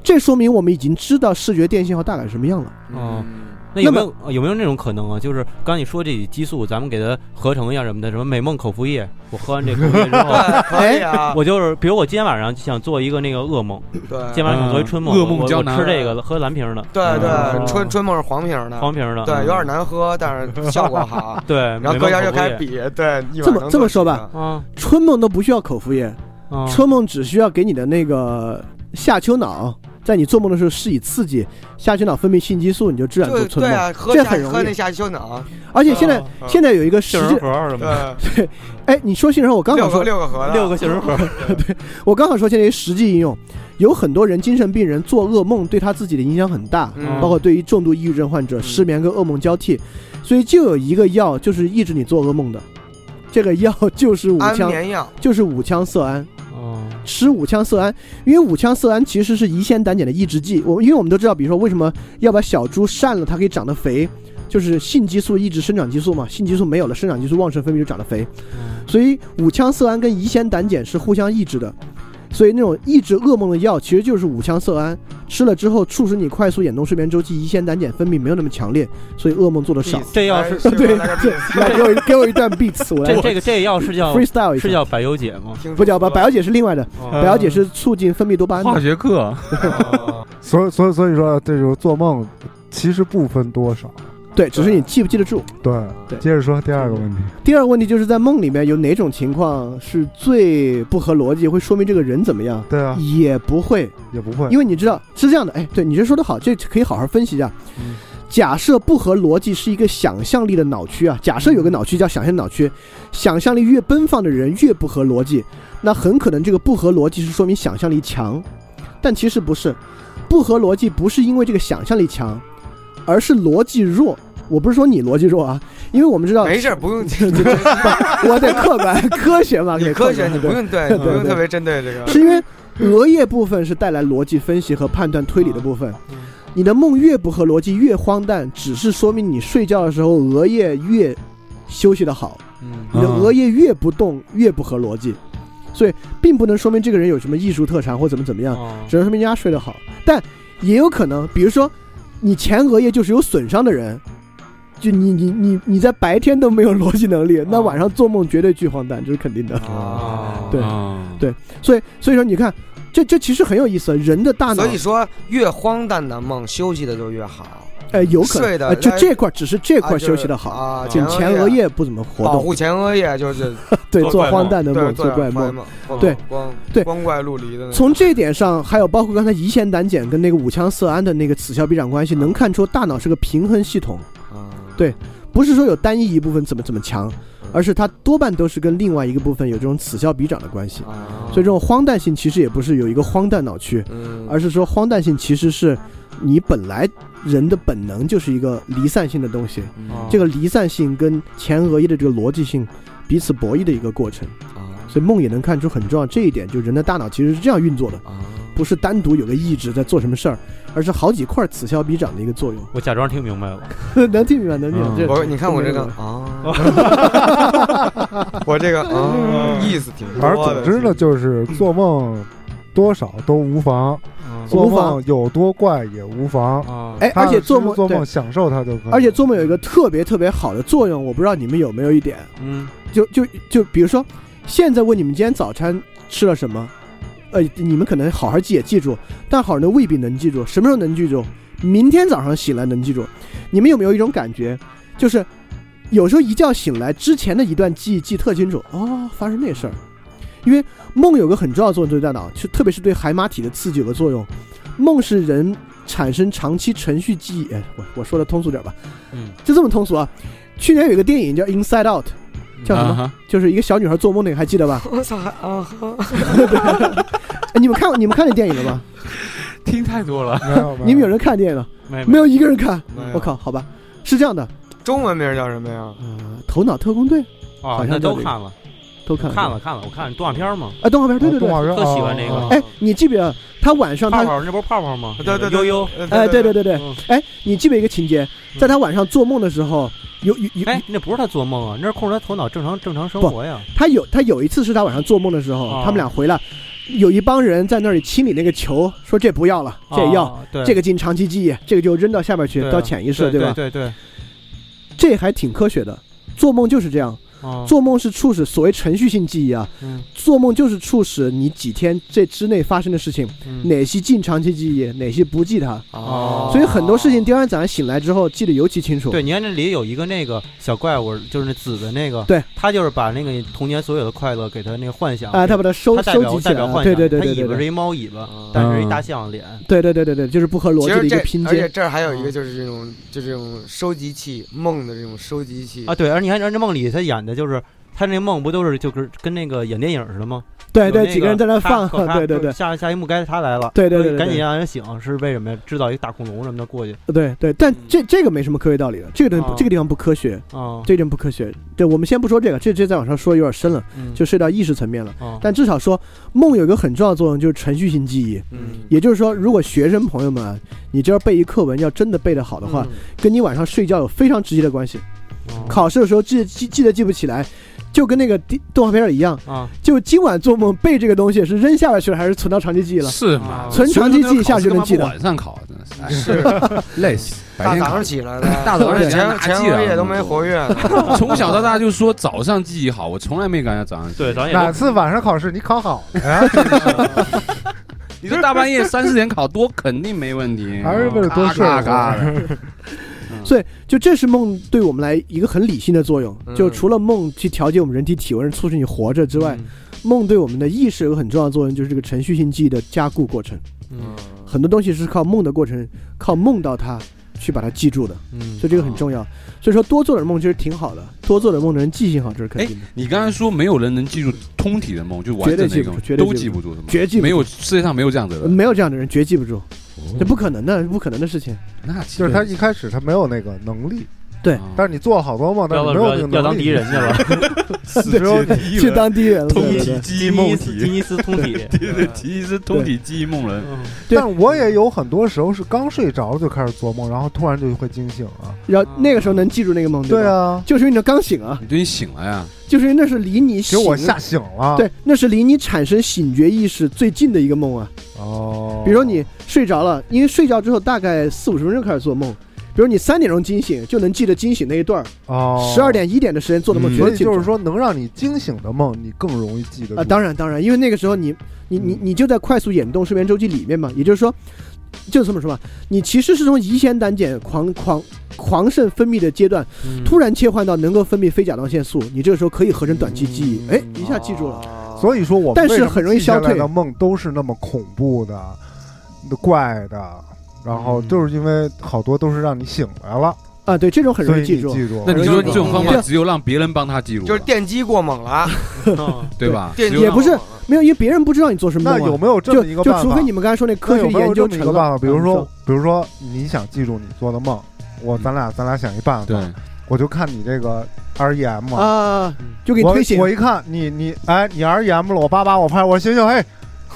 Speaker 5: 这说明我们已经知道视觉电信号大概什么样了。
Speaker 4: 哦
Speaker 2: 嗯
Speaker 4: 那有没有有没有那种可能啊？就是刚你说这几激素，咱们给它合成一下什么的，什么美梦口服液，我喝完这口服液之 后，
Speaker 2: 对，可以啊，
Speaker 4: 哎我就是比如我今天晚上想做一个那个噩梦，今
Speaker 2: 对
Speaker 4: 天晚上想做一春梦，
Speaker 6: 嗯
Speaker 4: 我
Speaker 6: 噩梦
Speaker 4: 我
Speaker 6: 胶
Speaker 4: 我
Speaker 6: 囊
Speaker 4: 吃这个喝蓝瓶的，
Speaker 2: 对
Speaker 4: 嗯
Speaker 2: 对，春春梦是黄瓶的，
Speaker 4: 黄瓶的，
Speaker 2: 啊对，
Speaker 4: 嗯
Speaker 2: 有点难喝，但是效果好。
Speaker 4: 对，
Speaker 2: 然后
Speaker 4: 美
Speaker 2: 各
Speaker 4: 梦
Speaker 2: 家就
Speaker 4: 口服
Speaker 2: 开始
Speaker 4: 液
Speaker 2: 比，对，一
Speaker 5: 这么
Speaker 2: 晚上
Speaker 5: 这么
Speaker 2: 做
Speaker 5: 说
Speaker 2: 几
Speaker 5: 吧
Speaker 2: 个，
Speaker 4: 啊
Speaker 5: 春梦都不需要口服液，
Speaker 4: 啊，
Speaker 5: 春梦只需要给你的那个下丘脑，在你做梦的时候施以刺激，下丘脑分泌性激素，你就自然做
Speaker 2: 就
Speaker 5: 春
Speaker 2: 对
Speaker 5: 梦。
Speaker 2: 啊，喝
Speaker 5: 这
Speaker 2: 下
Speaker 5: 很容易
Speaker 2: 喝那下丘脑，
Speaker 5: 而且现在
Speaker 4: 啊
Speaker 5: 现在有一个实
Speaker 6: 杏仁
Speaker 5: 际，
Speaker 6: 核什么的，
Speaker 2: 嗯对，
Speaker 5: 哎，你说杏仁核，我刚
Speaker 2: 六
Speaker 5: 想
Speaker 2: 个
Speaker 5: 说，
Speaker 2: 六个盒的，
Speaker 4: 六个杏仁核，
Speaker 5: 我刚想说现在有实际应用，有很多人精神病人做噩梦对他自己的影响很大，
Speaker 2: 嗯
Speaker 5: 包括对于重度抑郁症患者，失眠跟噩梦交替，所以就有一个药就是抑制你做噩梦的，这个药就是五
Speaker 2: 安
Speaker 5: 羟，
Speaker 2: 眠药，
Speaker 5: 就是五羟色胺。
Speaker 4: 嗯
Speaker 5: 吃五羟色胺，因为五羟色胺其实是胰腺胆碱的抑制剂。我因为我们都知道，比如说为什么要把小猪扇了，它可以长得肥，就是性激素抑制生长激素嘛，性激素没有了，生长激素旺盛分泌就长得肥。所以五羟色胺跟胰腺胆碱是互相抑制的。所以那种抑制噩梦的药其实就是五羟色胺，吃了之后促使你快速眼动睡眠周期，胰腺胆碱分泌没有那么强烈，所以噩梦做的少。
Speaker 4: 这要
Speaker 2: 来
Speaker 4: 是
Speaker 2: 是不是
Speaker 5: 对
Speaker 2: 来个
Speaker 5: 来给我一给我一段 beats，我来
Speaker 4: 这这个这药是叫
Speaker 5: freestyle 一
Speaker 4: 是
Speaker 5: 下。
Speaker 4: 叫百忧解吗？
Speaker 2: 听
Speaker 5: 不叫吧，百小姐是另外的，
Speaker 4: 哦
Speaker 5: 百小姐是促进分泌多巴胺的
Speaker 6: 化。学课，
Speaker 2: 哦
Speaker 1: 所以所以所以说，这就是做梦，其实不分多少。
Speaker 5: 对，只是
Speaker 4: 嗯
Speaker 5: 你记不记得住。
Speaker 1: 对，
Speaker 5: 对
Speaker 1: 接着说第二个问题。
Speaker 5: 第二个问题就是在梦里面有哪种情况是最不合逻辑，会说明这个人怎么样？
Speaker 1: 对啊，
Speaker 5: 也不会，
Speaker 1: 也不会，
Speaker 5: 因为你知道是这样的。哎，对你这说的好，这可以好好分析一下。
Speaker 2: 嗯
Speaker 5: 假设不合逻辑是一个想象力的脑区啊，假设有个脑区叫想象脑区，想象力越奔放的人越不合逻辑，那很可能这个不合逻辑是说明想象力强，但其实不是，不合逻辑不是因为这个想象力强，而是逻辑弱。我不是说你逻辑弱啊，因为我们知道
Speaker 2: 没事，不 用
Speaker 5: 我得 客观科学嘛，
Speaker 2: 你
Speaker 5: 得
Speaker 2: 科学，
Speaker 5: 观
Speaker 2: 你不，用对，
Speaker 5: 对
Speaker 2: 你不用
Speaker 5: 对
Speaker 2: 特别针对这个
Speaker 5: 对。是因为额叶部分是带来逻辑分析和判断推理的部分
Speaker 4: 嗯。
Speaker 5: 你的梦越不合逻辑越荒诞，只是说明你睡觉的时候额叶越休息的好，
Speaker 4: 嗯
Speaker 5: 你的
Speaker 6: 嗯
Speaker 5: 额叶越不动越不合逻辑，所以并不能说明这个人有什么艺术特长或怎么怎么样，
Speaker 2: 啊
Speaker 4: 哦
Speaker 5: 只能说明人家睡得好。但也有可能，比如说你前额叶就是有损伤的人，就你你你你在白天都没有逻辑能力，那晚上做梦绝对巨荒诞，这是肯定的。
Speaker 2: 啊
Speaker 5: 对
Speaker 6: 嗯
Speaker 5: 对所以所以说你看，这这其实很有意思，啊人的大脑
Speaker 2: 所以说，越荒诞的梦，休息的就越好。
Speaker 5: 呃有可
Speaker 2: 睡
Speaker 5: 能
Speaker 2: 的
Speaker 5: 呃就
Speaker 2: 哎
Speaker 5: 这块儿只是这
Speaker 2: 这
Speaker 5: 块儿休息的好。
Speaker 2: 啊，
Speaker 5: 仅前额
Speaker 2: 叶
Speaker 5: 叶不怎么活
Speaker 2: 保
Speaker 5: 动，
Speaker 2: 护前额叶，就是
Speaker 5: 对
Speaker 6: 做
Speaker 5: 做
Speaker 6: 怪
Speaker 5: 荒
Speaker 6: 梦
Speaker 5: 诞的
Speaker 2: 对
Speaker 5: 梦，
Speaker 2: 做
Speaker 5: 做怪梦。
Speaker 2: 梦，
Speaker 5: 对
Speaker 2: 光
Speaker 5: 对
Speaker 2: 光怪陆离的那种。
Speaker 5: 从这点上，还有包括刚才胰腺胆碱跟那个五羟色胺的那个此消彼长关系，能看出大脑是个平衡系统，
Speaker 2: 啊
Speaker 5: 对不是说有单一一部分怎么怎么强，而是它多半都是跟另外一个部分有这种此消彼长的关系。
Speaker 2: 啊
Speaker 5: 所以这种荒诞性其实也不是有一个荒诞脑区，
Speaker 2: 嗯
Speaker 5: 而是说荒诞性其实是你本来人的本能就是一个离散性的东西，
Speaker 2: 嗯
Speaker 5: 这个离散性跟前额叶的这个逻辑性彼此博弈的一个过程。
Speaker 2: 啊
Speaker 5: 所以梦也能看出很重要这一点，就人的大脑其实是这样运作的，
Speaker 2: 啊
Speaker 5: 不是单独有个意志在做什么事儿，而是好几块此消彼长的一个作
Speaker 4: 我假装听明白了，
Speaker 5: 用。 能听明白，能听明白。
Speaker 2: 我你看我这
Speaker 5: 嗯
Speaker 2: 个啊， 我这个啊意思挺
Speaker 1: 而
Speaker 2: 多
Speaker 1: 总
Speaker 2: 的。
Speaker 1: 之呢，就是做梦多少都无妨，
Speaker 2: 嗯
Speaker 1: 做梦有多怪也无妨。
Speaker 4: 啊
Speaker 5: 哎，而且做梦
Speaker 1: 做
Speaker 5: 对
Speaker 1: 梦享受它就可以。
Speaker 5: 而且做梦有一个特别特别好的作用，我不知道你们有没有一点，
Speaker 4: 嗯
Speaker 5: 就就就比如说，现在问你们今天早餐吃了什么，呃，你们可能好好记也记住，但好人未必能记住，什么时候能记住？明天早上醒来能记住。你们有没有一种感觉，就是有时候一觉醒来之前的一段记忆记特清楚，哦，发生那事儿。因为梦有个很重要的作用对大脑，就特别是对海马体的刺激有个作用。梦是人产生长期程序记忆，哎，我我说的通俗点吧，
Speaker 4: 嗯，
Speaker 5: 就这么通俗啊。去年有一个电影叫《Inside Out》，叫什么？
Speaker 4: 啊哈
Speaker 5: 就是一个小女孩做梦那个，还记得吧？
Speaker 6: 我操啊！
Speaker 5: 哎你们看你们看那电影 了吗？
Speaker 4: 听太多了，
Speaker 1: 没有，
Speaker 5: 你们有人看电影了？
Speaker 4: 没
Speaker 5: 没有一个人看。
Speaker 2: 没有
Speaker 5: 我靠，好吧，是这样的，
Speaker 2: 中文名叫什么呀？
Speaker 5: 呃，头脑特工队
Speaker 4: 啊
Speaker 5: 好，
Speaker 4: 那
Speaker 5: 像
Speaker 4: 都
Speaker 5: 就
Speaker 4: 看了，
Speaker 5: 都看
Speaker 4: 看了，看了，我看动画片嘛，
Speaker 5: 啊，动画片，对对
Speaker 1: 动
Speaker 5: 对。
Speaker 1: 画片
Speaker 4: 特喜欢这个
Speaker 1: 哦哦哦哦
Speaker 5: 哎，你记不记得他晚上
Speaker 4: 泡
Speaker 5: 他
Speaker 4: 泡那不是泡泡吗？
Speaker 2: 对对对
Speaker 4: 悠悠，
Speaker 2: 呃
Speaker 5: 哎，对对，对对
Speaker 4: 嗯，
Speaker 5: 哎，你记不记得一个情节，在他晚上做梦的时候，有有有，
Speaker 4: 哎，那不是他做梦啊，那是控制他头脑正常正常生活呀。
Speaker 5: 他有他有一次是他晚上做梦的时候，
Speaker 4: 哦
Speaker 5: 他们俩回来，有一帮人在那里清理那个球，说这不要了，这要。
Speaker 4: 啊对
Speaker 5: 这个进长期记忆，这个就扔到下面去，
Speaker 4: 对啊
Speaker 5: 到潜意识，
Speaker 4: 对
Speaker 5: 吧？
Speaker 4: 对对，
Speaker 5: 这还挺科学的。做梦就是这样，
Speaker 4: 啊
Speaker 5: 做梦是促使所谓程序性记忆啊，
Speaker 4: 嗯
Speaker 5: 做梦就是促使你几天这之内发生的事情，
Speaker 4: 嗯
Speaker 5: 哪些进长期记忆，哪些不记它。
Speaker 4: 哦
Speaker 5: 所以很多事情第二天早上醒来之后记得尤其清楚。
Speaker 4: 对，你看这里有一个那个小怪物，就是那紫的那个，
Speaker 5: 对，
Speaker 4: 他就是把那个童年所有的快乐给他那个幻想
Speaker 5: 啊，他把它收
Speaker 4: 他代
Speaker 5: 收
Speaker 4: 表
Speaker 5: 集起
Speaker 4: 代
Speaker 5: 来
Speaker 4: 表
Speaker 5: 了，
Speaker 4: 幻
Speaker 5: 对
Speaker 4: 想，
Speaker 5: 对对对
Speaker 4: 他
Speaker 5: 对
Speaker 4: 尾巴是
Speaker 5: 对，
Speaker 4: 一猫尾巴，
Speaker 2: 哦
Speaker 4: 但是一大象脸，
Speaker 5: 对对对对对，就是不合逻
Speaker 2: 其
Speaker 5: 辑的
Speaker 2: 实
Speaker 5: 一
Speaker 2: 这
Speaker 5: 个拼
Speaker 2: 而且
Speaker 5: 接。
Speaker 2: 这儿还有一
Speaker 4: 嗯
Speaker 2: 个就是这种，就这种收集器梦的这种收集器
Speaker 4: 啊，对，而你看，而这梦里他演的就是他那梦不都是就是跟那个演电影似的吗？
Speaker 5: 对
Speaker 4: 有
Speaker 5: 对，
Speaker 4: 那
Speaker 5: 几个人在那放，
Speaker 4: 咔咔咔
Speaker 5: 对对对
Speaker 4: 下下一幕该他来了，
Speaker 5: 对对对对
Speaker 4: 赶紧
Speaker 5: 对
Speaker 4: 让人醒，是为什么呀？制造一个大恐龙什么的嗯过去
Speaker 5: 对对，但这这个没什么科学道理的，这个东西
Speaker 4: 啊
Speaker 5: 不这个地方不科学，
Speaker 4: 啊，
Speaker 5: 这点不科学。对，我们先不说这个，这这再往上说有点深了，
Speaker 4: 嗯
Speaker 5: 就涉及到意识层面了。
Speaker 4: 啊
Speaker 5: 但至少说梦有一个很重要的作用，就是程序性记忆。
Speaker 2: 嗯，
Speaker 5: 也就是说，如果学生朋友们啊，你这要背一课文，要真的背得好的话，跟你晚上睡觉有非常直接的关系。
Speaker 4: 啊
Speaker 5: 考试的时候记记记得记不起来，就跟那个地动画片儿一样，
Speaker 4: 啊，
Speaker 5: 就今晚做梦背这个东西是扔下边去了，还是存到长期记忆
Speaker 3: 嗯
Speaker 5: 了？
Speaker 7: 是
Speaker 1: 哦
Speaker 4: 啊
Speaker 7: 吗？
Speaker 5: 存长期记一下就能记得
Speaker 7: 所以说那考试干嘛不晚上考真是，哎累死，白
Speaker 2: 大
Speaker 7: 天
Speaker 2: 早
Speaker 7: 考
Speaker 2: 上。起来的，
Speaker 7: 大早上
Speaker 2: 前
Speaker 7: 起来
Speaker 2: 前
Speaker 7: 拿
Speaker 2: 后
Speaker 7: 记啊
Speaker 2: 夜都没活跃呢，
Speaker 7: 从小到 大就说早上记忆好，我从来没感觉早上记忆
Speaker 4: 对，咱也
Speaker 1: 哪次晚上考试你考好了呀？
Speaker 7: 你说大半夜三四点考多肯定没问 题，啊
Speaker 1: 还是为了多睡
Speaker 7: 嘎嘎嘎的。
Speaker 5: 所以，就这是梦对我们来一个很理性的作用。
Speaker 2: 嗯
Speaker 5: 就除了梦去调节我们人体体温、促使你活着之
Speaker 4: 嗯
Speaker 5: 外，梦对我们的意识有个很重要的作用，就是这个程序性记忆的加固过程。
Speaker 4: 嗯
Speaker 5: 很多东西是靠梦的过程，靠梦到它去把它记住的，
Speaker 4: 嗯
Speaker 5: 所以这个很重要。所以说，多做点梦其实挺好的，多做点梦的人记性好，这是肯定
Speaker 1: 嗯
Speaker 5: 的。
Speaker 7: 你刚才说没有人能记住通体的梦，就完整的一个梦，
Speaker 5: 绝对
Speaker 7: 都
Speaker 5: 记
Speaker 7: 记
Speaker 5: 不
Speaker 7: 不住，是吗？
Speaker 5: 绝记不住嗯
Speaker 7: 没有世界上没有这样子的人，
Speaker 5: 没有这样的人，绝记不住，这不可能的，不可能的事情。
Speaker 7: 那其
Speaker 1: 就是
Speaker 7: 实
Speaker 1: 他一开始他没有那个能力，
Speaker 5: 对
Speaker 7: 啊
Speaker 1: 但是你做了好多梦，
Speaker 4: 不
Speaker 1: 但是
Speaker 4: 要
Speaker 1: 你
Speaker 4: 不
Speaker 1: 没有那个能力。
Speaker 4: 要要当敌人去了，
Speaker 1: 只有你
Speaker 5: 去当敌人了，对对对
Speaker 7: 记
Speaker 4: 吉尼斯吉尼斯通体，
Speaker 7: 对对，其实是通体记忆梦人。
Speaker 4: 嗯
Speaker 5: 对
Speaker 1: 但我也有很多时候是刚睡着了就开始做梦，然后突然就会惊醒啊。
Speaker 5: 然后那个时候能记住那个梦，
Speaker 1: 对
Speaker 5: 吧，
Speaker 1: 啊，
Speaker 5: 就是因为你刚醒啊，
Speaker 7: 你最近醒了呀？
Speaker 5: 就是因为那是离你
Speaker 1: 给
Speaker 5: 醒
Speaker 1: 我吓醒了。，
Speaker 5: 对，那是离你产生醒觉意识最近的一个梦啊。
Speaker 1: 哦，
Speaker 5: 比如说你睡着了，因为睡觉之后大概四五十分钟开始做梦。比如你三点钟惊醒，就能记得惊醒那一段儿，
Speaker 1: 哦，
Speaker 5: 十二，点一点的时间做的梦
Speaker 7: 嗯
Speaker 5: 绝
Speaker 1: 所
Speaker 5: 对
Speaker 1: 以
Speaker 5: 记不
Speaker 1: 就是
Speaker 5: 住
Speaker 1: 说能让你惊醒的梦，你更容易记得住
Speaker 5: 啊，当然当然，因为那个时候你你你
Speaker 1: 嗯
Speaker 5: 你就在快速眼动睡眠周期里面嘛，也就是说，就这么说吧，你其实是从乙酰胆碱狂狂狂肾分泌的阶段，
Speaker 1: 嗯
Speaker 5: 突然切换到能够分泌非甲状腺素，你这个时候可以合成短期记忆，
Speaker 1: 嗯
Speaker 5: 哎，一下记住了。
Speaker 2: 了
Speaker 1: 所以说我们
Speaker 5: 但是
Speaker 1: 为什么
Speaker 5: 很容易
Speaker 1: 记下
Speaker 5: 消退
Speaker 1: 来的梦都是那么恐怖的、那怪的，然后
Speaker 4: 嗯
Speaker 1: 就是因为好多都是让你醒来了，
Speaker 5: 啊，对，这种很
Speaker 1: 所
Speaker 5: 容
Speaker 1: 以
Speaker 5: 易
Speaker 1: 你
Speaker 5: 记住。
Speaker 1: 记住。
Speaker 7: 那你说这种方
Speaker 5: 这
Speaker 7: 法
Speaker 5: 样
Speaker 7: 只有让别人帮他记录
Speaker 2: 就
Speaker 7: 了，
Speaker 2: 是电击过猛了，
Speaker 4: 啊
Speaker 7: 对吧？
Speaker 2: 电
Speaker 7: 只
Speaker 2: 击
Speaker 7: 有
Speaker 5: 也
Speaker 2: 过
Speaker 5: 不是
Speaker 2: 猛了
Speaker 5: 没有，因为别人不知道你做什么
Speaker 1: 那
Speaker 5: 梦、啊。
Speaker 1: 有没有这么一个
Speaker 5: 就
Speaker 1: 办
Speaker 5: 就
Speaker 1: 法？
Speaker 5: 除非你们刚才说那科
Speaker 1: 那
Speaker 5: 学
Speaker 1: 有没有
Speaker 5: 研究
Speaker 1: 这
Speaker 5: 成
Speaker 1: 么一
Speaker 5: 了
Speaker 1: 个办法？比如说
Speaker 5: 嗯，
Speaker 1: 比如说你想记住你做的梦，我咱俩咱俩想一办法。
Speaker 7: 对，
Speaker 1: 我就看你这个 R E M
Speaker 5: 说啊
Speaker 4: 嗯，
Speaker 5: 就给你
Speaker 1: 我
Speaker 5: 推醒
Speaker 1: 我一看你你哎，你 R E M 了，我叭叭我拍，我醒醒 嘿，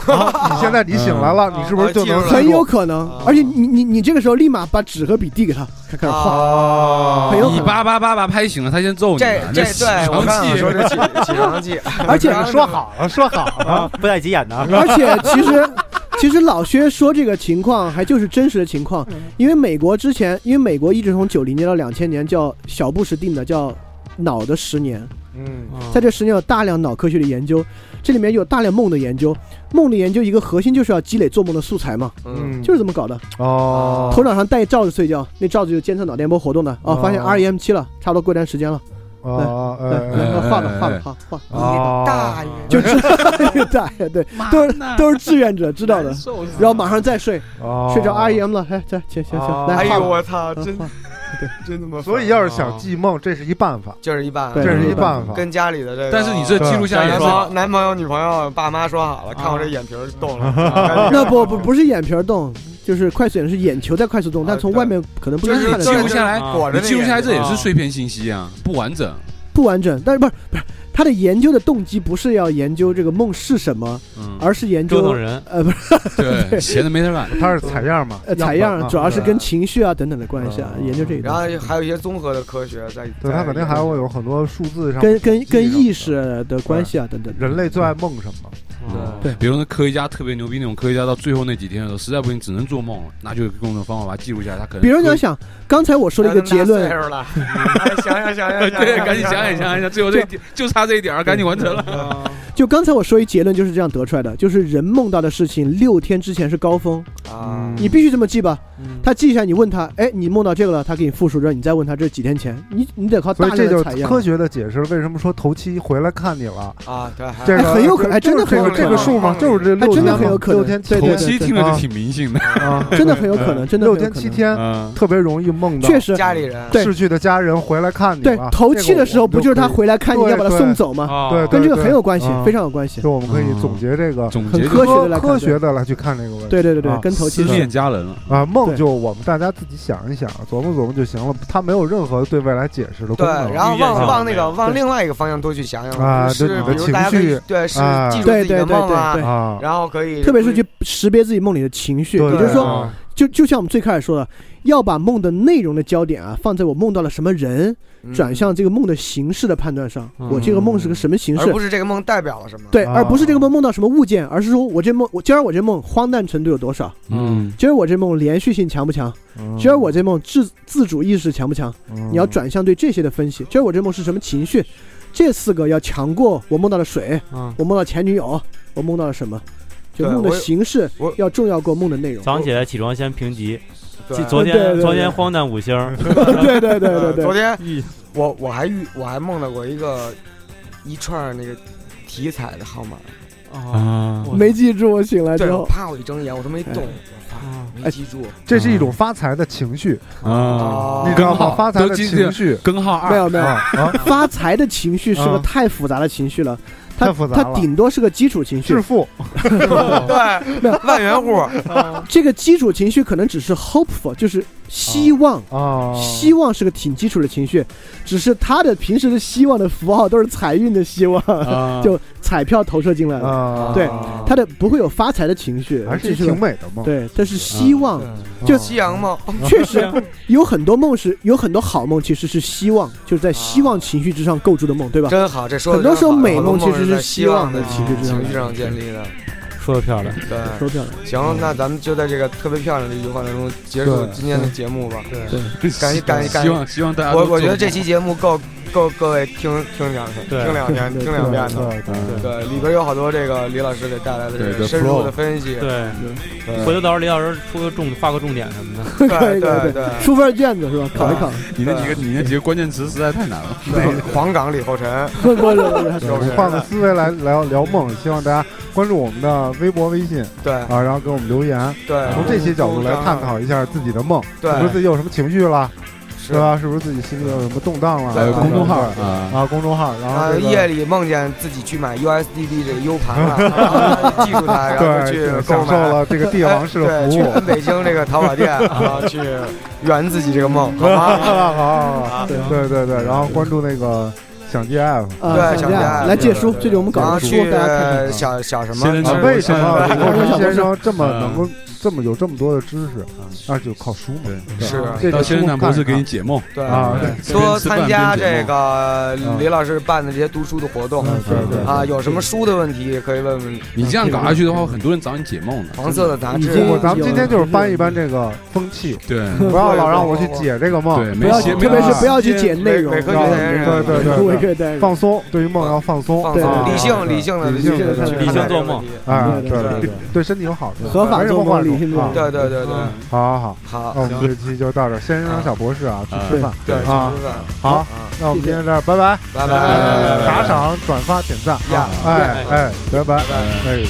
Speaker 1: 啊你现在你醒来了，
Speaker 2: 嗯
Speaker 1: 你是不是就能
Speaker 2: 我记住了
Speaker 5: 很有可能
Speaker 2: 啊，
Speaker 5: 而且你你你这个时候立马把纸和笔递给他，开开始画。
Speaker 2: 啊
Speaker 5: 很有可
Speaker 7: 你
Speaker 5: 能
Speaker 7: 叭叭叭叭拍醒了，他先揍你
Speaker 2: 这
Speaker 7: 了。
Speaker 2: 这
Speaker 7: 那起
Speaker 2: 对我
Speaker 7: 床
Speaker 2: 刚想
Speaker 7: 气
Speaker 2: 说这起起床气，
Speaker 5: 而且
Speaker 2: 刚刚
Speaker 1: 说 好了说好了，
Speaker 4: 啊，不带急眼的啊，
Speaker 5: 而且其实 其实老薛说这个情况还就是真实的情况，
Speaker 1: 嗯
Speaker 5: 因为美国之前，因为美国一直从九零年到两千年叫小布什定的叫。脑的十年，
Speaker 1: 嗯
Speaker 5: 在这十年有大量脑科学的研究，这里面有大量梦的研究，梦的研究一个核心就是要积累做梦的素材嘛，
Speaker 1: 嗯，
Speaker 5: 就是这么搞的。
Speaker 1: 哦，
Speaker 5: 头脑上戴罩子睡觉，那罩子就监测脑电波活动的。哦，发现
Speaker 1: 哦
Speaker 5: REM 期了，差不多过段时间了。
Speaker 1: 哦，
Speaker 5: 对，
Speaker 1: 哎哎
Speaker 5: 来
Speaker 3: 哎
Speaker 5: 画吧
Speaker 3: 哎
Speaker 5: 画
Speaker 3: 哎
Speaker 5: 吧，好画。
Speaker 1: 哦，
Speaker 2: 大爷，
Speaker 5: 就知 道大爷对，都是都是志愿者知道的，然后马上再睡，
Speaker 1: 哦
Speaker 5: 睡着 REM 了，哎，这行行
Speaker 1: 哦
Speaker 5: 行，
Speaker 2: 哎
Speaker 5: 来
Speaker 2: 呦
Speaker 5: 画吧。
Speaker 2: 我操，
Speaker 5: 嗯
Speaker 2: 真
Speaker 5: 画
Speaker 2: 真他妈烦！哦
Speaker 1: 所以要是想记梦，这是一办法，
Speaker 2: 就是一半，
Speaker 5: 对
Speaker 1: 这是
Speaker 5: 对
Speaker 1: 一办法。
Speaker 2: 跟家里的这个，
Speaker 3: 但是你这记录下
Speaker 2: 男
Speaker 3: 来
Speaker 7: 对
Speaker 3: 是，
Speaker 2: 朋男朋友、女朋友、爸妈说好了，看
Speaker 7: 啊
Speaker 2: 我这眼皮儿 动了，
Speaker 5: 那不不不是眼皮儿动， 就是快速眼是眼球在快速动，但从外面可能不
Speaker 2: 就
Speaker 5: 能
Speaker 2: 是
Speaker 5: 看得
Speaker 2: 啊就是
Speaker 5: 到
Speaker 7: 记录下来
Speaker 2: 裹着
Speaker 3: 你
Speaker 2: 那
Speaker 3: 记录下来
Speaker 2: 眼
Speaker 3: 这也
Speaker 2: 睛
Speaker 3: 是碎片信息啊，不完整。
Speaker 5: 不完整，但是不是不是他的研究的动机不是要研究这个梦是什么，
Speaker 7: 嗯，
Speaker 5: 而是研
Speaker 4: 折
Speaker 5: 究
Speaker 4: 腾人。
Speaker 5: 呃不是
Speaker 3: 对，
Speaker 7: 闲的没事干，
Speaker 1: 它是采样嘛
Speaker 5: 呃，采样，主要是跟情绪啊等等的关系啊，
Speaker 1: 嗯
Speaker 5: 研究这一
Speaker 2: 哦然
Speaker 5: 段，
Speaker 2: 后还有一些综合的科学在，
Speaker 1: 对它
Speaker 2: 在
Speaker 1: 肯定还会有很多数字上
Speaker 5: 跟跟跟
Speaker 1: 意
Speaker 5: 意识的关系啊等等。
Speaker 1: 人类最爱梦什么？嗯
Speaker 2: 嗯
Speaker 7: 对
Speaker 5: 对
Speaker 3: 对，
Speaker 7: 比如那科学家特别牛逼那种科学家，到最后那几天的时候，实在不行只能做梦了，那就有共同方法把它记录下来。他可能
Speaker 5: 比如你要想，刚才我说了一个结论
Speaker 2: 岁，数了，哎想想想想，想
Speaker 7: 对，赶紧想想想想想，最后这
Speaker 5: 就
Speaker 7: 一点就差这一点儿，赶紧完成了。
Speaker 1: 嗯
Speaker 2: 啊
Speaker 5: 就刚才我说一结论就是这样得出来的，就是人梦到的事情六天之前是高峰，
Speaker 2: 啊
Speaker 5: 你必须这么记吧。
Speaker 1: 嗯
Speaker 5: 他记一下，你问他，哎，你梦到这个了，他给你复述，然后你再问他这是几天前，你你得靠
Speaker 1: 所
Speaker 5: 大
Speaker 1: 以这
Speaker 5: 量
Speaker 1: 就
Speaker 5: 的采
Speaker 1: 是
Speaker 5: 样。啊
Speaker 1: 科学的解释了为什么说头七回来看你了。
Speaker 2: 啊，对，还
Speaker 1: 这个
Speaker 5: 哎很有可哎
Speaker 1: 就
Speaker 5: 真的
Speaker 1: 是这
Speaker 5: 很
Speaker 1: 个
Speaker 5: 有可
Speaker 1: 这
Speaker 5: 能
Speaker 1: 个数吗？就是这
Speaker 5: 哎
Speaker 1: 六
Speaker 5: 真
Speaker 1: 天
Speaker 5: 的很有
Speaker 1: 嘛
Speaker 5: 可能
Speaker 1: 六天七
Speaker 5: 对对
Speaker 3: 头
Speaker 1: 天
Speaker 5: 对
Speaker 3: 七听着就挺迷信的，
Speaker 1: 啊，
Speaker 5: 真的很有可能，真的
Speaker 1: 六
Speaker 5: 很有可
Speaker 1: 天
Speaker 5: 能
Speaker 1: 七，天
Speaker 7: 啊
Speaker 3: 嗯，
Speaker 1: 特别容易梦到
Speaker 5: 确实
Speaker 2: 家里人
Speaker 5: 对
Speaker 1: 逝去的家人回来看你
Speaker 5: 对
Speaker 1: 了。
Speaker 5: 头七的时候不就是他回来看你
Speaker 1: 对
Speaker 5: 要把他
Speaker 1: 对啊
Speaker 5: 送走吗？
Speaker 1: 对
Speaker 5: 啊
Speaker 1: 啊
Speaker 5: 跟这个很有关系
Speaker 1: 对，对
Speaker 5: 非常有关系
Speaker 1: 这。个我们可以？就我们可以总结这个
Speaker 7: 总
Speaker 5: 很
Speaker 7: 结
Speaker 5: 科学的来看
Speaker 1: 科学的来去看这个问题。
Speaker 5: 对对对对
Speaker 1: 啊，
Speaker 5: 跟头
Speaker 7: 思
Speaker 5: 七是
Speaker 7: 念家人了，
Speaker 1: 啊，梦
Speaker 5: 对
Speaker 1: 就我们大家自己想一想，琢磨琢磨就行了，它没有任何对未来解释的功
Speaker 2: 对，
Speaker 1: 能。
Speaker 2: 然后
Speaker 7: 遇见
Speaker 2: 往
Speaker 7: 上
Speaker 2: 往那个
Speaker 7: 对
Speaker 2: 往另外一个方向多去想想，
Speaker 1: 啊
Speaker 2: 是
Speaker 1: 对你
Speaker 2: 比
Speaker 1: 的
Speaker 2: 如
Speaker 1: 情
Speaker 2: 大家可以
Speaker 1: 绪
Speaker 2: 对是
Speaker 1: 啊
Speaker 2: 记住
Speaker 5: 对
Speaker 2: 自己
Speaker 5: 对
Speaker 2: 的
Speaker 5: 对
Speaker 2: 梦啊
Speaker 5: 对，
Speaker 1: 啊，
Speaker 2: 然后可以
Speaker 5: 特别是去识别自己梦里的情绪，
Speaker 1: 对
Speaker 5: 也就是说，
Speaker 1: 啊
Speaker 5: 就就像我们最开始说的，要把梦的内容的焦点啊放在我梦到了什么人，
Speaker 1: 嗯
Speaker 2: 嗯
Speaker 5: 转向这个梦的形式的判断上。
Speaker 4: 嗯
Speaker 5: 我这个梦是个什么形
Speaker 2: 而
Speaker 5: 式
Speaker 2: 不？是这个梦代表了什么。
Speaker 5: 对，
Speaker 1: 啊
Speaker 5: 而不是这个梦梦到什么物件，而是说我这梦，我今儿我这梦荒诞程度有多少？
Speaker 7: 嗯，
Speaker 5: 今儿我这梦连续性强不强？
Speaker 1: 嗯
Speaker 5: 今儿我这梦自自主意识强不强？
Speaker 1: 你
Speaker 5: 你要转向对这些的分析。今儿我这梦是什么情绪？这四个要强过我梦到了水，
Speaker 4: 嗯，
Speaker 5: 我梦到前女友，我梦到了什么？就
Speaker 2: 对
Speaker 5: 梦的
Speaker 2: 我也
Speaker 5: 形式
Speaker 2: 我
Speaker 5: 要重要过梦的内容。
Speaker 4: 早上起来起床先评级，
Speaker 2: 对
Speaker 4: 记昨
Speaker 5: 对对
Speaker 4: 天
Speaker 5: 对
Speaker 4: 昨
Speaker 5: 对
Speaker 4: 天荒诞五星儿，
Speaker 5: 对 对对对
Speaker 2: 呃
Speaker 5: 对
Speaker 2: 昨天
Speaker 1: 嗯
Speaker 4: 一
Speaker 2: 我我还遇我还梦到过一个一串儿那个体彩的号码，
Speaker 3: 哦
Speaker 7: 嗯
Speaker 4: 啊我
Speaker 5: 没记住，我醒来
Speaker 2: 对
Speaker 5: 之
Speaker 2: 我
Speaker 5: 后，
Speaker 2: 啪我一睁眼我都没动，
Speaker 5: 哦哎
Speaker 2: 我啪
Speaker 4: 啊
Speaker 2: 没记住。
Speaker 5: 嗯
Speaker 1: 这是一种发财的情绪，
Speaker 7: 啊，
Speaker 1: 哎你知
Speaker 7: 根
Speaker 1: 道
Speaker 2: 刚
Speaker 1: 吗？
Speaker 7: 号
Speaker 1: 发财的
Speaker 7: 都记
Speaker 1: 情
Speaker 7: 得
Speaker 1: 绪
Speaker 7: 根号
Speaker 5: 没
Speaker 7: 二，
Speaker 5: 有没有，
Speaker 1: 啊，
Speaker 5: 发财的情绪是个
Speaker 1: 嗯
Speaker 5: 太复杂的情绪了，它
Speaker 1: 太复杂
Speaker 5: 它
Speaker 1: 了
Speaker 5: 顶 多是个基础情绪
Speaker 1: 致，富
Speaker 5: 哦
Speaker 2: 对，万元户，
Speaker 5: 啊这个基础情绪可能只是 hopeful，就是希望。
Speaker 1: 啊，
Speaker 5: 希望是个挺基础的情绪，只是他的平时的希望的符号都是财运的希望，
Speaker 7: 啊
Speaker 5: 就彩票投射进来了。
Speaker 1: 啊，
Speaker 5: 对他的不会有发财的情绪，
Speaker 1: 还
Speaker 5: 这
Speaker 1: 是
Speaker 5: 是
Speaker 1: 挺美的梦，
Speaker 5: 对，但是希望、
Speaker 1: 就
Speaker 2: 夕阳梦，
Speaker 5: 确实有很多梦是有很多好梦，其实是希望，就是在希望情绪之上构筑的梦，对吧？
Speaker 2: 真好，这说得
Speaker 5: 很多
Speaker 2: 真
Speaker 5: 时候
Speaker 2: 好
Speaker 5: 美
Speaker 2: 好多
Speaker 5: 梦其
Speaker 2: 梦
Speaker 5: 实
Speaker 2: 是
Speaker 5: 是
Speaker 2: 在
Speaker 5: 希
Speaker 2: 希
Speaker 5: 望
Speaker 2: 望
Speaker 5: 的
Speaker 2: 的
Speaker 5: 情绪之上
Speaker 2: 情绪上建立的。
Speaker 4: 说的漂亮，
Speaker 2: 对，
Speaker 5: 说漂嗯亮，
Speaker 2: 行，那咱们就在这个特别漂亮的一句话当中结束
Speaker 1: 对
Speaker 2: 今天的节目吧。
Speaker 7: 感
Speaker 2: 感感感
Speaker 7: 希望希望大家都
Speaker 2: 我我觉得
Speaker 7: 做
Speaker 2: 这期节目够够各位听听两天，
Speaker 4: 对
Speaker 2: 听两天，
Speaker 5: 对
Speaker 2: 听两遍的。
Speaker 1: 对对
Speaker 2: 对，里边有好多这个李老师给带来的这
Speaker 3: 对
Speaker 2: 个
Speaker 3: 对
Speaker 2: 深入的分析。
Speaker 4: 对，
Speaker 2: 对
Speaker 4: 嗯回头到时候李老师出个重画个重点什么的，
Speaker 5: 可以可
Speaker 2: 对
Speaker 5: 以可
Speaker 2: 对
Speaker 5: 以，出份卷子是
Speaker 2: 啊
Speaker 5: 吧？ 考一考，
Speaker 7: 你那几个你那几个关键词实在太难了。
Speaker 2: 对，黄冈李厚辰，
Speaker 5: 不不不
Speaker 1: 对，我们换个思维来聊聊梦，希望大家关注我们的微博、微信
Speaker 2: 对
Speaker 1: 啊，然后给我们留言，
Speaker 2: 对，
Speaker 1: 从这些角度来探讨一下自己的梦，
Speaker 2: 对
Speaker 1: 是不是自己有什么情绪了，
Speaker 2: 哎是
Speaker 1: 是吧？是不是自己心里有什么动荡了？
Speaker 2: 还有
Speaker 1: 对
Speaker 2: 公众
Speaker 1: 号
Speaker 7: 啊，
Speaker 1: 啊，公众号，然
Speaker 2: 啊，
Speaker 1: 后这个
Speaker 2: 夜里梦见自己去买 USDD 这个 U 盘 了，然后记住它，啊然后就去
Speaker 1: 对
Speaker 2: 购
Speaker 1: 享受
Speaker 2: 买。哎
Speaker 1: 了这个帝王式的
Speaker 2: 对，
Speaker 1: 服
Speaker 2: 去
Speaker 1: 务。
Speaker 2: 恩北京这个淘宝店，然后去圆自己这个梦， 好
Speaker 1: 好
Speaker 2: 吗？
Speaker 1: 好好
Speaker 2: 啊
Speaker 1: 好，对对对，然后关注那个想 GF，
Speaker 5: 啊，
Speaker 2: 对
Speaker 5: 想
Speaker 2: 想
Speaker 5: 这
Speaker 2: 家
Speaker 5: 样来
Speaker 2: 对
Speaker 5: 借
Speaker 2: 对
Speaker 5: 书，
Speaker 2: 对
Speaker 5: 这里我们
Speaker 2: 然
Speaker 5: 搞
Speaker 2: 后
Speaker 5: 个书
Speaker 2: 去，
Speaker 5: 大家看看。
Speaker 2: 小小什
Speaker 7: 仙人
Speaker 2: 么
Speaker 1: 啊
Speaker 7: 掌？
Speaker 1: 为什么李厚辰先生这么
Speaker 7: 嗯
Speaker 1: 能够这这么有这么多的知识，那就靠书嘛。对
Speaker 2: 是啊
Speaker 1: 这
Speaker 7: 到
Speaker 1: 个
Speaker 7: 仙
Speaker 1: 书
Speaker 7: 人掌
Speaker 1: 看
Speaker 7: 博士
Speaker 1: 一看
Speaker 7: 给你解梦，
Speaker 2: 对
Speaker 1: 啊，对，
Speaker 2: 多参加这个
Speaker 1: 嗯
Speaker 2: 李老师办的这些读书的活动
Speaker 1: 嗯对对
Speaker 2: 啊，有什么书的问题可以问问
Speaker 7: 你这样搞下去的话，很多人找你解梦的。
Speaker 2: 黄色的杂
Speaker 5: 已
Speaker 2: 志
Speaker 5: 经。嗯
Speaker 1: 我咱们今天就是搬一搬这个风气，
Speaker 7: 对
Speaker 1: 不要老让我去解这
Speaker 7: 对，
Speaker 1: 个梦，
Speaker 7: 没
Speaker 5: 不要，
Speaker 7: 写，
Speaker 5: 特别是不要去解内容，
Speaker 2: 伪伪科学
Speaker 1: 啊
Speaker 2: 代言人
Speaker 1: 对对对
Speaker 5: 伪科学代言人
Speaker 1: 放松，对于梦要放松，
Speaker 2: 放
Speaker 5: 对
Speaker 2: 松，
Speaker 1: 啊
Speaker 2: 理性理性的
Speaker 1: 理性
Speaker 5: 的
Speaker 2: 的
Speaker 5: 理
Speaker 4: 性做梦。
Speaker 1: 哎，
Speaker 5: 对
Speaker 1: 对
Speaker 5: 对
Speaker 2: 对
Speaker 1: 对，对身体有好处，
Speaker 5: 合法
Speaker 1: 没什么
Speaker 5: 做梦
Speaker 1: 坏处
Speaker 5: 理性做
Speaker 1: 啊
Speaker 5: 梦
Speaker 2: 对对对对，
Speaker 1: 好好好，
Speaker 2: 好
Speaker 1: 那，我们这期就到这儿，仙人掌小博士啊，去吃饭，
Speaker 2: 对，
Speaker 1: 啊
Speaker 2: 吃，饭
Speaker 1: 好，
Speaker 2: 啊，
Speaker 1: 那我们今天这儿，拜拜，
Speaker 2: 拜
Speaker 1: 呃
Speaker 2: 拜，
Speaker 1: 打赏、转发、点赞
Speaker 2: 呀
Speaker 1: 啊，哎哎，拜拜，哎。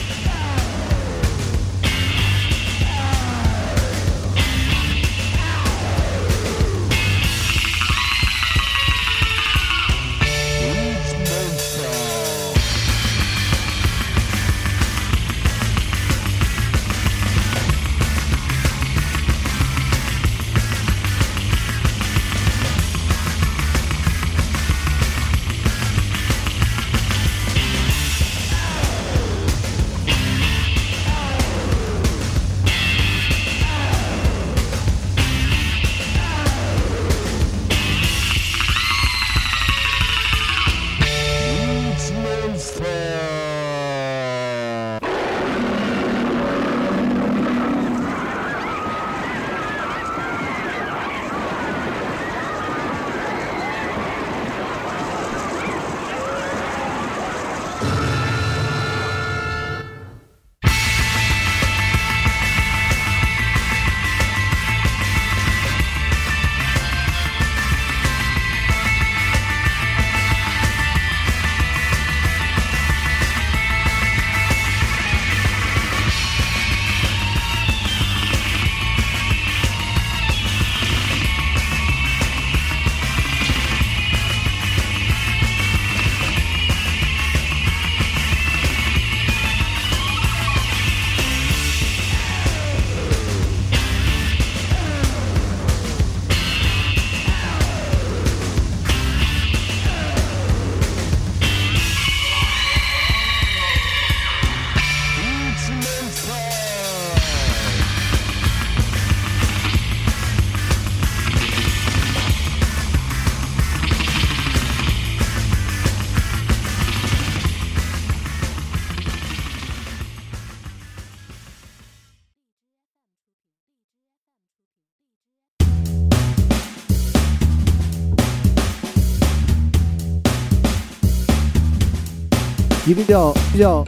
Speaker 5: 一个叫叫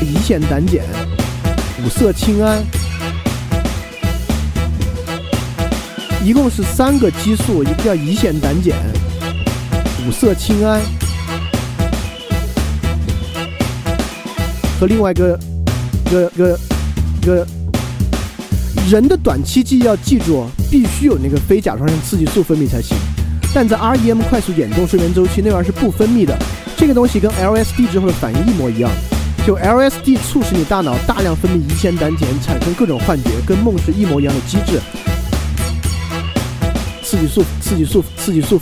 Speaker 5: 乙酰胆碱、五色清胺，一共是三个激素，一个叫乙酰胆碱、五色清胺和另外一个一个一个一个。人的短期记忆要记住，必须有那个非甲状腺刺激素分泌才行，但在 REM 快速眼动睡眠周期那玩意儿是不分泌的，这个东西跟 LSD 之后的反应一模一样，就 LSD 促使你大脑大量分泌乙酰胆碱，产生各种幻觉，跟梦是一模一样的机制。刺激素、刺激素、刺激素、